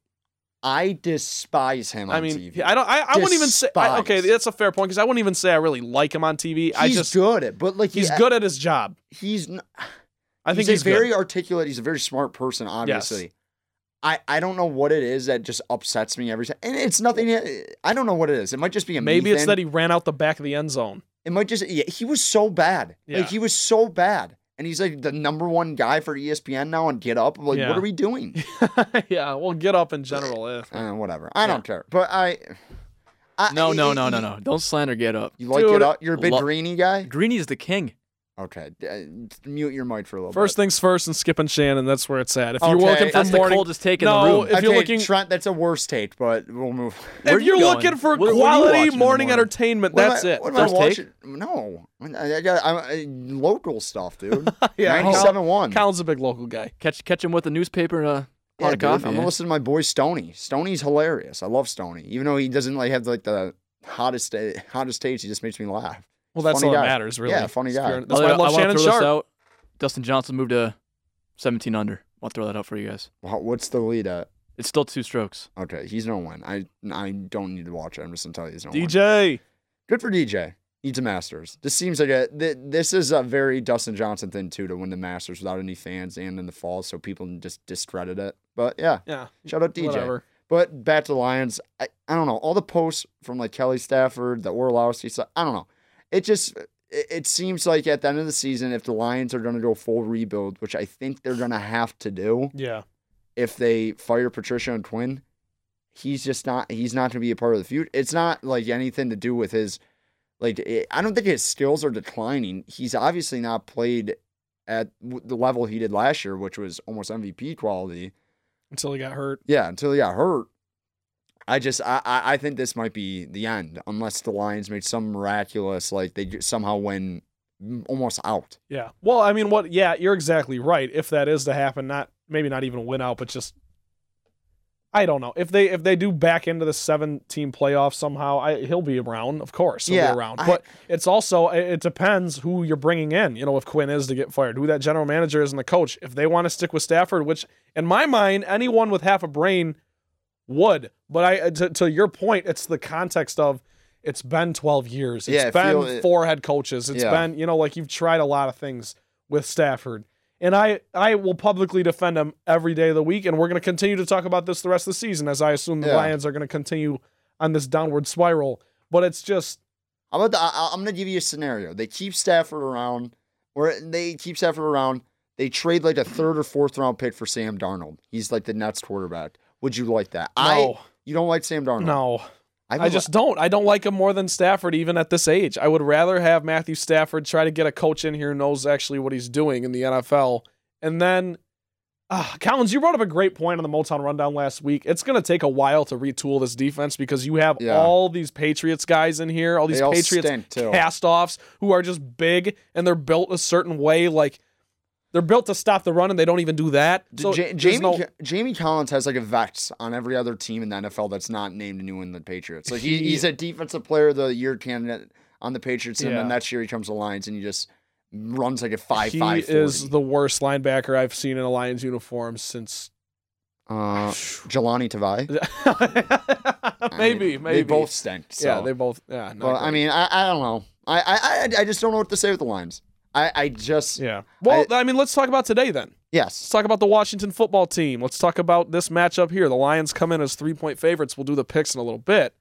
A: I despise him on
B: I mean,
A: TV.
B: I don't. I, I wouldn't even say. I, okay,
A: Despise.
B: that's a fair point because I wouldn't even say I really like him on TV. I
A: he's
B: just
A: good at, but like he-
B: he's good at his job.
A: He's n-
B: I think
A: a
B: he's,
A: very
B: Good.
A: articulate. He's a very smart person, obviously. I, I don't know what it is that just upsets me every time, and it's nothing. eh, I don't know what it is. It might just be a me
B: Maybe it's
A: thing.
B: that he ran out the back of the end zone. *laughs*
A: It might just yeah. He was so bad.
B: Yeah.
A: Like he was so bad, and he's like the number one guy for E ESPN now and get up. I'm like,
B: Yeah.
A: what are we doing?
B: *laughs* yeah, well, get up in general. eh.
A: Uh, whatever. I don't care. But I, I
C: No, no,
A: I-
C: no, no, no. Don't slander get up.
A: You like
B: Dude,
A: it up? You're a big
C: lo-
A: greeny guy.
C: Greeny is the king.
A: Okay, uh, mute your mic for a little.
B: First
A: bit.
B: things first, and Skip and Shannon. That's where it's at. If you're
A: Okay,
B: looking for
C: That's the
B: morning,
C: coldest take in
B: no,
C: the room.
B: if you're
A: Okay,
B: looking,
A: Trent, that's a worse take, but we'll move.
C: Where
B: if
C: you
B: you're
C: going?
B: looking for
C: What- what are you
B: quality
C: watching in the
B: morning,
C: morning?
B: entertainment,
A: What am
B: *laughs* that's
A: I-
B: it.
A: What am
C: First
A: I
C: take?
A: watching? No, I, I got I'm, I, local stuff, dude.
B: *laughs* Yeah,
A: ninety-seven one.
B: Colin's a big local guy.
C: Catch catch him with a newspaper and a pot
A: Yeah,
C: of
A: dude,
C: coffee.
A: I'm
C: eh?
A: gonna listen to my boy Stony. Stony's hilarious. I love Stony, even though he doesn't like have like the hottest eh, hottest takes. He just makes me laugh.
B: Well, that's
A: Funny
B: all that
A: guy.
B: matters, really.
A: Yeah, funny
B: If
A: guy.
B: you're- That's
C: Although
B: why I love
C: wanna
B: Shannon
C: throw this
B: Sharp.
C: out. Dustin Johnson moved to 17 under. I'll throw that out for you guys.
A: Wow, what's the lead at?
C: It's still two strokes.
A: Okay, he's no one. I I don't need to watch it. I'm just gonna tell you he's no one.
B: DJ.
A: Good for DJ. Needs a Masters. This seems like a th- this is a very Dustin Johnson thing too to win the Masters without any fans and in the fall, so people just discredit it. But yeah,
B: Yeah.
A: shout out DJ.
B: Whatever.
A: But back to the Lions, I, I don't know. All the posts from like Kelly Stafford, the Orlowski stuff, I don't know. It just it, it seems like at the end of the season, if the Lions are going to go full rebuild, which I think they're going to have to do
B: Yeah.
A: if they fire Patricia and Quinn, he's just not he's not going to be a part of the future. It's not like anything to do with his like it, I don't think his skills are declining. He's obviously not played at w- the level he did last year, which was almost MVP quality.
B: Until he got hurt.
A: Yeah, until he got hurt. I just I, I I think this might be the end unless the Lions make some miraculous like they ju- somehow win m- almost out.
B: Yeah. Well, I mean, what? Yeah, you're exactly right. If that is to happen, not maybe not even win out, but just I don't know. If they if they do back into the seven team playoff somehow, I, he'll be around. Of course, he'll
A: Yeah,
B: be around.
A: I-
B: But it's also it it depends who you're bringing in. You know, if Quinn is to get fired, who that general manager is and the coach. If they want to stick with Stafford, which in my mind, anyone with half a brain would. But I to, to your point, it's the context of it's been 12 years. It's
A: Yeah, I feel
B: been
A: it-
B: four head coaches. It's
A: Yeah.
B: been, you know, like you've tried a lot of things with Stafford. And I, I will publicly defend him every day of the week. And we're going to continue to talk about this the rest of the season, as I assume the
A: Yeah.
B: Lions are going to continue on this downward spiral. But it's just,
A: How about the, I, I- I'm gonna give you a scenario. They keep Stafford around, or they keep Stafford around. They trade like a third or fourth round pick for Sam Darnold. He's like the Nets quarterback. Would you like that? I
B: no,
A: you don't like Sam Darnold?
B: no.
A: would
B: I
A: li-
B: just don't. I don't like him more than Stafford, even at this age. I would rather have Matthew Stafford try to get a coach in here who knows actually what he's doing in the NFL. And then, uh, Collins, you brought up a great point on the Motown Rundown last week. It's going to take a while to retool this defense because you have
A: Yeah.
B: all these Patriots guys in here, all these
A: they all
B: Patriots
A: stink too.
B: cast offs who are just big and they're built a certain way. Like, they're built to stop the run and they don't even do that.
A: D-
B: So,
A: Ja-
B: there's
A: Jamie
B: no-
A: Co- Jamie Collins has like a vex on every other team in the NFL that's not named New England Patriots. Like he,
B: He-
A: he's a defensive player of the year candidate on the Patriots, and
B: Yeah.
A: then next year he comes to the Lions and he just runs like a five
B: he
A: five.
B: is the worst linebacker I've seen in a Lions uniform since *sighs*
A: uh, Jelani Tavai. I
B: maybe,
A: mean,
B: maybe.
A: they both stink. So.
B: Yeah, they both. Yeah,
A: But I mean, I, I don't know. I, I I I just don't know what to say with the Lions. I I just
B: yeah. Well, I, mean, let's talk about today then. Let's
A: yes.
B: talk about the Washington football team. Let's talk about this matchup here. The Lions come in as three point favorites. We'll do the picks in a little bit.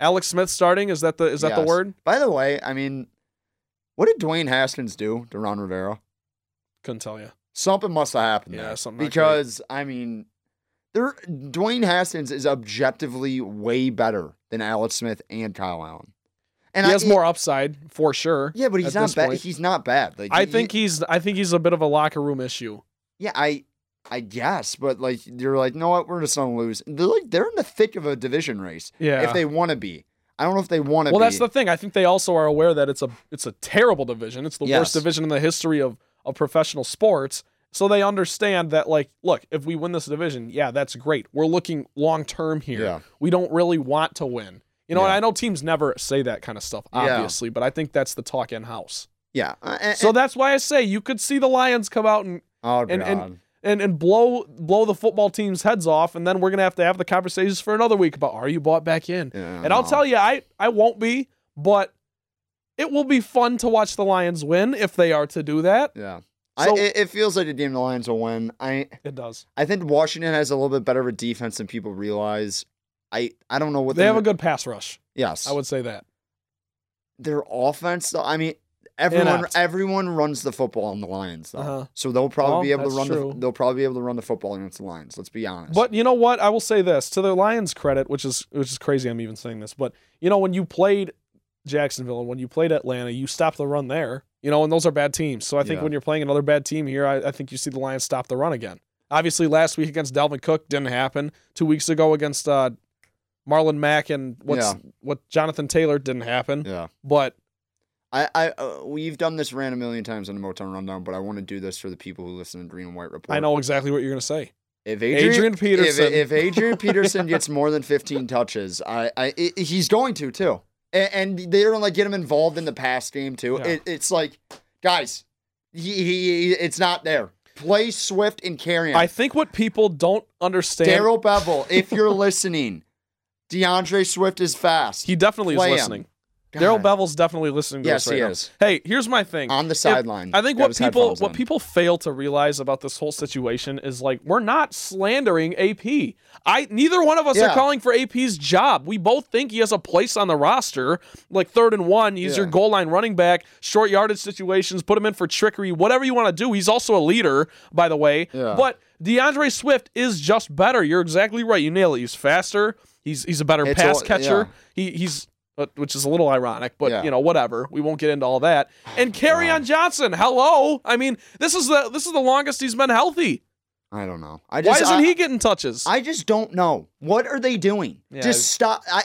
B: Alex Smith starting. Is that the is that the
A: Yes.
B: word?
A: By the way, I mean, what did Dwayne Haskins do to Ron Rivera?
B: Couldn't tell you.
A: Something must have happened
B: Yeah,
A: there.
B: something not
A: because I mean, there Dwayne Haskins is objectively way better than Alex Smith and Kyle Allen. And
B: he
A: I- e-
B: has more upside for sure.
A: Yeah, but he's
B: at
A: not
B: this
A: bad.
B: point.
A: He's not bad. Like
B: I
A: he-
B: think he's I think he's a bit of a locker room issue.
A: Yeah, I. I guess, but like you're like, no, what? We're just gonna lose. They're like they're in the thick of a division race.
B: Yeah.
A: If they want to be, I don't know if they want to.
B: Well,
A: be.
B: that's the thing. I think they also are aware that it's a it's a terrible division. It's the
A: Yes.
B: worst division in the history of of professional sports. So they understand that like, look, if we win this division, yeah, that's great. We're looking long term here.
A: Yeah.
B: We don't really want to win. You know, and
A: Yeah.
B: I know teams never say that kind of stuff,
A: Yeah.
B: obviously, but I think that's the talk in house.
A: yeah. Uh, and-
B: So that's why I say you could see the Lions come out and
A: oh
B: and- and-
A: God.
B: and, and blow blow the football team's heads off, and then we're gonna have to have the conversations for another week about are you bought back in?
A: Yeah,
B: And I'll
A: no.
B: tell you, I, I won't be, but it will be fun to watch the Lions win if they are to do that.
A: Yeah.
B: So-
A: I, it, it feels like a game the Lions will win. I
B: It does.
A: I think Washington has a little bit better of a defense than people realize. I I don't know what
B: they
A: they're
B: have a
A: gonna-
B: good pass rush.
A: yes.
B: I would say that.
A: their offense though. I mean, Everyone,
B: Inept.
A: everyone runs the football on the Lions, though.
B: Uh-huh.
A: So they'll probably
B: Well,
A: be able to
B: that's
A: run.
B: true.
A: The, they'll probably be able to run the football against the Lions. Let's be honest.
B: But you know what? I will say this to the Lions' credit, which is which is crazy. I'm even saying this, but you know when you played Jacksonville and when you played Atlanta, you stopped the run there. You know, and those are bad teams. So I think
A: Yeah.
B: when you're playing another bad team here, I, I think you see the Lions stop the run again. Obviously, last week against Dalvin Cook didn't happen. Two weeks ago against uh, Marlon Mack and what's what Jonathan Taylor didn't happen.
A: yeah,
B: But
A: I, I, uh, we've done this rant a million times on the Motown Rundown, but I want to do this for the people who listen to Green and White Report.
B: I know exactly what you're gonna say.
A: if
B: Adrian
A: Adrian,
B: Peterson-
A: If, if Adrian Peterson gets more than 15 touches, I, I, i he's going to too. A- And, they don't like get him involved in the pass game too.
B: Yeah.
A: It, it's like, guys, he, he, he- it's not there. Play Swift and carry him.
B: I think what people don't understand.
A: Daryl Bevel, if you're listening, DeAndre Swift is fast.
B: he definitely is
A: Play him.
B: listening. Daryl
A: God.
B: Bevel's definitely listening to
A: Yes,
B: us right
A: he
B: now.
A: is.
B: Hey, here's my thing.
A: on the sideline.
B: I think
A: Got
B: what
A: his
B: people
A: headphones
B: what
A: in.
B: people fail to realize about this whole situation is like we're not slandering AP. I neither one of us are
A: Yeah.
B: calling for AP's job. We both think he has a place on the roster. Like third and one, he's your
A: Yeah.
B: goal line running back, short yardage situations, put him in for trickery, whatever you want to do. He's also a leader, by the way.
A: Yeah.
B: But DeAndre Swift is just better. You're exactly right. You nail it. He's faster. He's he's a better
A: It's
B: pass
A: all-
B: catcher.
A: yeah.
B: He he's but- which is a little ironic, but
A: Yeah. Oh,
B: you know whatever. We won't get into all that. And carry on Johnson, hello. I mean, this is the this is the longest he's been healthy.
A: I don't know. I
B: Why
A: just,
B: isn't
A: I,
B: he getting touches?
A: I just don't know. What are they doing?
B: Yeah,
A: just stop. I.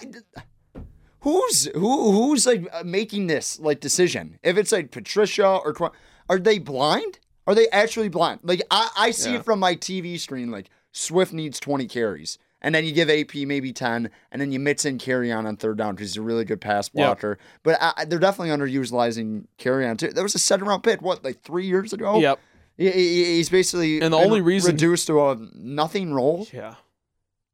A: Who's who? Who's like uh, making this like decision? If it's like Patricia or Qu- are they blind? Are they actually blind? Like I, I see it from my TV screen. Like Swift needs twenty carries, and then you give AP maybe ten, and then you mix in carry on on third down because he's a really good pass blocker. But I, I- they're definitely underutilizing carry on too. There was a second round pick what like three years ago.
B: Yep.
A: He- he- he's basically
B: And the
A: been
B: only reason-
A: reduced to a nothing role.
B: Yeah.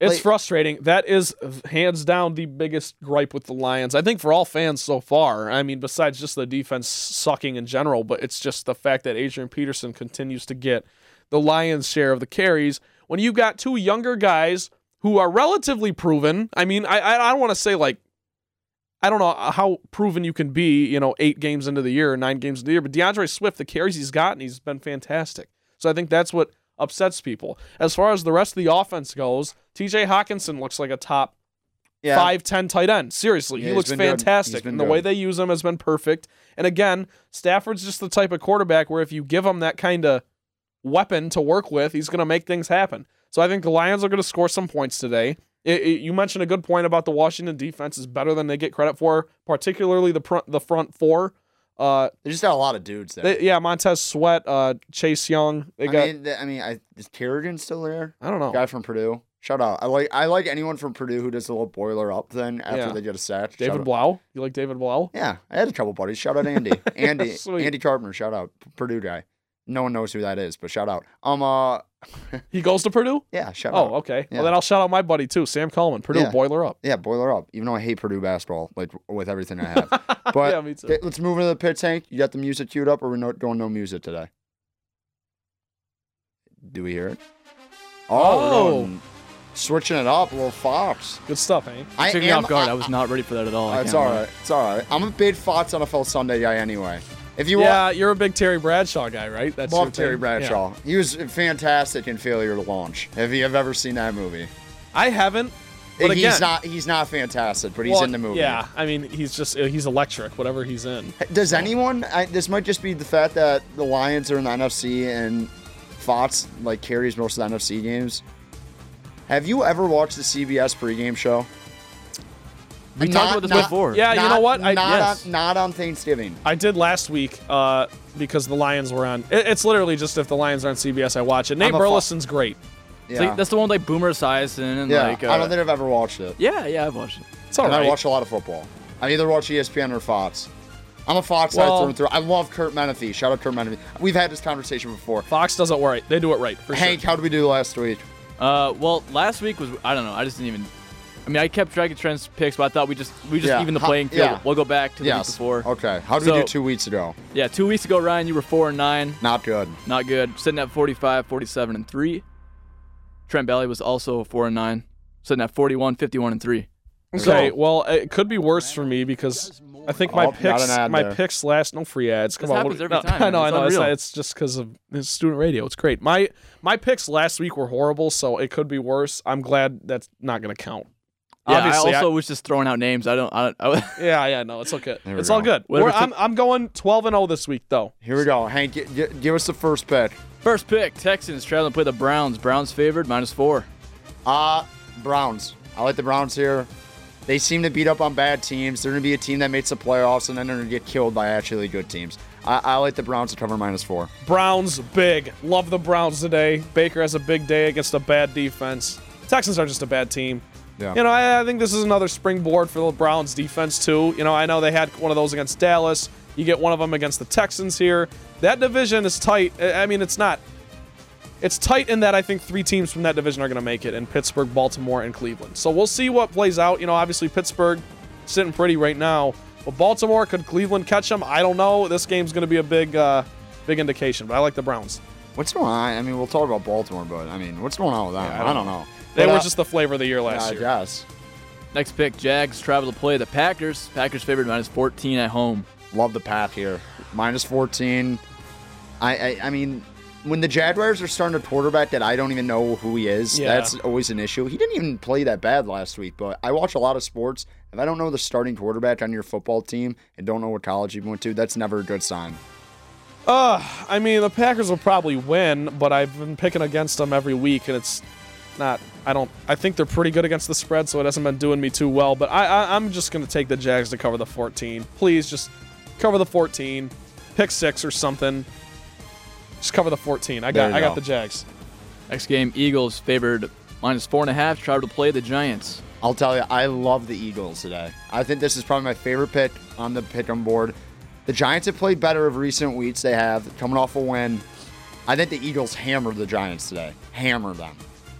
B: It's
A: Like-
B: frustrating. That is hands down the biggest gripe with the Lions. I think for all fans so far. I mean, besides just the defense sucking in general, but it's just the fact that Adrian Peterson continues to get the Lions' share of the carries when you've got two younger guys who are relatively proven. I mean, I I, I don't want to say like I don't know how proven you can be, you know, eight games into the year, or nine games into the year, but DeAndre Swift, the carries he's gotten, he's been fantastic. So I think that's what upsets people. As far as the rest of the offense goes, TJ Hawkinson looks like a top
A: Yeah.
B: five ten tight end. Seriously,
A: Yeah,
B: he
A: he's
B: looks
A: been good. He's
B: fantastic,
A: been
B: and the way
A: good.
B: they use him has been perfect. And again, Stafford's just the type of quarterback where if you give him that kind of weapon to work with, he's going to make things happen. So I think the Lions are going to score some points today. It, it- you mentioned a good point about the Washington defense is better than they get credit for, particularly the front the front four. Uh,
A: They just got a lot of dudes there.
B: they, yeah, Montez Sweat, uh, Chase Young. They
A: I
B: got
A: mean, th- I mean, I is Kerrigan still there?
B: I don't know.
A: Guy from Purdue. Shout out. I like I like anyone from Purdue who does a little boiler up thing after
B: Yeah.
A: they get a sack. Shout
B: David
A: out.
B: Blau. You like David Blau?
A: Yeah, I had a couple buddies. Shout out
B: *laughs*
A: Andy. Andy.
B: Sweet.
A: Andy Carpenter. Shout out P- Purdue guy. No one knows who that is, but shout out. Um. Uh.
B: He goes to Purdue?
A: Yeah. Shout out.
B: Oh, okay.
A: Yeah.
B: Well, then I'll shout out my buddy too, Sam Coleman. Purdue,
A: Yeah.
B: boiler up.
A: Yeah. Boiler up. Even though I hate Purdue basketball, like with everything I
B: *laughs*
A: have. But
B: yeah, me too.
A: okay, let's move into the pit tank. You got the music queued up, or we're not doing no music today? Do we hear it? Oh, we're
B: Oh.
A: going- switching it up, little fox.
B: Good stuff, Hank.
A: I
C: Took me
A: am-
C: off guard. I,
A: I-
C: was not ready for that at all. I
A: I- it's
C: can't
A: all
C: lie.
A: right. It's all right. I'm a big Fox NFL Sunday guy anyway. If you
B: yeah, you're a big Terry Bradshaw guy, right? That's
A: want,
B: your
A: love Terry
B: thing?
A: Bradshaw. He was fantastic in Failure to Launch. If you have ever seen that movie,
B: Yeah. I haven't. But
A: he's
B: again,
A: not he's not fantastic, but he's
B: well,
A: in the movie.
B: Yeah, I mean, he's just uh, he's electric. Whatever he's in.
A: Does anyone? I, this might just be the fact that the Lions are in the NFC and Fox like carries most of the NFC games. Have you ever watched the CBS pregame show?
C: We talked about this before.
B: Yeah, you know what? I-
A: not,
B: yes.
A: on, not on Thanksgiving.
B: I did last week uh, because the Lions were on. It, it's literally just if the Lions are on CBS, I watch it. Nate
A: I'm a fu-
B: Burleson's great.
A: Yeah,
C: It's like- that's the one with like Boomer Esiason and
A: yeah.
C: like. Uh,
A: I don't think I've ever watched it.
C: yeah, yeah, I've watched it.
B: It's all
A: and
B: right.
A: I watch a lot of football. I either watch E ESPN or Fox. I'm a Fox guy
B: Well-
A: through and through. I love Kurt Menefee. Shout out Kurt Menefee. We've had this conversation before.
B: Fox does it right. They do it right for
A: Hank,
B: sure.
A: how did we do last week?
C: Uh, well, last week was I don't know. I just didn't even. I mean, I kept track of Trent's picks, but I thought we just we just
A: Yeah,
C: even the
A: ho-
C: playing field.
A: yeah.
C: We'll go back to the
A: yes.
C: week before.
A: Okay. How did we
C: So-
A: do two weeks ago?
C: Yeah, two weeks ago, Ryan, you were four and nine.
A: Not good.
C: Not good. Sitting at 45, 47, and three. Trent Valley was also four and nine, sitting at 41, 51, and three.
B: Okay, well, it could be worse for me because I think my
A: Oh, not
B: picks,
A: an ad
B: my
A: there.
B: picks last. No free ads. Come
C: This
B: on,
C: happens
B: what-
C: every
B: *laughs*
C: time,
B: I know,
C: man.
B: I
C: It's
B: know. It's,
C: unreal.
B: it's just because of it's student radio. It's great. My my picks last week were horrible, so it could be worse. I'm glad that's not going to count.
C: Yeah,
B: Obviously,
C: I
B: I-
C: also was just throwing out names. I don't. I don't. I, *laughs*
B: Yeah, yeah, no, it's okay.
A: There we
B: It's all
A: go.
B: good.
C: Whatever
B: We're, I'm I'm going 12 and 0 this week though.
A: Here we go. Hank, gi- gi- give us the first pick.
C: first pick: Texans traveling to play the Browns. Browns favored minus four.
A: Uh, Browns. I like the Browns here. They seem to beat up on bad teams. They're going to be a team that makes the playoffs, and then they're going to get killed by actually good teams. I, I like the Browns to cover minus four.
B: Browns big. Love the Browns today. Baker has a big day against a bad defense. Texans are just a bad team.
A: Yeah.
B: You know, I, I think this is another springboard for the Browns defense too. You know, I know they had one of those against Dallas. You get one of them against the Texans here. That division is tight. I I mean, it's not. It's tight in that I think three teams from that division are going to make it in Pittsburgh, Baltimore, and Cleveland. So we'll see what plays out. You know, obviously Pittsburgh sitting pretty right now, but Baltimore could Cleveland catch them? I don't know. This game's going to be a big, uh, big indication. But I like the Browns.
A: What's going on? I mean, we'll talk about Baltimore, but I mean, what's going on with them? I, don't know.
B: They
A: But,
B: were
A: uh,
B: just the flavor of the year last
A: I
B: year.
A: guess.
C: Next pick: Jags travel to play the Packers. Packers favored minus 14 at home.
A: Love the path here. Minus 14. I, I I mean, when the Jaguars are starting a quarterback that I don't even know who he is,
B: Yeah.
A: that's always an issue. He didn't even play that bad last week, but I watch a lot of sports. If I don't know the starting quarterback on your football team and don't know what college he went to, that's never a good sign.
B: Uh, I mean, the Packers will probably win, but I've been picking against them every week, and it's not. I don't. I think they're pretty good against the spread, so it hasn't been doing me too well. But I, I I'm just gonna take the Jags to cover the 14. Please, just cover the 14, pick six or something. Just cover the 14. I
A: There
B: got.
A: you
B: I
A: go.
B: got the Jags.
C: Next game: Eagles favored minus four and a half. Travel to play the Giants.
A: I'll tell you, I love the Eagles today. I think this is probably my favorite pick on the pick 'em board. The Giants have played better of recent weeks. They have coming off a win. I think the Eagles hammered the Giants today. Hammer them.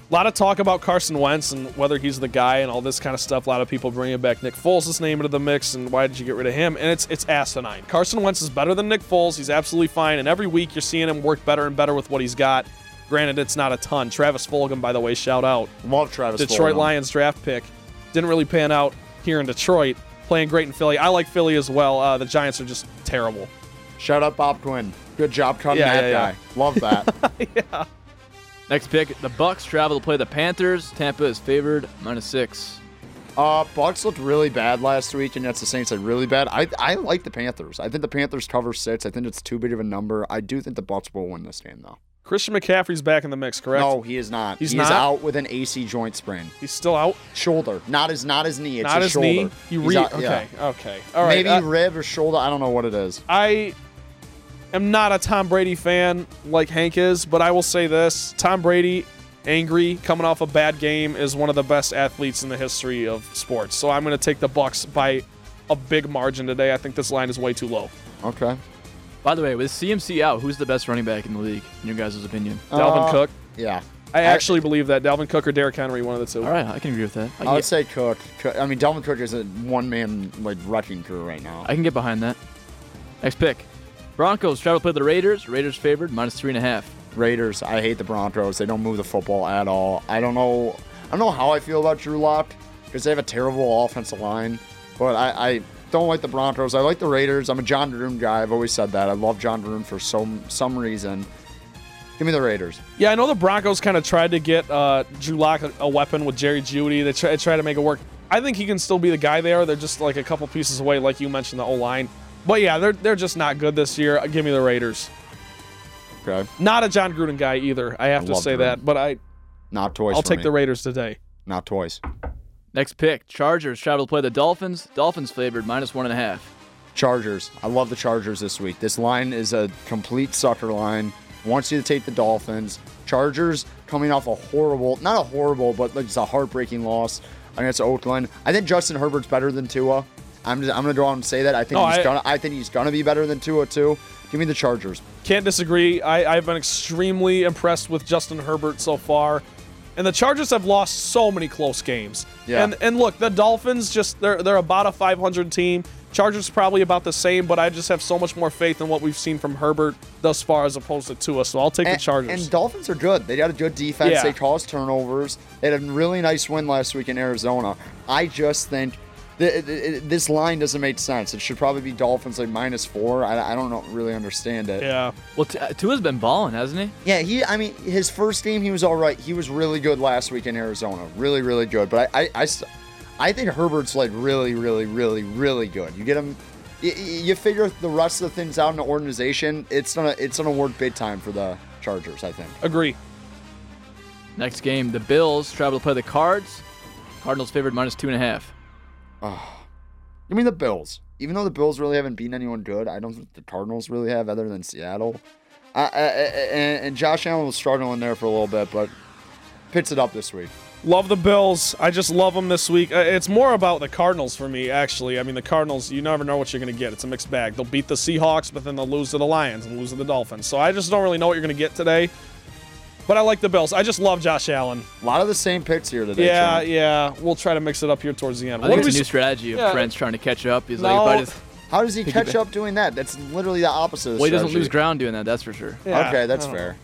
B: A lot of talk about Carson Wentz and whether he's the guy and all this kind of stuff. A lot of people bringing back Nick Foles' name into the mix and why did you get rid of him? And it's it's asinine. Carson Wentz is better than Nick Foles. He's absolutely fine. And every week you're seeing him work better and better with what he's got. Granted, it's not a ton. Travis Fulgham, by the way, shout out.
A: Love Travis.
B: Detroit
A: Fulgham.
B: Lions draft pick. Didn't really pan out here in Detroit. Playing great in Philly. I like Philly as well. Uh, the Giants are just terrible.
A: Shout out Bob Quinn. Good job cutting
B: Yeah,
A: that
B: yeah,
A: guy. Love that.
B: *laughs*
C: Next pick: the Bucks travel to play the Panthers. Tampa is favored minus six.
A: uh, Bucks looked really bad last week, and that's the Saints said really bad. I I like the Panthers. I think the Panthers cover six. I think it's too big of a number. I do think the Bucks will win this game though.
B: Christian McCaffrey's back in the mix, correct?
A: No, he is not.
B: He's
A: he is
B: not?
A: out with an AC joint sprain.
B: He's still out.
A: Shoulder. Not his not his knee. It's
B: not
A: his,
B: his
A: shoulder.
B: knee. He
A: He's
B: re-
A: out- yeah.
B: okay. Okay. All right.
A: Maybe
B: uh,
A: rib or shoulder. I don't know what it is.
B: I am not a Tom Brady fan like Hank is, but I will say this: Tom Brady, angry, coming off a bad game, is one of the best athletes in the history of sports. So I'm going to take the Bucks by a big margin today. I think this line is way too low.
A: Okay.
C: By the way, with CMC out, who's the best running back in the league in your guys' opinion?
B: Dalvin
A: Uh,
B: Cook.
A: Yeah.
B: I actually believe that Dalvin Cook or Derrick Henry, one of the two.
C: All right, I can agree with that. I
A: I
C: can,
A: would
C: get,
A: say Cook. Cook. I mean, Dalvin Cook is a one-man like wrecking crew right now.
C: I can get behind that. Next pick, Broncos travel to play the Raiders. Raiders favored minus three and a half.
A: Raiders. I hate the Broncos. They don't move the football at all. I don't know. I don't know how I feel about Drew Lock because they have a terrible offensive line. But I, I don't like the Broncos. I like the Raiders. I'm a John Room guy. I've always said that. I love John Room for some some reason. Give me the Raiders.
B: Yeah, I know the Broncos kind of tried to get uh, Drew Lock a, a weapon with Jerry Judy. They try, try to make it work. I think he can still be the guy there. They're just like a couple pieces away, like you mentioned, the O line. But yeah, they're they're just not good this year. Uh, Give me the Raiders.
A: Okay.
B: Not a John Gruden guy either. I have
A: I
B: to
A: love
B: say
A: Gruden.
B: that, but I
A: Not toys.
B: I'll
A: for
B: take
A: me.
B: the Raiders today.
A: Not toys.
C: Next pick, Chargers travel to play the Dolphins. Dolphins favored minus one and a half.
A: Chargers. I love the Chargers this week. This line is a complete sucker line. Wants you to take the Dolphins. Chargers coming off a horrible, not a horrible, but like just a heartbreaking loss against Oakland. I think Justin Herbert's better than Tua. I'm just, I'm gonna go out and say that. I think
B: No,
A: he's
B: I-
A: gonna I think he's gonna be better than Tua too. Give me the Chargers.
B: Can't disagree. I, I've been extremely impressed with Justin Herbert so far. And the Chargers have lost so many close games.
A: Yeah.
B: And and look, the Dolphins just they're they're about a 500 team. Chargers probably about the same, but I just have so much more faith in what we've seen from Herbert thus far as opposed to Tua. So I'll take
A: And,
B: the Chargers.
A: and Dolphins are good. They got a good defense.
B: Yeah.
A: They cause turnovers. They had a really nice win last week in Arizona. I just think th- th- this line doesn't make sense. It should probably be Dolphins like minus four. I, I don't know, really understand it.
B: Yeah.
C: Well, T- uh, Tua's been balling, hasn't he?
A: Yeah, he. I mean, his first game, he was all right. He was really good last week in Arizona. Really, really good. But I, I, I s- I think Herbert's like really, really, really, really good. You get him. You, you figure the rest of the things out in the organization. It's gonna, it's gonna work big time for the Chargers. I think.
B: Agree.
C: Next game, the Bills travel to play the Cards. Cardinals favored minus two and a half.
A: I mean, the Bills. Even though the Bills really haven't beaten anyone good, I don't think the Cardinals really have, other than Seattle. Uh, uh, uh, and, and Josh Allen was struggling there for a little bit, but picks it up this week.
B: Love the Bills. I just love them this week. Uh, It's more about the Cardinals for me, actually. I mean, the Cardinals, you never know what you're going to get. It's a mixed bag. They'll beat the Seahawks, but then they'll lose to the Lions and lose to the Dolphins. So I just don't really know what you're going to get today. But I like the Bills. I just love Josh Allen.
A: A lot of the same picks here today.
B: Yeah,
A: Jim.
B: yeah. We'll try to mix it up here towards the end.
C: I think
B: do
C: it's a
B: we
C: new
B: s-
C: strategy of
B: yeah.
C: Trent's trying to catch up. He's
B: No.
C: like, if I just,
A: How does he catch up doing that? That's literally the opposite. Of the
C: well, he doesn't
A: strategy.
C: lose ground doing that, that's for sure.
B: Yeah,
A: okay, that's
B: I don't
A: fair.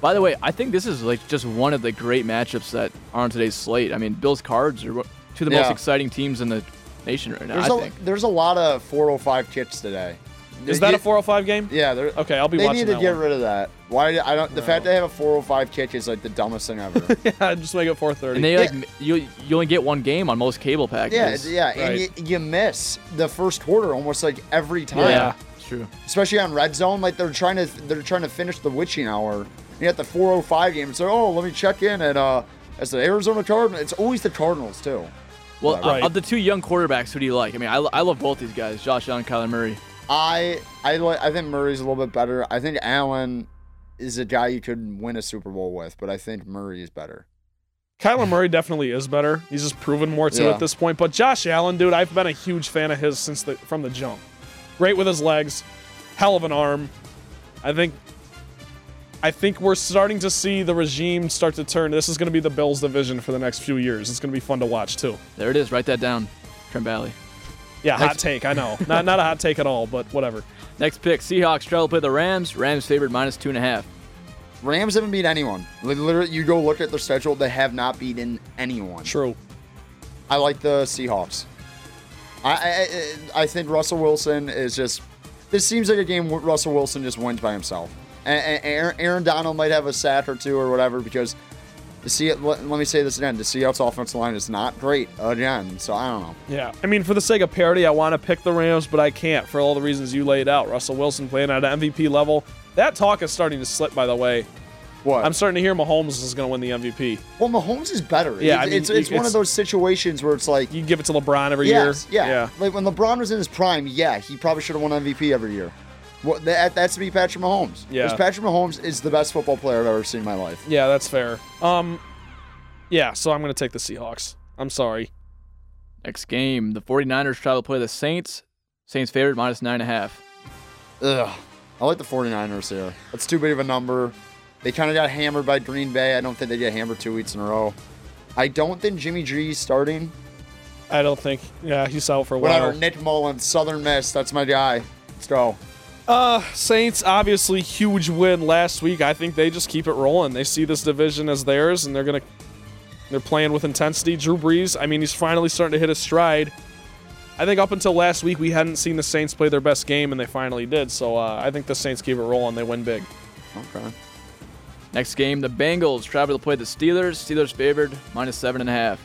C: By the way, I think this is like just one of the great matchups that are on today's slate. I mean, Bills Cards are one- two of the
A: Yeah.
C: most exciting teams in the nation right now.
A: There's
C: I
A: a,
C: think.
A: there's a lot of 405 kits today.
B: know. Is that
A: You-
B: a 405 game?
A: Yeah. They're,
B: Okay, I'll be
A: they
B: watching
A: need to
B: that
A: get
B: one.
A: rid of that. Why? I don't. The fact they have a 405 kick is like the dumbest thing ever.
B: Yeah, *laughs* just make it 430.
C: And they like
A: Yeah.
C: m- you you only get one game on most cable
A: yeah,
C: packages.
A: yeah. And you,
B: Right.
A: you miss the first quarter almost like every time.
C: yeah, it's true.
A: especially on red zone. Like they're trying to they're trying to finish the witching hour. And you got the 405 game. So oh, let me check in at uh as the Arizona Cardinals. It's always the Cardinals too.
C: Well,
A: Right.
C: of the two young quarterbacks, who do you like? I mean, I, I love both these guys, Josh Allen, Kyler Murray.
A: I I li- I think Murray's a little bit better. I think Allen is a guy you could win a Super Bowl with, but I think Murray is better.
B: Kyler Murray definitely is better. He's just proven more to
A: Yeah.
B: at this point. But Josh Allen, dude, I've been a huge fan of his since the from the jump. Great with his legs, hell of an arm. I think I think we're starting to see the regime start to turn. This is going to be the Bills division for the next few years. It's going to be fun to watch too.
C: There it is. Write that down, Trent Valley.
B: Yeah, hot take. I know. *laughs* not not a hot take at all, but whatever.
C: Next pick: Seahawks travel to play the Rams. Rams favored minus two and a half.
A: Rams haven't beat anyone. Li- Literally, you go look at their schedule; they have not beaten anyone.
B: True.
A: I like the Seahawks. I I, I- I think Russell Wilson is just. This seems like a game where Russell Wilson just wins by himself. And Aaron, Aaron Donald might have a sack or two or whatever because the Se- let, let me say this again: the Seahawks offensive line is not great again. So I don't know.
B: Yeah. I mean, for the sake of parity, I want to pick the Rams, but I can't for all the reasons you laid out. Russell Wilson playing at an MVP level. That talk is starting to slip, by the way.
A: What?
B: I'm starting to hear Mahomes is going to win the MVP.
A: well, Mahomes is better.
B: Yeah, I
A: It's-
B: mean,
A: it's, it's one
B: it's-
A: of those situations where it's like,
B: You give it to LeBron every
A: yes,
B: year.
A: yeah. Like when LeBron was in his prime, yeah, he probably should have won MVP every year. What, that, that's to be Patrick Mahomes.
B: Yeah.
A: Because Patrick Mahomes is the best football player I've ever seen in my life.
B: Yeah, that's fair. Um, yeah. So I'm going to take the Seahawks. I'm sorry.
C: Next game: the 49ers travel to play the Saints. Saints favored minus nine and a half.
A: Ugh. I like the 49ers here. That's too big of a number. They kind of got hammered by Green Bay. I don't think they get hammered two weeks in a row. I don't think Jimmy G is starting.
B: I don't think. Yeah, he's out for a
A: Whatever.
B: while.
A: Nick Mullins, Southern Miss. That's my guy. Let's go.
B: Uh, Saints obviously huge win last week. I think they just keep it rolling. They see this division as theirs, and they're gonna they're playing with intensity. Drew Brees. I mean, he's finally starting to hit his stride. I think up until last week we hadn't seen the Saints play their best game, and they finally did. So uh, I think the Saints keep it rolling. They win big.
A: Okay.
C: Next game: the Bengals travel to play the Steelers. Steelers favored minus seven and a half.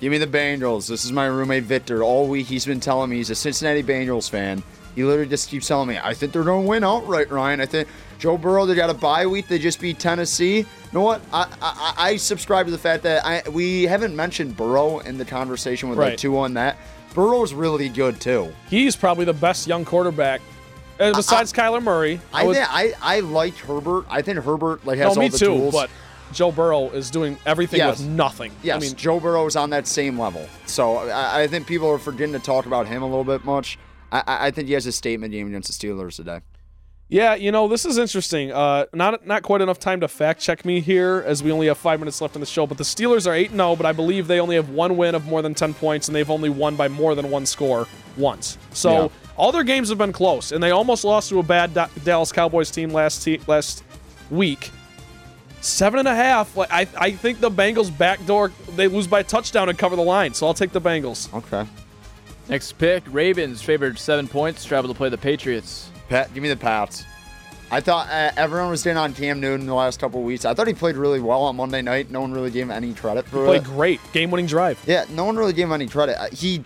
A: Give me the Bengals. This is my roommate Victor. All week he's been telling me he's a Cincinnati Bengals fan. He literally just keeps telling me, I think they're going to win outright, Ryan. I think Joe Burrow, they got a bye week. They just beat Tennessee. You know what? I I, I I subscribe to the fact that I we haven't mentioned Burrow in the conversation with
B: Right.
A: like two on that. Burrow's really good, too.
B: He's probably the best young quarterback, uh, besides Kyler Murray.
A: I,
B: would-
A: think, I, I like Herbert. I think Herbert like
B: no,
A: has
B: me
A: all the
B: too.
A: tools.
B: But Joe Burrow is doing everything
A: Yes.
B: with nothing.
A: Yes,
B: I mean,
A: Joe Burrow's on that same level. So I, I think people are forgetting to talk about him a little bit much. I, I I think he has a statement game against the Steelers today.
B: Yeah, you know this is interesting. Uh, not not quite enough time to fact check me here, as we only have five minutes left in the show. But the Steelers are eight zero, but I believe they only have one win of more than ten points, and they've only won by more than one score once. So
A: Yeah.
B: all their games have been close, and they almost lost to a bad Da- Dallas Cowboys team last te- last week. Seven and a half. Like I, I think the Bengals backdoor they lose by a touchdown and cover the line. So I'll take the Bengals.
A: Okay.
C: Next pick, Ravens favored seven points, travel to play the Patriots.
A: Pat, give me the Pats. I thought uh, everyone was in on Cam Newton the last couple weeks. I thought he played really well on Monday night. No one really gave him any credit for
B: Played
A: it.
B: great. Game winning drive.
A: Yeah, no one really gave him any credit. Uh, He,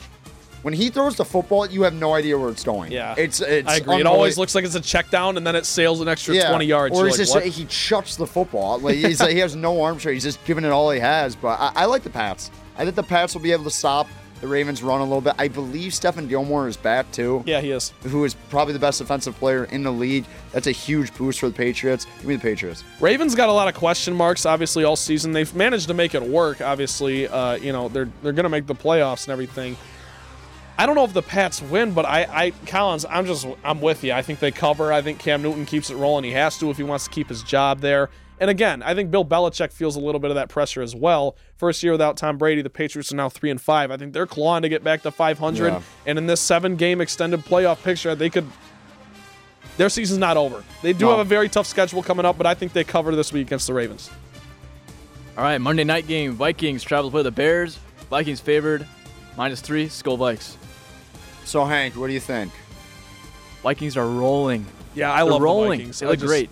A: when he throws the football, you have no idea where it's going.
B: Yeah.
A: it's it's.
B: I agree. It always
A: unbelievable.
B: looks like it's a check down and then it sails an extra 20 yards.
A: Or
B: You're
A: he's
B: like,
A: just
B: what?
A: he chucks the football. Like he's like, he has no arm strength. He's just giving it all he has. But I, I like the Pats. I think the Pats will be able to stop the Ravens' run a little bit. I believe Stephen Gilmore is back too.
B: yeah, he is.
A: Who is probably the best defensive player in the league? That's a huge boost for the Patriots. Give me the Patriots.
B: Ravens got a lot of question marks, obviously, all season. They've managed to make it work, obviously. Uh, you know, they're they're gonna make the playoffs and everything. I don't know if the Pats win, but I, I Collins, I'm just I'm with you. I think they cover. I think Cam Newton keeps it rolling. He has to if he wants to keep his job there. And again, I think Bill Belichick feels a little bit of that pressure as well. First year without Tom Brady, the Patriots are now three and five. I think they're clawing to get back to 500.
A: Yeah.
B: And in this seven game extended playoff picture, they could their season's not over. They do
A: No.
B: have a very tough schedule coming up, but I think they cover this week against the Ravens.
C: All right, Monday night game, Vikings travel to play the Bears. Vikings favored minus three, Skull Vikes.
A: So Hank, what do you think?
C: Vikings are rolling.
B: Yeah, I
C: They're
B: love
C: rolling.
B: the Vikings.
C: They
B: I
C: look
B: just-
C: great.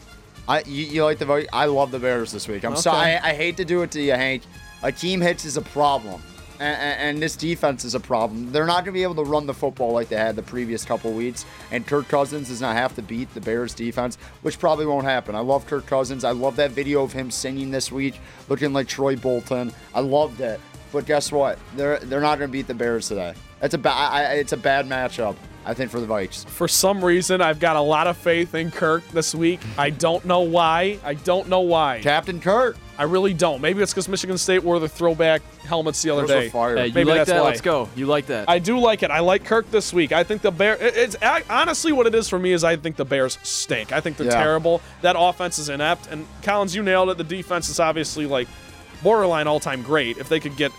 A: I you, you like the Vikings? I love the Bears this week. I'm sorry. I, I hate to do it to you, Hank. Akeem Hicks is a problem, and, and, and this defense is a problem. They're not going to be able to run the football like they had the previous couple weeks. And Kirk Cousins does not have to beat the Bears defense, which probably won't happen. I love Kirk Cousins. I love that video of him singing this week, looking like Troy Bolton. I loved it. But guess what? They're they're not going to beat the Bears today. That's a bad. It's a bad matchup. I think for the Vikes.
B: For some reason, I've got a lot of faith in Kirk this week. I don't know why. I don't know why.
A: Captain Kirk.
B: I really don't. Maybe it's because Michigan State wore the throwback helmets the other
A: Those were
B: day.
A: fire.
C: Hey, you
B: Maybe
C: like
B: that's
C: that?
B: why.
C: Let's go. You like that?
B: I do like it. I like Kirk this week. I think the Bear. it- It's I- honestly what it is for me is I think the Bears stink. I think they're
A: Yeah.
B: terrible. That offense is inept. And Collins, you nailed it. The defense is obviously like borderline all-time great. If they could get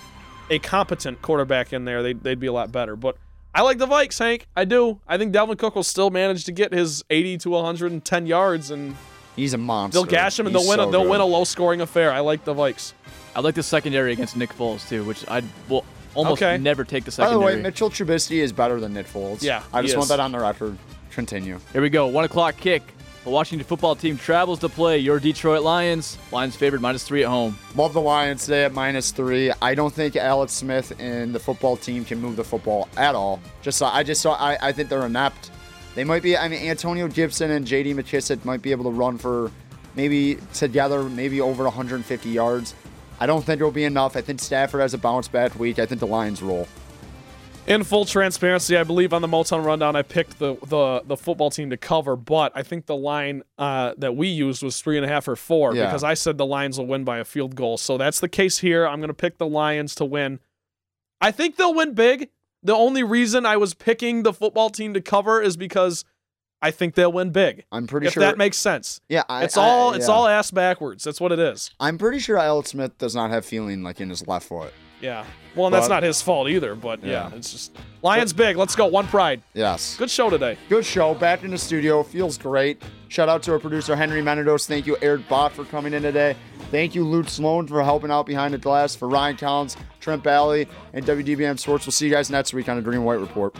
B: a competent quarterback in there, they'd, they'd be a lot better. But I like the Vikes, Hank. I do. I think Dalvin Cook will still manage to get his 80 to 110 yards, and
A: He's a monster.
B: they'll gash him and
A: He's
B: they'll win.
A: so
B: a, they'll
A: good.
B: win a low-scoring affair. I like the Vikes.
C: I like the secondary against Nick Foles too, which I will almost
B: Okay.
C: never take the
A: By the
C: secondary.
A: way, Mitchell Trubisky is better than Nick Foles.
B: Yeah,
A: I
B: he
A: just want
B: is.
A: that on the record. Continue.
C: Here we go. One o'clock kick. The Washington football team travels to play your Detroit Lions. Lions favored minus three at home.
A: Love the Lions today at minus three. I don't think Alex Smith and the football team can move the football at all. Just saw, I just saw. I, I think they're inept. They might be. I mean, Antonio Gibson and J.D. McKissick might be able to run for maybe together, maybe over 150 yards. I don't think it'll be enough. I think Stafford has a bounce back week. I think the Lions roll.
B: In full transparency, I believe on the Motown rundown, I picked the the, the football team to cover, but I think the line uh, that we used was three and a half or four
A: Yeah.
B: because I said the Lions will win by a field goal. So that's the case here. I'm going to pick the Lions to win. I think they'll win big. The only reason I was picking the football team to cover is because I think they'll win big.
A: I'm pretty
B: if
A: sure
B: that makes sense.
A: Yeah, I,
B: it's all
A: I-
B: it's
A: yeah.
B: all ass backwards. That's what it is.
A: I'm pretty sure Alex Smith does not have feeling like in his left foot.
B: Yeah. Well, and that's
A: But-
B: not his fault either. But yeah,
A: Yeah.
B: it's just Lions big. Let's go. One pride.
A: Yes.
B: Good show today.
A: Good show. Back in the studio. Feels great. Shout out to our producer, Henry Menados. Thank you, Eric Bott, for coming in today. Thank you, Luke Sloan, for helping out behind the glass. For Ryan Collins, Trent Bally, and WDBM Sports. We'll see you guys next week on the Green and White Report.